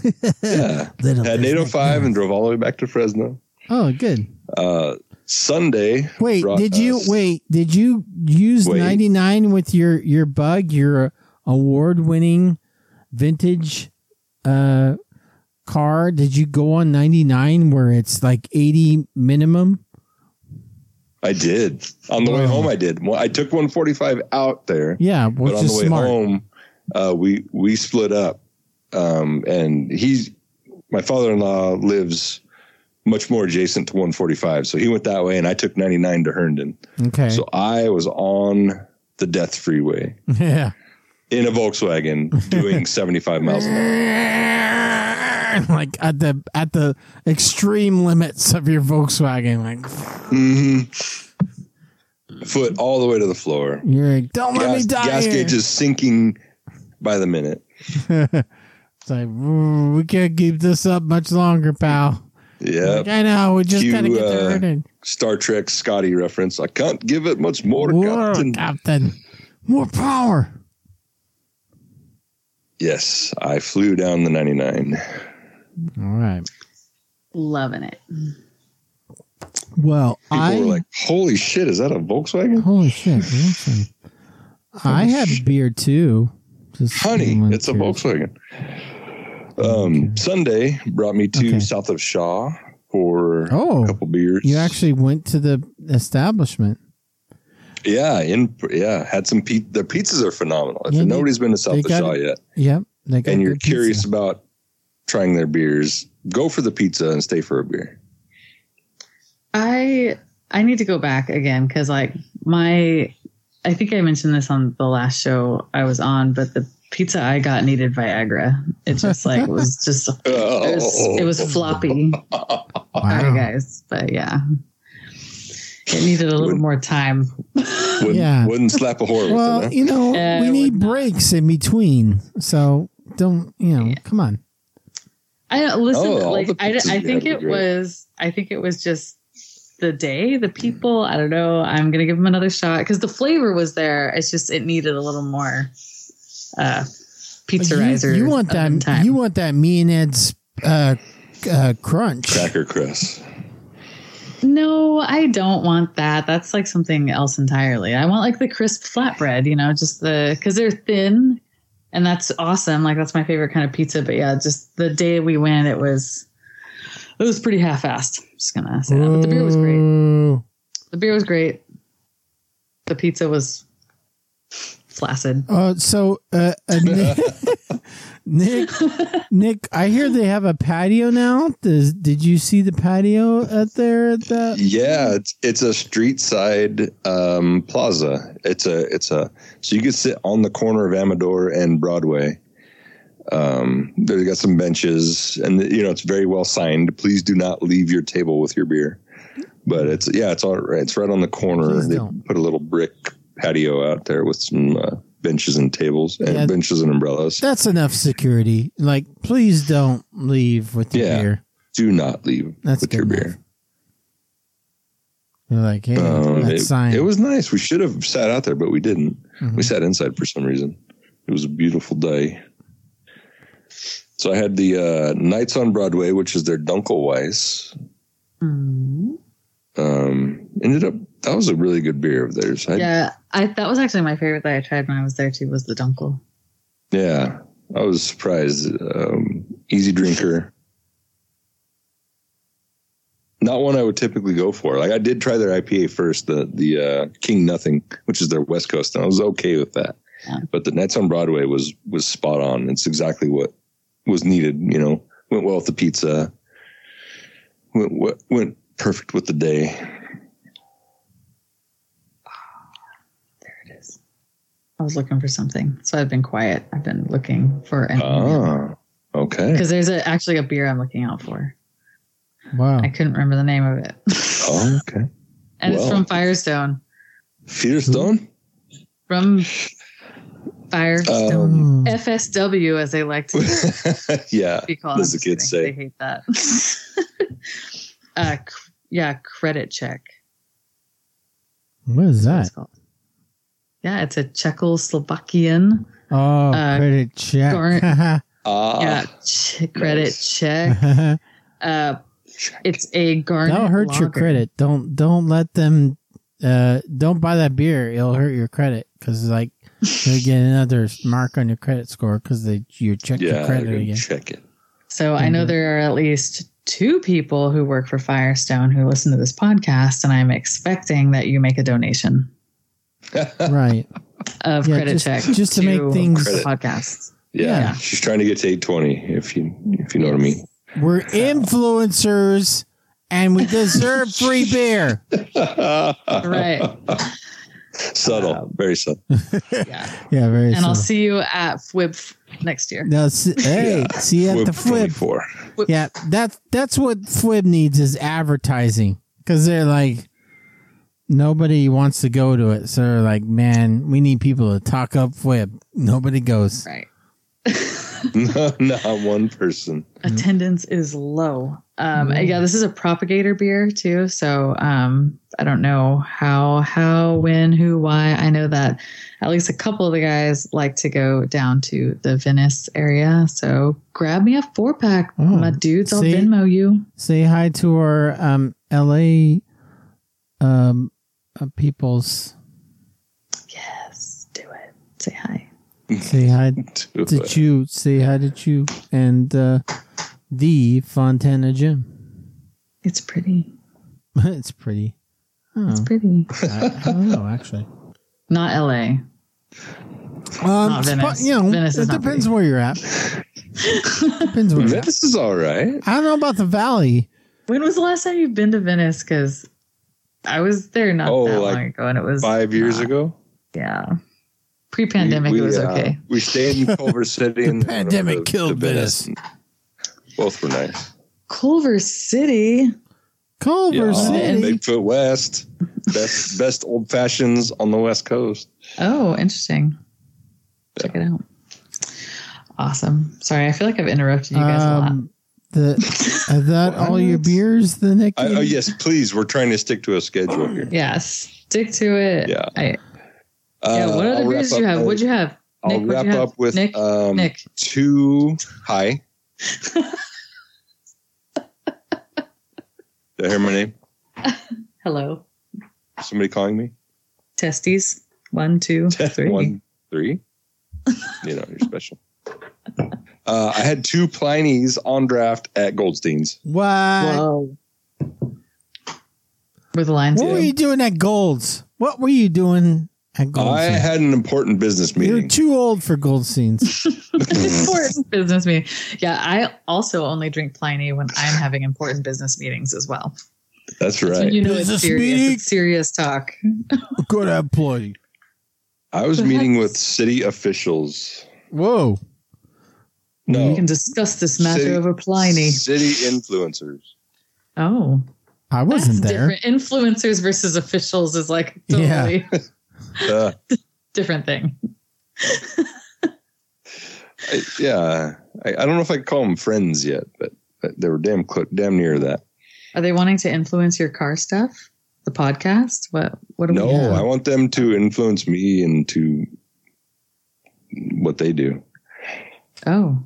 [SPEAKER 1] Yeah.
[SPEAKER 2] [LAUGHS] Little
[SPEAKER 1] Had an
[SPEAKER 2] does Nick
[SPEAKER 1] 805
[SPEAKER 2] know.
[SPEAKER 1] and drove all the way back to Fresno.
[SPEAKER 2] Oh, good.
[SPEAKER 1] Uh, Sunday.
[SPEAKER 2] Wait,
[SPEAKER 1] brought
[SPEAKER 2] did you
[SPEAKER 1] us-
[SPEAKER 2] wait? Did you use
[SPEAKER 1] Wait.
[SPEAKER 2] 99 with your your bug, your award-winning vintage uh car? Did you go on 99 where it's like 80 minimum?
[SPEAKER 1] I did. On the way
[SPEAKER 2] Wow.
[SPEAKER 1] home, I did. Well, I took 145 out there,
[SPEAKER 2] Yeah,
[SPEAKER 1] but
[SPEAKER 2] which
[SPEAKER 1] on the
[SPEAKER 2] is
[SPEAKER 1] way
[SPEAKER 2] smart.
[SPEAKER 1] home, uh, we we split up. Um, and he's my father-in-law lives much more adjacent to 145, so he went that way, and I took 99 to Herndon.
[SPEAKER 2] Okay.
[SPEAKER 1] So I was on the death freeway.
[SPEAKER 2] [LAUGHS] yeah.
[SPEAKER 1] in a Volkswagen
[SPEAKER 2] [LAUGHS]
[SPEAKER 1] doing 75 miles an hour.
[SPEAKER 2] like at the at the extreme limits of your Volkswagen, like Mm-hmm.
[SPEAKER 1] Foot all the way to the floor.
[SPEAKER 2] you're like, don't let
[SPEAKER 1] Gas,
[SPEAKER 2] me die.
[SPEAKER 1] gas
[SPEAKER 2] here.
[SPEAKER 1] gauge is sinking by the minute.
[SPEAKER 2] [LAUGHS] It's like "Ooh, we can't keep this up much longer, pal.
[SPEAKER 1] Yeah.
[SPEAKER 2] Like, I know we just
[SPEAKER 1] Cue,
[SPEAKER 2] gotta get
[SPEAKER 1] uh,
[SPEAKER 2] the herd in.
[SPEAKER 1] Star Trek Scotty reference. I can't give it much more,
[SPEAKER 2] More
[SPEAKER 1] Captain.
[SPEAKER 2] captain, more power.
[SPEAKER 1] Yes, I flew down the 99.
[SPEAKER 2] All right.
[SPEAKER 3] Loving it.
[SPEAKER 2] Well,
[SPEAKER 1] People
[SPEAKER 2] I
[SPEAKER 1] were like, holy shit, is that a Volkswagen?
[SPEAKER 2] holy shit. listen. I had beer too. Just
[SPEAKER 1] Honey,
[SPEAKER 2] someone
[SPEAKER 1] it's a
[SPEAKER 2] curious.
[SPEAKER 1] Volkswagen. Um, Sunday brought me to
[SPEAKER 2] Okay.
[SPEAKER 1] south of Shaw for
[SPEAKER 2] Oh,
[SPEAKER 1] a couple beers.
[SPEAKER 2] You actually went to the establishment.
[SPEAKER 1] Yeah, in yeah, had some pe- their pizzas are phenomenal. If
[SPEAKER 2] Yeah, they-
[SPEAKER 1] nobody's been to South
[SPEAKER 2] they got-
[SPEAKER 1] Shaw yet,
[SPEAKER 2] Yep. They got
[SPEAKER 1] and you're
[SPEAKER 2] good pizza.
[SPEAKER 1] curious about trying their beers, go for the pizza and stay for a
[SPEAKER 2] [LAUGHS]
[SPEAKER 1] beer.
[SPEAKER 3] I I need to go back again because like my I think I mentioned this on the last show I was on, but the pizza I got needed Viagra. It just like was just it was, it was floppy. Sorry
[SPEAKER 2] Wow.
[SPEAKER 3] guys, but yeah, it needed a little
[SPEAKER 1] Wouldn't-
[SPEAKER 3] more time. [LAUGHS]
[SPEAKER 1] Wouldn't,
[SPEAKER 2] Yeah.
[SPEAKER 1] wouldn't slap a whore with
[SPEAKER 2] Well,
[SPEAKER 1] it.
[SPEAKER 2] you know,
[SPEAKER 3] Uh,
[SPEAKER 2] we
[SPEAKER 3] would
[SPEAKER 2] need
[SPEAKER 3] not.
[SPEAKER 2] breaks in between. So don't, you know, come on.
[SPEAKER 3] I don't listen.
[SPEAKER 1] Oh, all
[SPEAKER 3] like
[SPEAKER 1] the
[SPEAKER 3] I, I
[SPEAKER 1] pizzas you
[SPEAKER 3] think
[SPEAKER 1] had
[SPEAKER 3] it
[SPEAKER 1] were great.
[SPEAKER 3] was. I think it was just the day, the people. I don't know. I'm gonna give them another shot because the flavor was there. It's just it needed a little more uh,
[SPEAKER 2] But
[SPEAKER 3] pizza
[SPEAKER 2] you,
[SPEAKER 3] riser.
[SPEAKER 2] you want
[SPEAKER 3] oven
[SPEAKER 2] that?
[SPEAKER 3] Time.
[SPEAKER 2] You want that? Me and Ed's uh, uh, crunch.
[SPEAKER 1] Cracker crust.
[SPEAKER 3] No, I don't want that. That's like something else entirely. I want like the crisp flatbread, you know, just the because they're thin, and that's awesome. Like that's my favorite kind of pizza. But yeah, just the day we went, it was it was pretty half-assed. I'm just gonna say that. But the beer was great.
[SPEAKER 2] Ooh.
[SPEAKER 3] The beer was great. The pizza was flaccid.
[SPEAKER 2] Uh, so, uh, uh, Nick, [LAUGHS] Nick, Nick, I hear they have a patio now. Does, did you see the patio out there at that?
[SPEAKER 1] Yeah, it's it's a street side um, plaza. It's a it's a so you could sit on the corner of Amador and Broadway. Um, they've got some benches, and you know it's very well signed. Please do not leave your table with your beer. But it's yeah, it's all right. It's right on the corner.
[SPEAKER 2] Please
[SPEAKER 1] they
[SPEAKER 2] don't.
[SPEAKER 1] put a little brick patio out there with some uh, benches and tables and
[SPEAKER 2] Yeah.
[SPEAKER 1] benches and umbrellas.
[SPEAKER 2] That's enough security. Like, please don't leave with your
[SPEAKER 1] Yeah.
[SPEAKER 2] beer.
[SPEAKER 1] Do not leave
[SPEAKER 2] That's
[SPEAKER 1] with your
[SPEAKER 2] good
[SPEAKER 1] beer.
[SPEAKER 2] enough. You're like, hey,
[SPEAKER 1] Um,
[SPEAKER 2] that
[SPEAKER 1] it,
[SPEAKER 2] sign.
[SPEAKER 1] it was nice. We should have sat out there, but we didn't.
[SPEAKER 2] Mhm.
[SPEAKER 1] We sat inside for some reason. It was a beautiful day. So I had the uh, Nights on Broadway, which is their Dunkelweiss.
[SPEAKER 3] Mm.
[SPEAKER 1] Um, ended up that was a really good beer of theirs. I, yeah,
[SPEAKER 3] yeah, I that was actually my favorite that I tried when I was there too. Was the dunkel.
[SPEAKER 1] I was surprised. Um, easy drinker. Not one I would typically go for. Like I did try their IPA first, the the uh, King Nothing, which is their West Coast, and I was okay with that.
[SPEAKER 3] Yeah.
[SPEAKER 1] But the Nights on Broadway was was spot on. It's exactly what was needed. You know, went well with the pizza. Went went, went perfect with the day.
[SPEAKER 3] There it is. I was looking for something, so I've been quiet. I've been looking for an
[SPEAKER 1] Ah, okay.
[SPEAKER 3] [LAUGHS] because there's a, actually a beer I'm looking out for.
[SPEAKER 2] wow.
[SPEAKER 3] I couldn't remember the name of it,
[SPEAKER 1] Oh, okay.
[SPEAKER 3] [LAUGHS] and it's
[SPEAKER 1] well.
[SPEAKER 3] from Firestone.
[SPEAKER 1] Fearstone.
[SPEAKER 3] From
[SPEAKER 1] Um,
[SPEAKER 3] Firestone,
[SPEAKER 2] Mm.
[SPEAKER 3] FSW as they like to
[SPEAKER 1] [LAUGHS] [LAUGHS] yeah.
[SPEAKER 3] be called.
[SPEAKER 1] As
[SPEAKER 3] I'm
[SPEAKER 1] the kids
[SPEAKER 3] just kidding.
[SPEAKER 1] say.
[SPEAKER 3] They hate that. [LAUGHS] uh, c- yeah, credit check.
[SPEAKER 2] what is
[SPEAKER 3] is what
[SPEAKER 2] that?
[SPEAKER 3] it's called. Yeah, it's a Czechoslovakian.
[SPEAKER 2] Oh,
[SPEAKER 3] uh,
[SPEAKER 2] credit check. [LAUGHS]
[SPEAKER 3] garn-
[SPEAKER 1] Ah,
[SPEAKER 3] yeah, ch- credit
[SPEAKER 1] nice.
[SPEAKER 3] check.
[SPEAKER 2] That'll
[SPEAKER 3] Uh, it's a garnet.
[SPEAKER 2] hurt your
[SPEAKER 3] lager.
[SPEAKER 2] credit. Don't don't let them. Uh, don't buy that beer. It'll hurt your credit because like you'll get another mark on your credit score because they you check your
[SPEAKER 1] yeah. I
[SPEAKER 2] credit
[SPEAKER 1] gotta
[SPEAKER 2] again.
[SPEAKER 1] Check it. [LAUGHS]
[SPEAKER 3] So I know
[SPEAKER 2] Mhm.
[SPEAKER 3] there are at least two people who work for Firestone who listen to this podcast, and I'm expecting that you make a donation
[SPEAKER 2] Right.
[SPEAKER 3] of
[SPEAKER 2] Yeah,
[SPEAKER 3] credit
[SPEAKER 2] just-
[SPEAKER 3] check
[SPEAKER 2] just to make things-
[SPEAKER 3] the
[SPEAKER 2] [LAUGHS]
[SPEAKER 3] podcast.
[SPEAKER 1] Yeah.
[SPEAKER 2] Yeah.
[SPEAKER 1] She's trying to get to 820 if you if you know what I mean. [LAUGHS]
[SPEAKER 2] We're influencers and we deserve free
[SPEAKER 1] [LAUGHS]
[SPEAKER 2] beer.
[SPEAKER 3] [LAUGHS] Right. Um,
[SPEAKER 1] Subtle, very subtle.
[SPEAKER 3] Yeah.
[SPEAKER 2] Yeah, very.
[SPEAKER 3] and
[SPEAKER 2] simple.
[SPEAKER 3] I'll see you at FWIB next year.
[SPEAKER 2] No, s- hey, see you at
[SPEAKER 1] Whip
[SPEAKER 2] the flip.
[SPEAKER 1] 24.
[SPEAKER 2] Yeah, that's that's what Flib needs is advertising because they're like nobody wants to go to it, so they're like, man, we need people to talk up Flib. Nobody goes.
[SPEAKER 3] Right.
[SPEAKER 1] [LAUGHS]
[SPEAKER 3] [LAUGHS]
[SPEAKER 1] no, not one person.
[SPEAKER 3] attendance is low. Um,
[SPEAKER 1] Mm-hmm.
[SPEAKER 3] Yeah, this is a propagator beer too. So um, I don't know how, how, when, who, why. I know that at least a couple of the guys like to go down to the Venice area. So grab me a four pack,
[SPEAKER 2] Oh,
[SPEAKER 3] my dudes. I'll
[SPEAKER 2] see?
[SPEAKER 3] Venmo you.
[SPEAKER 2] Say hi to our um, L.A. Um, uh, peoples.
[SPEAKER 3] Yes, do it. Say hi.
[SPEAKER 2] Say hi
[SPEAKER 1] To [LAUGHS]
[SPEAKER 2] to
[SPEAKER 1] it.
[SPEAKER 2] you. Say hi to you and uh, the Fontana Gym. [LAUGHS]
[SPEAKER 3] It's pretty.
[SPEAKER 2] it's pretty.
[SPEAKER 3] It's
[SPEAKER 2] Oh,
[SPEAKER 3] pretty.
[SPEAKER 2] I, I don't know
[SPEAKER 3] [LAUGHS]
[SPEAKER 2] actually.
[SPEAKER 3] Not LA.
[SPEAKER 2] Um, spo-
[SPEAKER 3] Venice.
[SPEAKER 2] you know,
[SPEAKER 3] Venice is
[SPEAKER 2] it
[SPEAKER 3] not
[SPEAKER 2] depends
[SPEAKER 3] pretty.
[SPEAKER 2] where you're
[SPEAKER 3] [LAUGHS]
[SPEAKER 2] at. depends where you're at.
[SPEAKER 1] This is all right.
[SPEAKER 2] I don't know about the valley.
[SPEAKER 3] When was the last time you've been to Venice? Because I was there not
[SPEAKER 1] Oh,
[SPEAKER 3] that
[SPEAKER 1] like
[SPEAKER 3] long ago, and it was
[SPEAKER 1] Five years
[SPEAKER 3] not-
[SPEAKER 1] ago,
[SPEAKER 3] Yeah, pre-pandemic,
[SPEAKER 1] we,
[SPEAKER 3] it
[SPEAKER 1] we,
[SPEAKER 3] was
[SPEAKER 1] uh,
[SPEAKER 3] okay.
[SPEAKER 1] We stayed
[SPEAKER 2] [LAUGHS]
[SPEAKER 1] in Culver City. and then went over
[SPEAKER 2] pandemic
[SPEAKER 1] to-
[SPEAKER 2] killed
[SPEAKER 1] to Venice. Both were nice.
[SPEAKER 3] Culver City.
[SPEAKER 2] Culver
[SPEAKER 1] Yeah, oh,
[SPEAKER 3] Oh,
[SPEAKER 2] City.
[SPEAKER 1] Bigfoot West, best best old fashions on the West Coast.
[SPEAKER 3] Oh, interesting. Check it out. Awesome. Sorry, I feel like I've interrupted you guys a lot.
[SPEAKER 2] Um, The are that all your beers? The Nick?
[SPEAKER 1] I, oh yes, please. We're trying to stick to a schedule here.
[SPEAKER 3] Yes. Stick to it.
[SPEAKER 1] Yeah.
[SPEAKER 3] I, yeah.
[SPEAKER 1] Uh,
[SPEAKER 3] What
[SPEAKER 1] I'll
[SPEAKER 3] other
[SPEAKER 1] wrap
[SPEAKER 3] beers did you
[SPEAKER 1] up
[SPEAKER 3] have?
[SPEAKER 1] with-
[SPEAKER 3] What'd you have?
[SPEAKER 1] I'll
[SPEAKER 3] what'd you
[SPEAKER 1] wrap
[SPEAKER 3] have?
[SPEAKER 1] up with
[SPEAKER 3] Nick.
[SPEAKER 1] um,
[SPEAKER 3] Nick.
[SPEAKER 1] two. Hi.
[SPEAKER 3] [LAUGHS]
[SPEAKER 1] Did I hear my name?
[SPEAKER 3] Hello.
[SPEAKER 1] Somebody calling me?
[SPEAKER 3] Testes. One, two, three.
[SPEAKER 1] [LAUGHS] One, three. You know, you're special. Uh, I had two Pliny's on draft at Goldstein's.
[SPEAKER 2] What?
[SPEAKER 3] Whoa. Where the lines
[SPEAKER 2] What were
[SPEAKER 3] go.
[SPEAKER 2] you doing at Gold's? What were you doing at Gold's?
[SPEAKER 1] I had an important business
[SPEAKER 2] You're
[SPEAKER 1] meeting.
[SPEAKER 2] too old for Goldstein's.
[SPEAKER 3] [LAUGHS] important business meeting. Yeah, I also only drink Pliny when I'm having important business meetings as well.
[SPEAKER 1] That's
[SPEAKER 3] So
[SPEAKER 1] right.
[SPEAKER 3] you know
[SPEAKER 2] Business
[SPEAKER 3] it's serious.
[SPEAKER 2] meeting.
[SPEAKER 3] It's serious talk.
[SPEAKER 2] Good employee.
[SPEAKER 1] I was meeting with city officials.
[SPEAKER 2] Whoa.
[SPEAKER 1] No,
[SPEAKER 3] We can discuss this matter
[SPEAKER 1] City-
[SPEAKER 3] over Pliny.
[SPEAKER 1] City influencers.
[SPEAKER 3] Oh,
[SPEAKER 2] I wasn't
[SPEAKER 3] that's
[SPEAKER 2] there.
[SPEAKER 3] different. Influencers versus officials is like totally [LAUGHS]
[SPEAKER 1] Uh,
[SPEAKER 3] different thing.
[SPEAKER 1] I- yeah, I, I don't know if I could call them friends yet, but but they were damn cl- damn near that.
[SPEAKER 3] Are they wanting to influence your car stuff? The podcast? What? What? Are
[SPEAKER 1] No,
[SPEAKER 3] We,
[SPEAKER 1] I want them to influence me into what they do.
[SPEAKER 3] oh,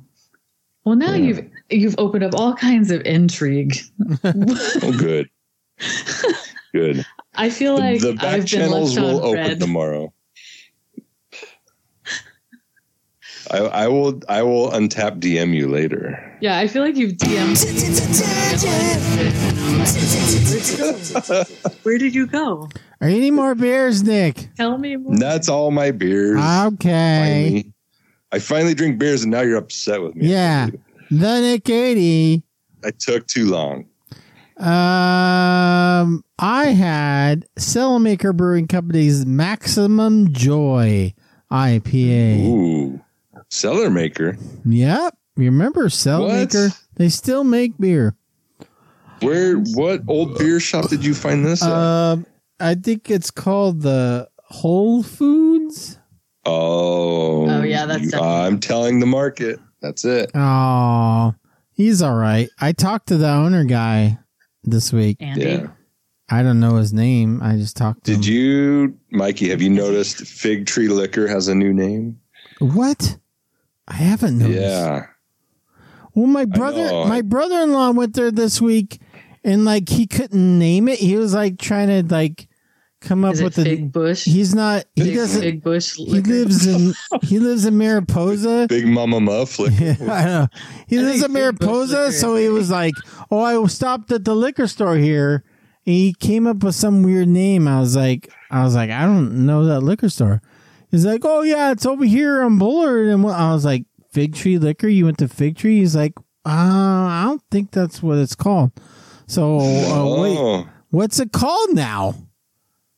[SPEAKER 3] well now
[SPEAKER 1] Yeah.
[SPEAKER 3] you've you've opened up all kinds of intrigue.
[SPEAKER 1] Oh,
[SPEAKER 3] [LAUGHS]
[SPEAKER 1] good, good.
[SPEAKER 3] I feel
[SPEAKER 1] The-
[SPEAKER 3] like
[SPEAKER 1] the back
[SPEAKER 3] I've been
[SPEAKER 1] channels
[SPEAKER 3] left on
[SPEAKER 1] will open
[SPEAKER 3] red.
[SPEAKER 1] tomorrow. I, I will I will untap DM you later.
[SPEAKER 3] Yeah, I feel like
[SPEAKER 1] [LAUGHS]
[SPEAKER 3] you've DM'd. Where did you go?
[SPEAKER 2] Are you any more beers, Nick?
[SPEAKER 3] Tell me more.
[SPEAKER 1] That's all my beers.
[SPEAKER 2] Okay.
[SPEAKER 1] Finally. I finally drink beers, and now you're upset with me.
[SPEAKER 2] Yeah. The Nick 80.
[SPEAKER 1] I took too long.
[SPEAKER 2] Um, I had Cellmaker Brewing Company's Maximum Joy IPA.
[SPEAKER 1] Ooh, cellar maker.
[SPEAKER 2] Yep. You remember Cellmaker?
[SPEAKER 1] What?
[SPEAKER 2] They still make beer.
[SPEAKER 1] Where? What old beer shop did you find this? at?
[SPEAKER 2] Um, I think it's called the Whole Foods.
[SPEAKER 1] oh,
[SPEAKER 3] Oh, yeah, that's
[SPEAKER 1] you-
[SPEAKER 3] definitely-
[SPEAKER 1] I'm telling the market. That's it.
[SPEAKER 2] Oh, he's all right. I talked to the owner guy this week.
[SPEAKER 3] Andy.
[SPEAKER 1] Yeah.
[SPEAKER 2] I don't know his name. I just talked to him.
[SPEAKER 1] Did you, Mikey? Have you noticed Fig Tree Liquor has a new name?
[SPEAKER 2] What? I haven't noticed.
[SPEAKER 1] Yeah.
[SPEAKER 2] Well, my brother,
[SPEAKER 1] know.
[SPEAKER 2] my brother-in-law went there this week, and like he couldn't name it. He was like trying to like come up
[SPEAKER 3] Is it
[SPEAKER 2] with a.
[SPEAKER 3] Fig Bush?
[SPEAKER 2] He's not. He
[SPEAKER 3] Fig,
[SPEAKER 2] doesn't.
[SPEAKER 3] Fig Bush.
[SPEAKER 2] he lives
[SPEAKER 3] [LAUGHS]
[SPEAKER 2] in. he lives in Mariposa.
[SPEAKER 1] Big Mama Muff
[SPEAKER 2] [LAUGHS]
[SPEAKER 1] Liquor.
[SPEAKER 2] Yeah, I know. He
[SPEAKER 3] I
[SPEAKER 2] lives in
[SPEAKER 3] think Big Bush
[SPEAKER 2] Mariposa,
[SPEAKER 3] liquor
[SPEAKER 2] so
[SPEAKER 3] is-
[SPEAKER 2] he was like, "Oh, I stopped at the liquor store here." And he came up with some weird name. I was like, "I was like, I don't know that liquor store." He's like, "Oh yeah, it's over here on Bullard." And wha- I was like, "Fig Tree Liquor? You went to Fig Tree?" He's like, uh, "I don't think that's what it's called." So uh, wait,
[SPEAKER 1] Oh,
[SPEAKER 2] what's it called now?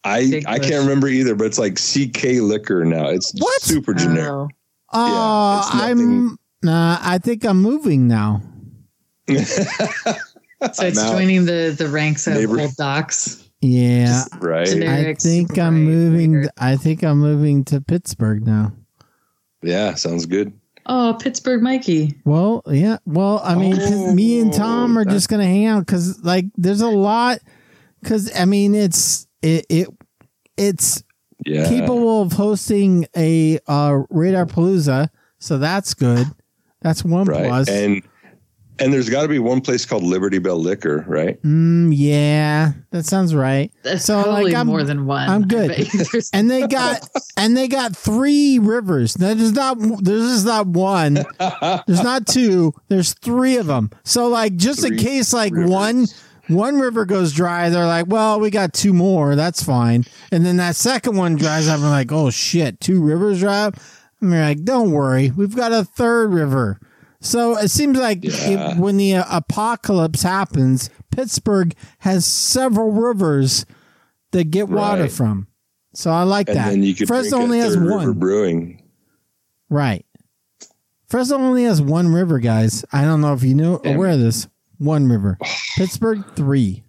[SPEAKER 1] I
[SPEAKER 3] Fig
[SPEAKER 1] I
[SPEAKER 3] Bush.
[SPEAKER 1] can't remember either, but it's like CK Liquor now. It's
[SPEAKER 2] What?
[SPEAKER 1] super generic. [LAUGHS]
[SPEAKER 3] Oh.
[SPEAKER 2] Oh,
[SPEAKER 1] Yeah, it's
[SPEAKER 2] I'm. Nah, I think I'm moving now.
[SPEAKER 3] So it's
[SPEAKER 1] I'm out.
[SPEAKER 3] joining the, the ranks of
[SPEAKER 1] Neighbor.
[SPEAKER 3] old docs.
[SPEAKER 2] Yeah,
[SPEAKER 1] right?
[SPEAKER 3] Generic.
[SPEAKER 2] I
[SPEAKER 3] Eric's
[SPEAKER 2] think
[SPEAKER 3] right,
[SPEAKER 2] I'm moving.
[SPEAKER 3] weird.
[SPEAKER 2] I think I'm moving to Pittsburgh now.
[SPEAKER 1] Yeah, sounds good.
[SPEAKER 3] Oh, Pittsburgh Mikey.
[SPEAKER 2] Well, yeah. Well, I mean, 'cause me and Tom
[SPEAKER 1] Oh,
[SPEAKER 2] are
[SPEAKER 1] that-
[SPEAKER 2] just gonna hang out because, like, there's a lot. Because I mean, it's it it it's
[SPEAKER 1] Yeah.
[SPEAKER 2] capable of hosting a uh, Radar Palooza, so that's good. That's one
[SPEAKER 1] right.
[SPEAKER 2] plus.
[SPEAKER 1] And and there's got to be one place called Liberty Bell Liquor, right?
[SPEAKER 2] Mm, yeah, that sounds right.
[SPEAKER 3] That's
[SPEAKER 2] So, like,
[SPEAKER 3] probably
[SPEAKER 2] I'm-
[SPEAKER 3] more than one.
[SPEAKER 2] I'm
[SPEAKER 3] I
[SPEAKER 2] good.
[SPEAKER 3] bet [LAUGHS] you there's-
[SPEAKER 2] [LAUGHS] and they got and they got three rivers. Now, There's not there's just not one. There's not two. There's three of them. So like just in
[SPEAKER 1] Three
[SPEAKER 2] case like
[SPEAKER 1] rivers.
[SPEAKER 2] one one river goes dry, they're like, well, we got two more. That's fine. And then that second one dries up. We're like, oh shit, two rivers dry up. And they're like, don't worry, we've got a third river. So it seems like
[SPEAKER 1] Yeah.
[SPEAKER 2] it- when the uh, apocalypse happens, Pittsburgh has several rivers that get water
[SPEAKER 1] Right.
[SPEAKER 2] from. So I like
[SPEAKER 1] and
[SPEAKER 2] that.
[SPEAKER 1] then you could
[SPEAKER 2] Fresno
[SPEAKER 1] drink
[SPEAKER 2] only
[SPEAKER 1] at
[SPEAKER 2] has
[SPEAKER 1] Third River
[SPEAKER 2] one.
[SPEAKER 1] Brewing.
[SPEAKER 2] Right. Fresno only has one river, guys. I don't know if you know
[SPEAKER 1] Damn.
[SPEAKER 2] aware of this.
[SPEAKER 1] [SIGHS]
[SPEAKER 2] One river. Pittsburgh three.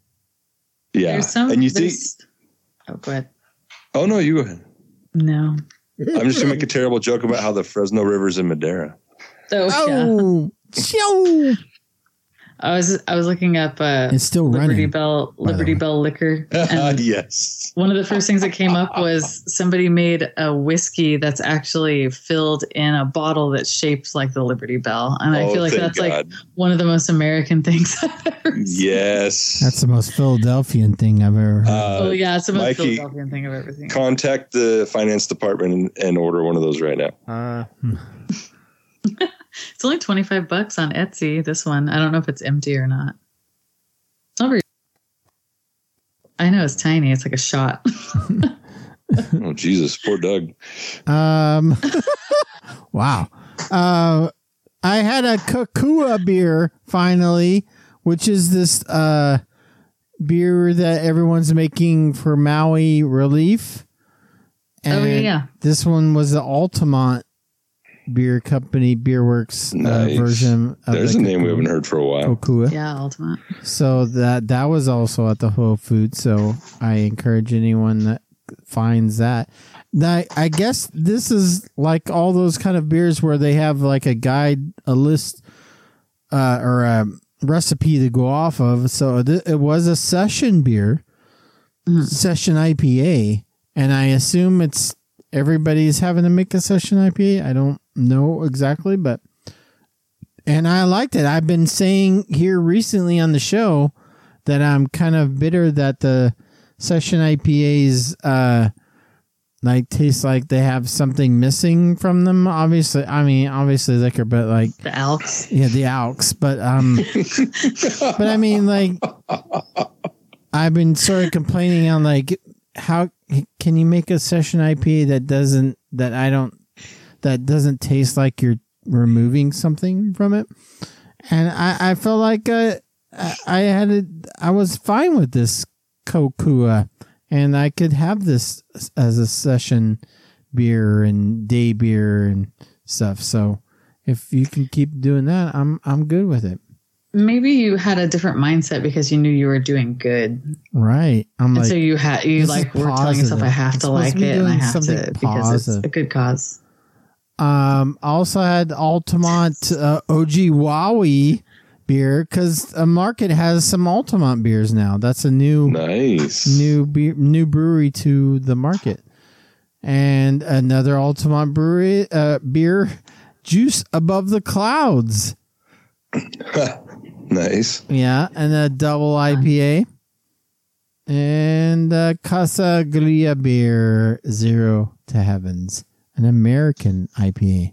[SPEAKER 1] Yeah.
[SPEAKER 3] there's some.
[SPEAKER 1] and you think,
[SPEAKER 3] there's- Oh, go ahead.
[SPEAKER 1] oh no, you. go ahead.
[SPEAKER 3] No.
[SPEAKER 1] I'm just gonna make a terrible joke about
[SPEAKER 2] [LAUGHS]
[SPEAKER 1] how the Fresno River's in Madeira.
[SPEAKER 3] Oh, yeah.
[SPEAKER 2] Oh, yeah.
[SPEAKER 3] I was I was looking up uh,
[SPEAKER 2] It's still
[SPEAKER 3] Liberty
[SPEAKER 2] running,
[SPEAKER 3] Bell
[SPEAKER 2] the
[SPEAKER 3] Liberty
[SPEAKER 2] way.
[SPEAKER 1] [LAUGHS]
[SPEAKER 3] Bell liquor. And
[SPEAKER 1] yes.
[SPEAKER 3] one of the first things that came up was somebody made a whiskey that's actually filled in a bottle that's shaped like the Liberty Bell, and I
[SPEAKER 1] Oh,
[SPEAKER 3] feel like
[SPEAKER 1] thank
[SPEAKER 3] that's like
[SPEAKER 1] God.
[SPEAKER 3] one of the most American [LAUGHS] things I've ever. seen.
[SPEAKER 1] Yes.
[SPEAKER 2] That's the most Philadelphian thing I've ever heard.
[SPEAKER 1] Uh,
[SPEAKER 3] oh yeah, it's the most
[SPEAKER 1] Mikey-
[SPEAKER 3] Philadelphian thing I've ever seen.
[SPEAKER 1] Contact the finance department and, and order one of those right
[SPEAKER 2] [LAUGHS]
[SPEAKER 1] now.
[SPEAKER 7] Uh,
[SPEAKER 3] It's only twenty five bucks on Etsy. This one, I don't know if it's empty or not. It's not very. I know it's tiny. It's like
[SPEAKER 2] [LAUGHS]
[SPEAKER 3] a shot.
[SPEAKER 1] Oh Jesus, poor Doug.
[SPEAKER 2] Um, [LAUGHS] wow. Uh, I had a Kakua beer finally, which is this uh, beer that everyone's making for Maui relief.
[SPEAKER 3] Oh, yeah, yeah.
[SPEAKER 2] This one was the Altamont Beer Company Beer Works uh,
[SPEAKER 1] Nice.
[SPEAKER 2] version. Of
[SPEAKER 1] There's a
[SPEAKER 2] the
[SPEAKER 1] name we haven't heard for a while.
[SPEAKER 2] Kakua.
[SPEAKER 3] yeah, ultimate.
[SPEAKER 2] So that that was also at the Whole Food. So I encourage anyone that finds that. Now, I guess this is like all those kind of beers where they have like a guide, a list, uh, or a recipe to go off of. So th- it was a session beer, session IPA, and I assume it's everybody's having to make a session IPA. I don't know exactly, but and I liked it. I've been saying here recently on the show that I'm kind of bitter that the session IPAs uh like taste like they have something missing from them. Obviously, I mean obviously liquor, but like
[SPEAKER 3] The Alps.
[SPEAKER 2] yeah, the Alks, but um, but I mean, like, I've been sort of complaining on like, how can you make a session IPA that doesn't that I don't that doesn't taste like you're removing something from it? And I I felt like uh, I I had it I was fine with this Kokua, and I could have this as a session beer and day beer and stuff. So if you can keep doing that, I'm I'm good with it.
[SPEAKER 3] Maybe you had a different mindset because you knew you were doing good,
[SPEAKER 2] Right. I'm
[SPEAKER 3] and
[SPEAKER 2] like
[SPEAKER 3] so you had you
[SPEAKER 2] this is
[SPEAKER 3] like were telling yourself,
[SPEAKER 2] positive.
[SPEAKER 3] "I
[SPEAKER 2] It's
[SPEAKER 3] have to
[SPEAKER 2] supposed
[SPEAKER 3] like
[SPEAKER 2] to be
[SPEAKER 3] it, and I
[SPEAKER 2] doing
[SPEAKER 3] have
[SPEAKER 2] something
[SPEAKER 3] to because it's a
[SPEAKER 2] positive.
[SPEAKER 3] good cause."
[SPEAKER 2] um I also had Altamont uh, OG Wawi beer cuz a market has some Altamont beers now. That's a new
[SPEAKER 1] Nice.
[SPEAKER 2] new be- new brewery to the market. And another Altamont brewery uh, beer juice above the clouds.
[SPEAKER 1] [LAUGHS] nice.
[SPEAKER 2] Yeah, and a double IPA. And a Casa Gria beer, Zero to Heavens. An American IPA.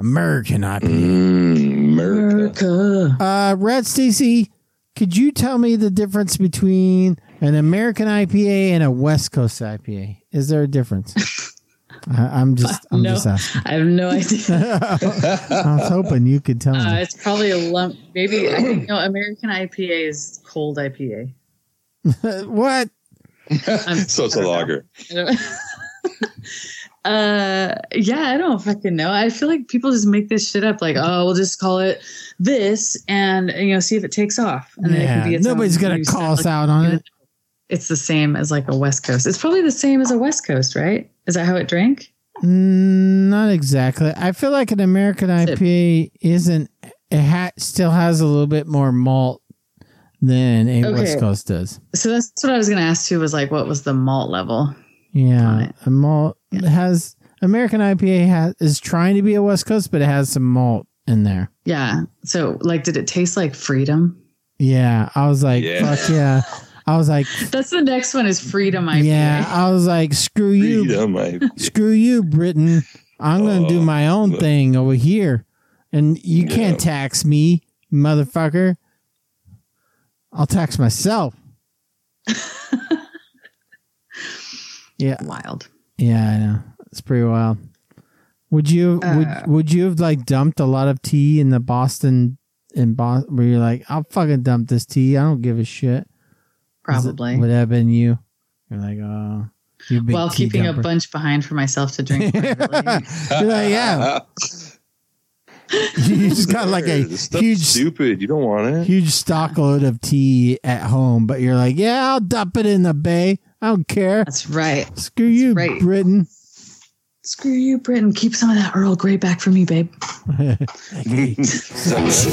[SPEAKER 2] American IPA.
[SPEAKER 1] Mm, America.
[SPEAKER 3] America.
[SPEAKER 2] Uh, Red Stacy, could you tell me the difference between an American IPA and a West Coast IPA? Is there a difference?
[SPEAKER 3] [LAUGHS]
[SPEAKER 2] I, I'm just, I'm
[SPEAKER 3] No.
[SPEAKER 2] just asking. [LAUGHS]
[SPEAKER 3] I have no idea.
[SPEAKER 2] I was hoping you could tell me.
[SPEAKER 3] Uh, it's probably a lump. Maybe I think no. American IPA is cold IPA.
[SPEAKER 2] [LAUGHS] what?
[SPEAKER 1] [LAUGHS] so it's a lager.
[SPEAKER 3] [LAUGHS] uh yeah i don't fucking know i feel like people just make this shit up like oh we'll just call it this and you know see if it takes off and it
[SPEAKER 2] Yeah,
[SPEAKER 3] its
[SPEAKER 2] nobody's
[SPEAKER 3] own
[SPEAKER 2] gonna
[SPEAKER 3] new
[SPEAKER 2] call
[SPEAKER 3] stuff.
[SPEAKER 2] us out on it.
[SPEAKER 3] it's the same as like a west coast it's probably the same as a west coast right is that how it drank
[SPEAKER 2] Mm, not exactly. I feel like an American
[SPEAKER 3] Sip.
[SPEAKER 2] IPA isn't. It ha- still has a little bit more malt than a
[SPEAKER 3] Okay.
[SPEAKER 2] West Coast does.
[SPEAKER 3] so that's what i was gonna ask too was like what was the malt level
[SPEAKER 2] Yeah,
[SPEAKER 3] Right.
[SPEAKER 2] a malt has American IPA has is trying to be a West Coast, but it has some malt in there.
[SPEAKER 3] yeah so like did it taste like freedom
[SPEAKER 2] Yeah, I was like,
[SPEAKER 1] Yeah.
[SPEAKER 2] fuck yeah. I was like,
[SPEAKER 3] that's the next one is freedom IPA.
[SPEAKER 2] yeah. I was like, screw you,
[SPEAKER 1] Freedom, I-
[SPEAKER 2] screw you, Britain. I'm going to do
[SPEAKER 1] Oh.
[SPEAKER 2] my own thing over here. And you
[SPEAKER 1] Yeah.
[SPEAKER 2] can't tax me, motherfucker. I'll tax myself. yeah.
[SPEAKER 3] wild
[SPEAKER 2] Yeah, I know. It's pretty wild. Would you
[SPEAKER 3] Uh.
[SPEAKER 2] would would you have like dumped a lot of tea in the Boston in Boston where you're like, I'll fucking dump this tea. I don't give a shit. Is it-
[SPEAKER 3] probably
[SPEAKER 2] Would that have been you? You're like, oh, you big
[SPEAKER 3] while
[SPEAKER 2] tea
[SPEAKER 3] keeping
[SPEAKER 2] dumper.
[SPEAKER 3] a bunch behind for myself
[SPEAKER 2] [LAUGHS]
[SPEAKER 3] to drink privately.
[SPEAKER 2] You're like, yeah. [LAUGHS] You just got like a
[SPEAKER 1] This stuff's
[SPEAKER 2] huge,
[SPEAKER 1] stupid. You don't want it.
[SPEAKER 2] huge stockload of tea at home, but you're like, yeah, I'll dump it in the bay. I don't care.
[SPEAKER 3] That's right.
[SPEAKER 2] Screw you,
[SPEAKER 3] right.
[SPEAKER 2] Britain. [LAUGHS]
[SPEAKER 3] Screw you, Britain. Keep some of that Earl Grey back for me, babe.
[SPEAKER 6] She's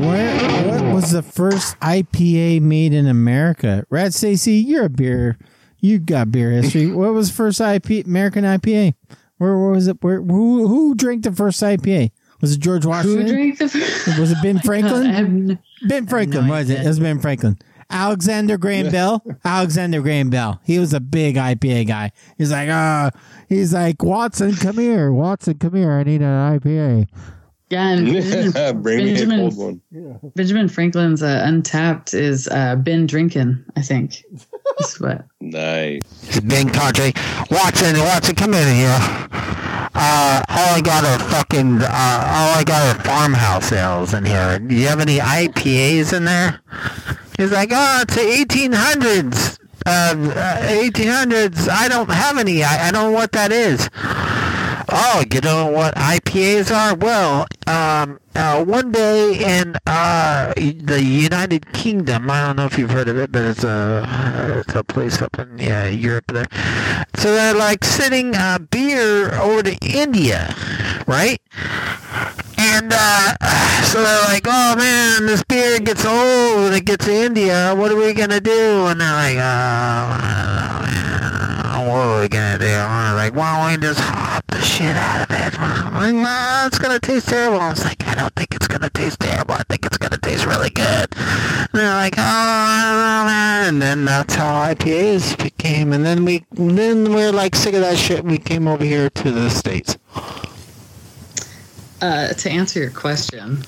[SPEAKER 2] Where, what was the first IPA made in America? Rad Stacy, you're a beer. You got beer history.
[SPEAKER 3] [LAUGHS]
[SPEAKER 2] What was first IP American IPA? Where, where was it? Where who who drank the first IPA? Was it George
[SPEAKER 3] Who
[SPEAKER 2] Washington?
[SPEAKER 3] drank the first?
[SPEAKER 2] Was it Ben
[SPEAKER 3] [LAUGHS]
[SPEAKER 2] Franklin?
[SPEAKER 3] I have n-
[SPEAKER 2] Ben Franklin, was it? It
[SPEAKER 3] idea.
[SPEAKER 2] was Ben Franklin. Alexander Graham Bell. Alexander Graham Bell. He was a big IPA guy. He's like, uh, he's like, Watson, come here. Watson, come here. I need an IPA.
[SPEAKER 1] [LAUGHS]
[SPEAKER 3] yeah,
[SPEAKER 1] [LAUGHS]
[SPEAKER 3] and Benjamin,
[SPEAKER 1] Bring me a
[SPEAKER 3] Benjamin-
[SPEAKER 1] cold one.
[SPEAKER 3] Benjamin Franklin's uh, Untapped is uh, Ben Drinking, I think. That's what.
[SPEAKER 1] Nice.
[SPEAKER 7] Ben Country. Watson, Watson, come in here. Uh, all I got are fucking, uh, all I got are farmhouse ales in here. Do you have any IPAs in there? He's like, oh, it's the 1800s. Um, uh, 1800s. I don't have any. I, I don't know what that is. Oh, you know what IPAs are? Well, um, uh, one day in uh, the United Kingdom, I don't know if you've heard of it, but it's a, it's a place up in yeah, Europe there. So they're like sending uh, beer over to India, right? And uh, so they're like, oh man, this beer gets old when it gets to India. What are we going to do? And they're like, oh, I don't know, man what are we gonna do? I'm like, why don't we just hop the shit out of it? I'm like, nah, it's gonna taste terrible. I was like, I don't think it's gonna taste terrible. I think it's gonna taste really good. And they're like, oh, I don't know, man. And then that's how IPAs became. And then we, then we were like sick of that shit. and We came over here to the states.
[SPEAKER 3] Uh, to answer your question,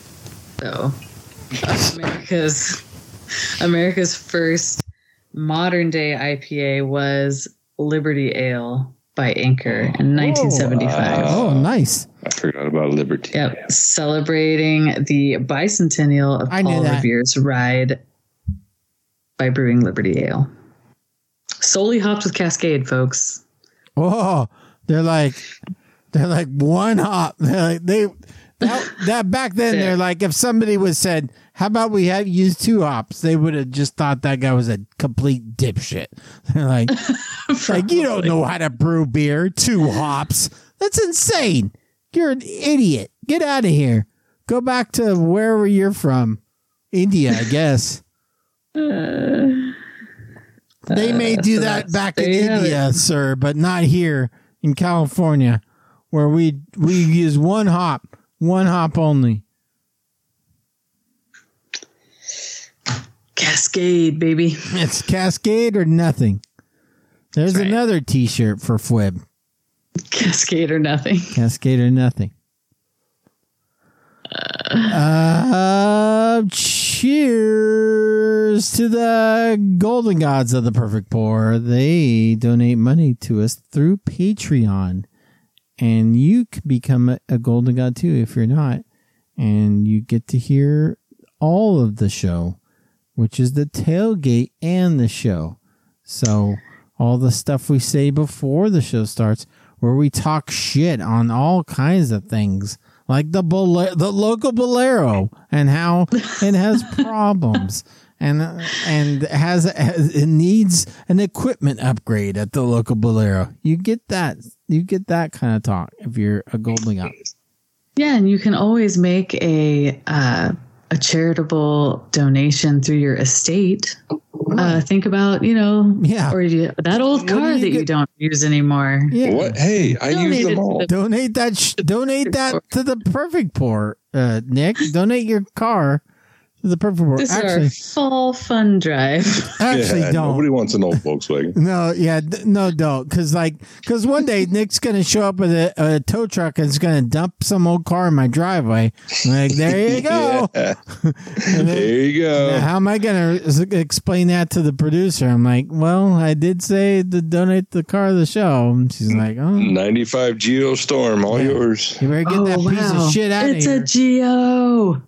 [SPEAKER 3] though, America's America's first modern day IPA was Liberty Ale by Anchor in 1975.
[SPEAKER 2] Oh, nice.
[SPEAKER 1] I forgot about Liberty.
[SPEAKER 3] Yep, celebrating the bicentennial of
[SPEAKER 2] I knew
[SPEAKER 3] Paul
[SPEAKER 2] that.
[SPEAKER 3] Revere's ride by brewing Liberty Ale. Solely hopped with
[SPEAKER 2] [LAUGHS]
[SPEAKER 3] Cascade, folks.
[SPEAKER 2] Oh, they're like, they're like one hop. [LAUGHS] They're like, they, that, that back then, they're like, if somebody was said, how about we have used two hops, they would have just thought that guy was a complete dipshit. [LAUGHS] They're like, like you don't know how to brew beer, two hops. That's insane. You're an idiot. Get out of here. Go back to wherever you're from, India, I guess.
[SPEAKER 3] Uh,
[SPEAKER 2] They may do that back in
[SPEAKER 3] there you have
[SPEAKER 2] India, sir, but not here in California, where we we use one hop, one hop only.
[SPEAKER 3] Cascade, baby. [LAUGHS]
[SPEAKER 2] It's Cascade or nothing. There's
[SPEAKER 3] right.
[SPEAKER 2] another T-shirt for Fwib.
[SPEAKER 3] Cascade or nothing.
[SPEAKER 2] Cascade or nothing. Uh, cheers to the golden gods of the perfect poor. They donate money to us through Patreon. And you can become a, a golden god too if you're not. And you get to hear all of the show, which is the tailgate and the show. So all the stuff we say before the show starts, where we talk shit on all kinds of things, like the bol- the local bolero and how it
[SPEAKER 3] [LAUGHS]
[SPEAKER 2] has problems and and has, has it needs an equipment upgrade at the local bolero. You get that you get that kind of talk if you're a golden up.
[SPEAKER 3] Yeah, and you can always make a uh, a charitable donation through your estate. Uh, think about you know,
[SPEAKER 2] Yeah.
[SPEAKER 3] or you, that old
[SPEAKER 2] do
[SPEAKER 3] car
[SPEAKER 2] you
[SPEAKER 3] that you
[SPEAKER 2] get-
[SPEAKER 3] don't use anymore.
[SPEAKER 2] Yeah.
[SPEAKER 1] What? Hey, I
[SPEAKER 3] Donated
[SPEAKER 1] used them
[SPEAKER 3] to
[SPEAKER 1] all.
[SPEAKER 2] Donate that. Sh- donate that to the perfect poor, uh, Nick. Donate your car This is the perfect word.
[SPEAKER 3] This
[SPEAKER 2] Actually,
[SPEAKER 3] is our fall fun drive. [LAUGHS]
[SPEAKER 2] actually,
[SPEAKER 1] yeah,
[SPEAKER 2] don't.
[SPEAKER 1] Nobody wants an old Volkswagen.
[SPEAKER 2] No, yeah, d- no, don't, because like, because one day Nick's gonna show up with a, a tow truck and is gonna dump some old car in my driveway. Like, there you [LAUGHS] go.
[SPEAKER 1] [LAUGHS] Yeah.
[SPEAKER 2] And then-
[SPEAKER 1] There you
[SPEAKER 2] now,
[SPEAKER 1] go.
[SPEAKER 2] how am I gonna s- explain that to the producer? I'm like, well, I did say to donate the car to the show. And she's like, oh,
[SPEAKER 1] 95 Geo Storm, all
[SPEAKER 2] Yeah.
[SPEAKER 1] yours.
[SPEAKER 2] you better get that piece of shit out
[SPEAKER 3] Oh, It's
[SPEAKER 2] of here.
[SPEAKER 3] a geo.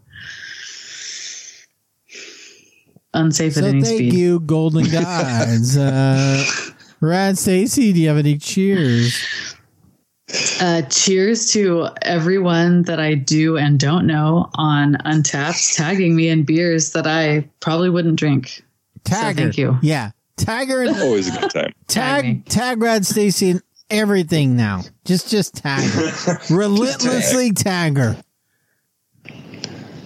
[SPEAKER 3] Unsafe
[SPEAKER 2] so
[SPEAKER 3] at any
[SPEAKER 2] thank
[SPEAKER 3] speed.
[SPEAKER 2] you,
[SPEAKER 3] [LAUGHS]
[SPEAKER 2] Golden Gods. uh, Rad Stacy, do you have any cheers?
[SPEAKER 3] Uh, cheers to everyone that I do and don't know on Untapped tagging me in beers that I probably wouldn't drink.
[SPEAKER 2] Tagger.
[SPEAKER 3] thank you.
[SPEAKER 2] Yeah, Tagger
[SPEAKER 3] [LAUGHS]
[SPEAKER 2] and
[SPEAKER 1] Always a good
[SPEAKER 2] [LAUGHS]
[SPEAKER 1] time.
[SPEAKER 3] Tag me.
[SPEAKER 2] tag tag Rad Stacy in everything now. Just just tag her. relentlessly tag her.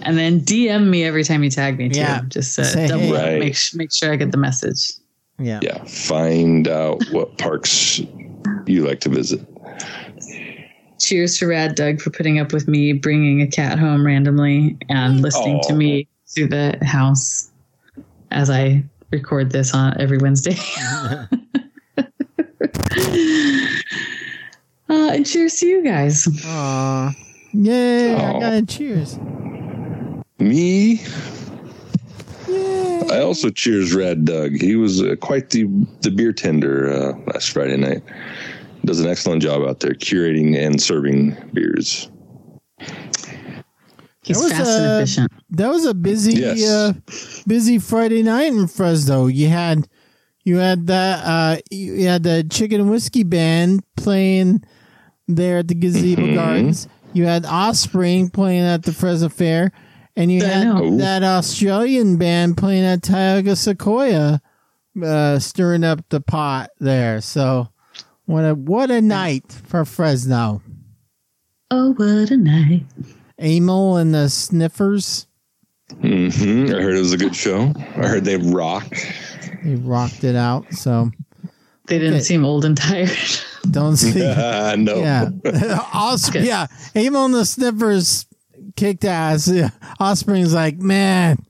[SPEAKER 3] And then DM me every time you tag me, too.
[SPEAKER 2] Yeah.
[SPEAKER 3] Just uh,
[SPEAKER 2] Say
[SPEAKER 3] double
[SPEAKER 2] hey.
[SPEAKER 3] up,
[SPEAKER 1] Right.
[SPEAKER 3] make, sh- make sure I get the message.
[SPEAKER 2] Yeah.
[SPEAKER 1] Yeah. Find out what parks you like to visit.
[SPEAKER 3] Cheers to Rad Doug for putting up with me bringing a cat home randomly and listening to
[SPEAKER 1] Aw.
[SPEAKER 3] me through the house as I record this on every Wednesday. [LAUGHS] uh, and cheers to you guys.
[SPEAKER 2] Aw. Yay, I
[SPEAKER 1] Aw.
[SPEAKER 2] got a cheers.
[SPEAKER 1] Me. I also cheers Rad Doug. He was uh, quite the the beer tender uh, last Friday night. Does an excellent job out there curating and serving beers.
[SPEAKER 3] He's
[SPEAKER 2] That was,
[SPEAKER 3] fast
[SPEAKER 2] uh,
[SPEAKER 3] and efficient.
[SPEAKER 2] That was a busy
[SPEAKER 1] Yes.
[SPEAKER 2] uh, busy Friday night in Fresno. You had you had that uh you you had the chicken and whiskey band playing there at the gazebo gardens. You had Offspring playing at the Fresno Fair. And you
[SPEAKER 3] I
[SPEAKER 2] had
[SPEAKER 3] know.
[SPEAKER 2] that Australian band playing at Tioga Sequoia, uh, stirring up the pot there. So what a what a night for Fresno.
[SPEAKER 3] Oh, what a night.
[SPEAKER 2] Emil and the Sniffers,
[SPEAKER 1] hmm I heard it was a good show. I heard they rock.
[SPEAKER 2] they rocked it out. So
[SPEAKER 3] They didn't
[SPEAKER 2] Okay.
[SPEAKER 3] seem old
[SPEAKER 2] [LAUGHS]
[SPEAKER 3] and tired.
[SPEAKER 1] [LAUGHS]
[SPEAKER 2] don't see.
[SPEAKER 1] Ah, no.
[SPEAKER 2] Yeah.
[SPEAKER 1] [LAUGHS]
[SPEAKER 2] Osp-
[SPEAKER 3] Okay.
[SPEAKER 2] Yeah. Amo and the Sniffers kicked ass. Yeah. Offspring's like, man,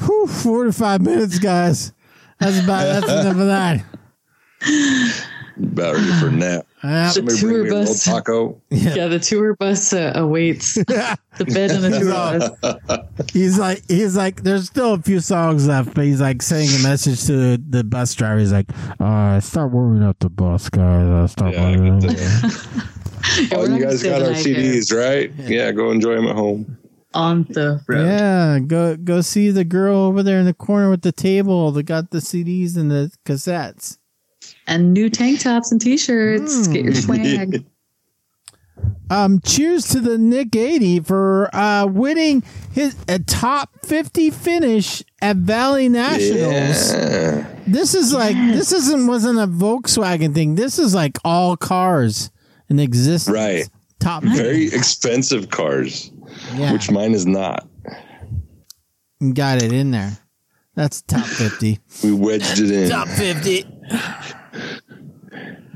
[SPEAKER 2] whew, 45 minutes, guys. That's about that's enough of that.
[SPEAKER 1] About ready for a nap. [LAUGHS]
[SPEAKER 2] Yeah.
[SPEAKER 1] Somebody
[SPEAKER 3] tour
[SPEAKER 1] bring me a little
[SPEAKER 3] bus.
[SPEAKER 1] taco.
[SPEAKER 3] yeah, the tour bus uh, awaits. the bed
[SPEAKER 2] [LAUGHS]
[SPEAKER 3] and the tour bus.
[SPEAKER 2] He's like, he's like, there's still a few songs left, but he's like sending a message to the bus driver. He's like, uh, start warming up the bus, guys. Uh, start
[SPEAKER 1] Yeah,
[SPEAKER 2] warming
[SPEAKER 1] get
[SPEAKER 2] up. [LAUGHS]
[SPEAKER 3] Yeah,
[SPEAKER 1] Oh,
[SPEAKER 3] we're not
[SPEAKER 1] you
[SPEAKER 3] gonna
[SPEAKER 1] guys
[SPEAKER 3] stay
[SPEAKER 1] got
[SPEAKER 3] the
[SPEAKER 1] our
[SPEAKER 3] night here.
[SPEAKER 1] CDs, right? Yeah, go enjoy them at home.
[SPEAKER 3] on the road.
[SPEAKER 2] Yeah, go go see the girl over there in the corner with the table that got the CDs and the cassettes.
[SPEAKER 3] And new tank tops and t-shirts. Get your
[SPEAKER 1] [LAUGHS]
[SPEAKER 2] Mm.
[SPEAKER 3] swag.
[SPEAKER 2] Um, cheers to the Nick 80 for uh, winning his a top 50 finish at Valley Nationals.
[SPEAKER 1] Yeah.
[SPEAKER 2] This is like this isn't wasn't a Volkswagen thing. This is like all cars in existence.
[SPEAKER 1] Right.
[SPEAKER 2] Top
[SPEAKER 1] Very expensive cars,
[SPEAKER 2] yeah,
[SPEAKER 1] which mine is not.
[SPEAKER 2] got it in there. That's
[SPEAKER 1] [LAUGHS]
[SPEAKER 2] top 50.
[SPEAKER 1] We wedged it in.
[SPEAKER 2] 50.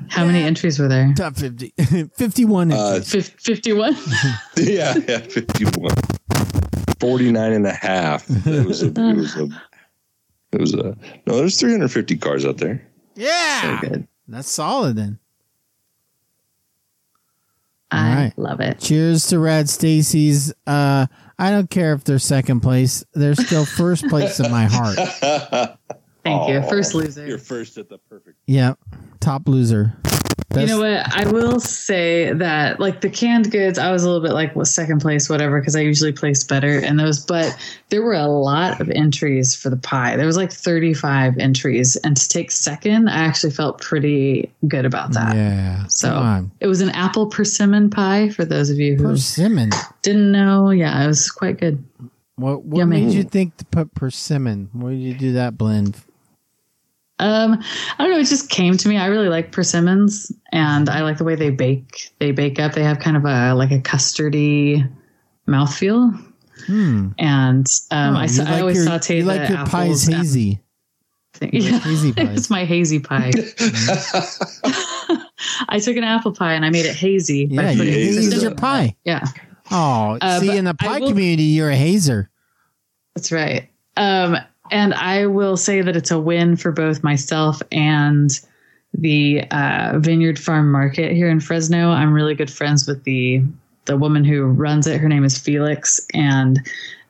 [SPEAKER 3] How many entries were there?
[SPEAKER 2] Top [LAUGHS] 50. 51
[SPEAKER 1] Uh,
[SPEAKER 2] inches.
[SPEAKER 3] Fif-
[SPEAKER 2] [LAUGHS]
[SPEAKER 3] 51.
[SPEAKER 1] [LAUGHS] yeah, yeah, 51. 49 and a half. It was a, it was a, it was a, no, there's 350 cars out there.
[SPEAKER 2] Yeah. That's solid then.
[SPEAKER 3] [LAUGHS] I
[SPEAKER 2] All right.
[SPEAKER 3] love it.
[SPEAKER 2] Cheers to Rad Stacy's. Uh, I don't care if they're second place. They're still first place in my heart.
[SPEAKER 3] Thank you.
[SPEAKER 1] Aw.
[SPEAKER 3] First loser.
[SPEAKER 1] [LAUGHS] Oh, You're first at the perfect.
[SPEAKER 2] Yeah, top loser.
[SPEAKER 3] you
[SPEAKER 2] Best-
[SPEAKER 3] know what? I will say that, like the canned goods, I was a little bit like, well, second place, whatever, because I usually place better in those. But there were a lot of entries for the pie. There was like 35 entries. And to take second, I actually felt pretty good about that.
[SPEAKER 2] Yeah.
[SPEAKER 3] So
[SPEAKER 2] Come on.
[SPEAKER 3] it was an apple persimmon pie for those of you who
[SPEAKER 2] Persimmon.
[SPEAKER 3] didn't know. Yeah, it was quite good.
[SPEAKER 2] What, what
[SPEAKER 3] Yummy.
[SPEAKER 2] made you think to put persimmon? Why did you do that blend?
[SPEAKER 3] Um, I don't know. It just came to me. I really like persimmons, and I like the way they bake. They bake up. They have kind of a like a custardy mouthfeel.
[SPEAKER 2] Hmm.
[SPEAKER 3] And um,
[SPEAKER 2] Huh, Oh,
[SPEAKER 3] I,
[SPEAKER 2] you
[SPEAKER 3] sa- I
[SPEAKER 2] like
[SPEAKER 3] always
[SPEAKER 2] your,
[SPEAKER 3] saute
[SPEAKER 2] you
[SPEAKER 3] the
[SPEAKER 2] like your
[SPEAKER 3] apples.
[SPEAKER 2] pies
[SPEAKER 3] and-
[SPEAKER 2] hazy. You like hazy pies.
[SPEAKER 3] [LAUGHS] it's my hazy pie. [LAUGHS]
[SPEAKER 1] Mm-hmm.
[SPEAKER 3] I took an apple pie and I made it hazy. by
[SPEAKER 2] Yeah, you
[SPEAKER 3] putting
[SPEAKER 1] hazy
[SPEAKER 2] hazed
[SPEAKER 3] cinnamon-
[SPEAKER 2] your pie.
[SPEAKER 3] Yeah.
[SPEAKER 2] Oh,
[SPEAKER 3] Uh,
[SPEAKER 2] see,
[SPEAKER 3] but
[SPEAKER 2] in the
[SPEAKER 3] I
[SPEAKER 2] pie
[SPEAKER 3] will-
[SPEAKER 2] community, you're a hazer.
[SPEAKER 3] That's right. Um, and I will say that it's a win for both myself and the uh, Vineyard Farm Market here in Fresno. I'm really good friends with the the woman who runs it. Her name is Felix, and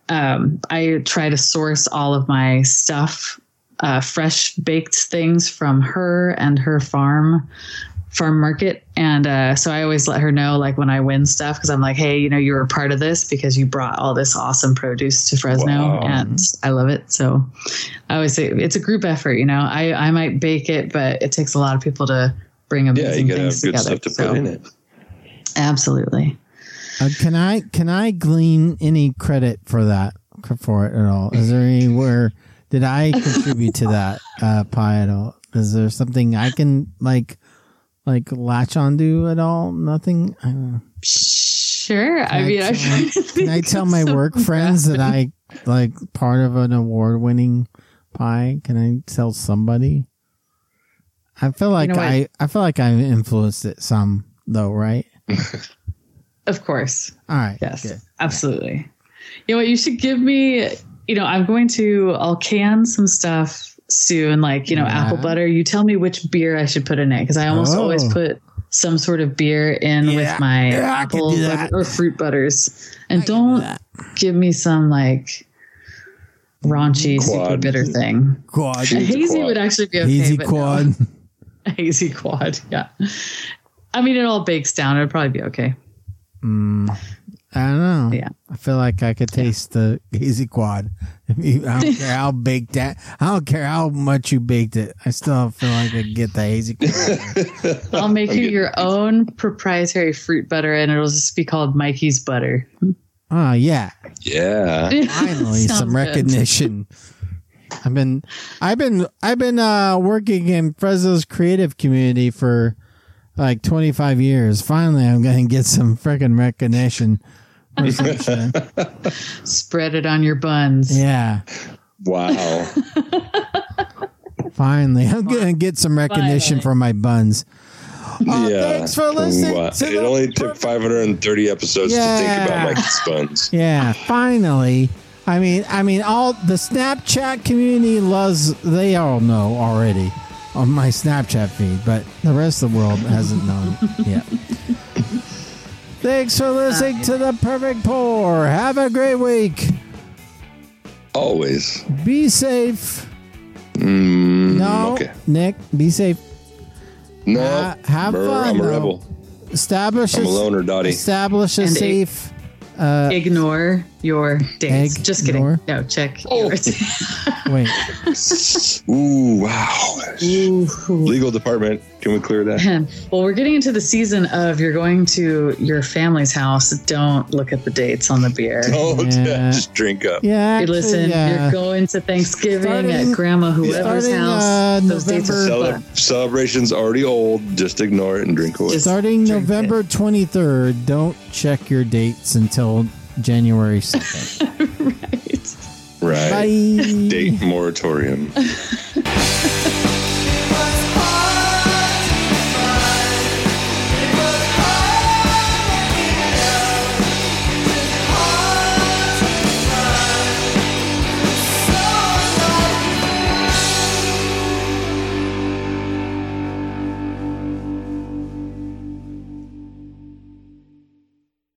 [SPEAKER 3] um, I try to source all of my stuff, uh, fresh baked things from her and her farm farm market. And uh, so I always let her know, like when I win stuff, because I'm like, hey, you know, you were a part of this because you brought all this awesome produce to Fresno,
[SPEAKER 1] Wow.
[SPEAKER 3] and I love it. So I always say it's a group effort. You know, I I might bake it, but it takes a lot of people to bring
[SPEAKER 1] Yeah, you
[SPEAKER 3] amazing
[SPEAKER 1] gotta have
[SPEAKER 3] things
[SPEAKER 1] good
[SPEAKER 3] together.
[SPEAKER 1] stuff to
[SPEAKER 3] So,
[SPEAKER 1] put in it.
[SPEAKER 3] Absolutely.
[SPEAKER 2] Uh, can I can I glean any credit for that for it at all? Is there anywhere did I contribute to that uh, pie at all? Is there something I can like like latch onto at all? Nothing. I don't know.
[SPEAKER 3] Sure. I
[SPEAKER 2] I
[SPEAKER 3] mean, I'm
[SPEAKER 2] tell-
[SPEAKER 3] trying [LAUGHS] to
[SPEAKER 2] Can I
[SPEAKER 3] think
[SPEAKER 2] tell
[SPEAKER 3] of
[SPEAKER 2] my
[SPEAKER 3] some
[SPEAKER 2] work friends that I like part of an award winning pie? Can I tell somebody? I feel like
[SPEAKER 3] know what?
[SPEAKER 2] I I feel like I influenced it some though, right?
[SPEAKER 3] Of course.
[SPEAKER 2] All right.
[SPEAKER 3] Yes.
[SPEAKER 2] good.
[SPEAKER 3] Absolutely. You know what? You should give me, you know, I'm going to, I'll can some stuff soon, like, you know,
[SPEAKER 2] Yeah.
[SPEAKER 3] apple butter. You tell me which beer I should put in it because I almost
[SPEAKER 2] Oh.
[SPEAKER 3] always put some sort of beer in
[SPEAKER 2] Yeah.
[SPEAKER 3] with my
[SPEAKER 2] Yeah, I can
[SPEAKER 3] apple
[SPEAKER 2] do
[SPEAKER 3] butter
[SPEAKER 2] that.
[SPEAKER 3] or fruit butters. And
[SPEAKER 2] do
[SPEAKER 3] don't
[SPEAKER 2] that.
[SPEAKER 3] give me some like raunchy, super
[SPEAKER 1] Quad.
[SPEAKER 3] bitter thing.
[SPEAKER 2] Quad.
[SPEAKER 3] A
[SPEAKER 1] Hazy
[SPEAKER 3] hazy
[SPEAKER 1] quad.
[SPEAKER 3] would actually be okay.
[SPEAKER 2] Easy
[SPEAKER 3] but no.
[SPEAKER 2] quad.
[SPEAKER 3] [LAUGHS] A hazy quad. Yeah. I mean, it all bakes down. It'd probably be okay.
[SPEAKER 2] Mm, I don't know.
[SPEAKER 3] Yeah.
[SPEAKER 2] I feel like I could taste the easy quad. [LAUGHS] If you- I don't care how baked that. I don't care how much you baked it. I still feel like I could get the hazy quad.
[SPEAKER 3] I'll make you your own proprietary fruit butter, and it'll just be called Mikey's butter.
[SPEAKER 2] oh yeah,
[SPEAKER 1] [LAUGHS] Yeah.
[SPEAKER 3] [LAUGHS]
[SPEAKER 2] finally
[SPEAKER 3] Sounds
[SPEAKER 2] some
[SPEAKER 3] good.
[SPEAKER 2] recognition. I've been, I've been, I've been uh, working in Fresno's creative community for like 25 years. Finally, I'm gonna get some freaking recognition. or some shit.
[SPEAKER 3] Spread it on your buns.
[SPEAKER 2] yeah,
[SPEAKER 1] Wow.
[SPEAKER 2] Finally, I'm gonna get some recognition
[SPEAKER 3] Finally.
[SPEAKER 2] for my buns. Uh, Thanks for listening.
[SPEAKER 1] Wow.
[SPEAKER 2] to
[SPEAKER 1] It
[SPEAKER 2] the-
[SPEAKER 1] only took 530 episodes to think
[SPEAKER 2] Yeah.
[SPEAKER 1] about Mike's
[SPEAKER 2] [LAUGHS]
[SPEAKER 1] buns.
[SPEAKER 2] yeah, finally. I mean, I mean, all the Snapchat community loves. They all know already on my Snapchat feed, but the rest of the world hasn't known yet. [LAUGHS] Thanks for listening to the Perfect Pour. Have a great week.
[SPEAKER 1] Always. Mm,
[SPEAKER 2] Be safe. no,
[SPEAKER 1] okay.
[SPEAKER 2] Nick, be safe.
[SPEAKER 1] No.
[SPEAKER 2] Uh, have
[SPEAKER 1] brr,
[SPEAKER 2] fun,
[SPEAKER 1] I'm a
[SPEAKER 2] though.
[SPEAKER 1] rebel.
[SPEAKER 2] Establish
[SPEAKER 1] I'm
[SPEAKER 2] a-
[SPEAKER 1] a loner,
[SPEAKER 2] [LAUGHS]
[SPEAKER 1] Dottie.
[SPEAKER 2] Establish a
[SPEAKER 3] And a-
[SPEAKER 2] safe.
[SPEAKER 3] Ignore your days.
[SPEAKER 2] Egg
[SPEAKER 3] Just kidding.
[SPEAKER 2] nor-
[SPEAKER 3] No, check. [LAUGHS]
[SPEAKER 2] Wait.
[SPEAKER 1] Ooh, wow. Legal department. Can we clear
[SPEAKER 2] [LAUGHS]
[SPEAKER 1] that?
[SPEAKER 3] well, we're getting into the season of you're going to your family's house. Don't look at the dates on the beer.
[SPEAKER 1] Oh,
[SPEAKER 2] Yeah.
[SPEAKER 1] just drink up.
[SPEAKER 2] Yeah.
[SPEAKER 3] Hey,
[SPEAKER 2] actually,
[SPEAKER 3] listen,
[SPEAKER 2] yeah.
[SPEAKER 3] you're going to Thanksgiving
[SPEAKER 2] Starting-
[SPEAKER 3] at grandma whoever's
[SPEAKER 2] starting,
[SPEAKER 3] house.
[SPEAKER 2] uh,
[SPEAKER 3] Those dates are
[SPEAKER 2] November-
[SPEAKER 1] Cele-
[SPEAKER 3] fun.
[SPEAKER 1] celebration's already old. Just ignore it and drink away.
[SPEAKER 3] Just-
[SPEAKER 2] Starting
[SPEAKER 3] drink
[SPEAKER 2] November 23rd, don't check your dates until January 2nd.
[SPEAKER 3] Right.
[SPEAKER 1] right.
[SPEAKER 2] Bye.
[SPEAKER 1] Date moratorium.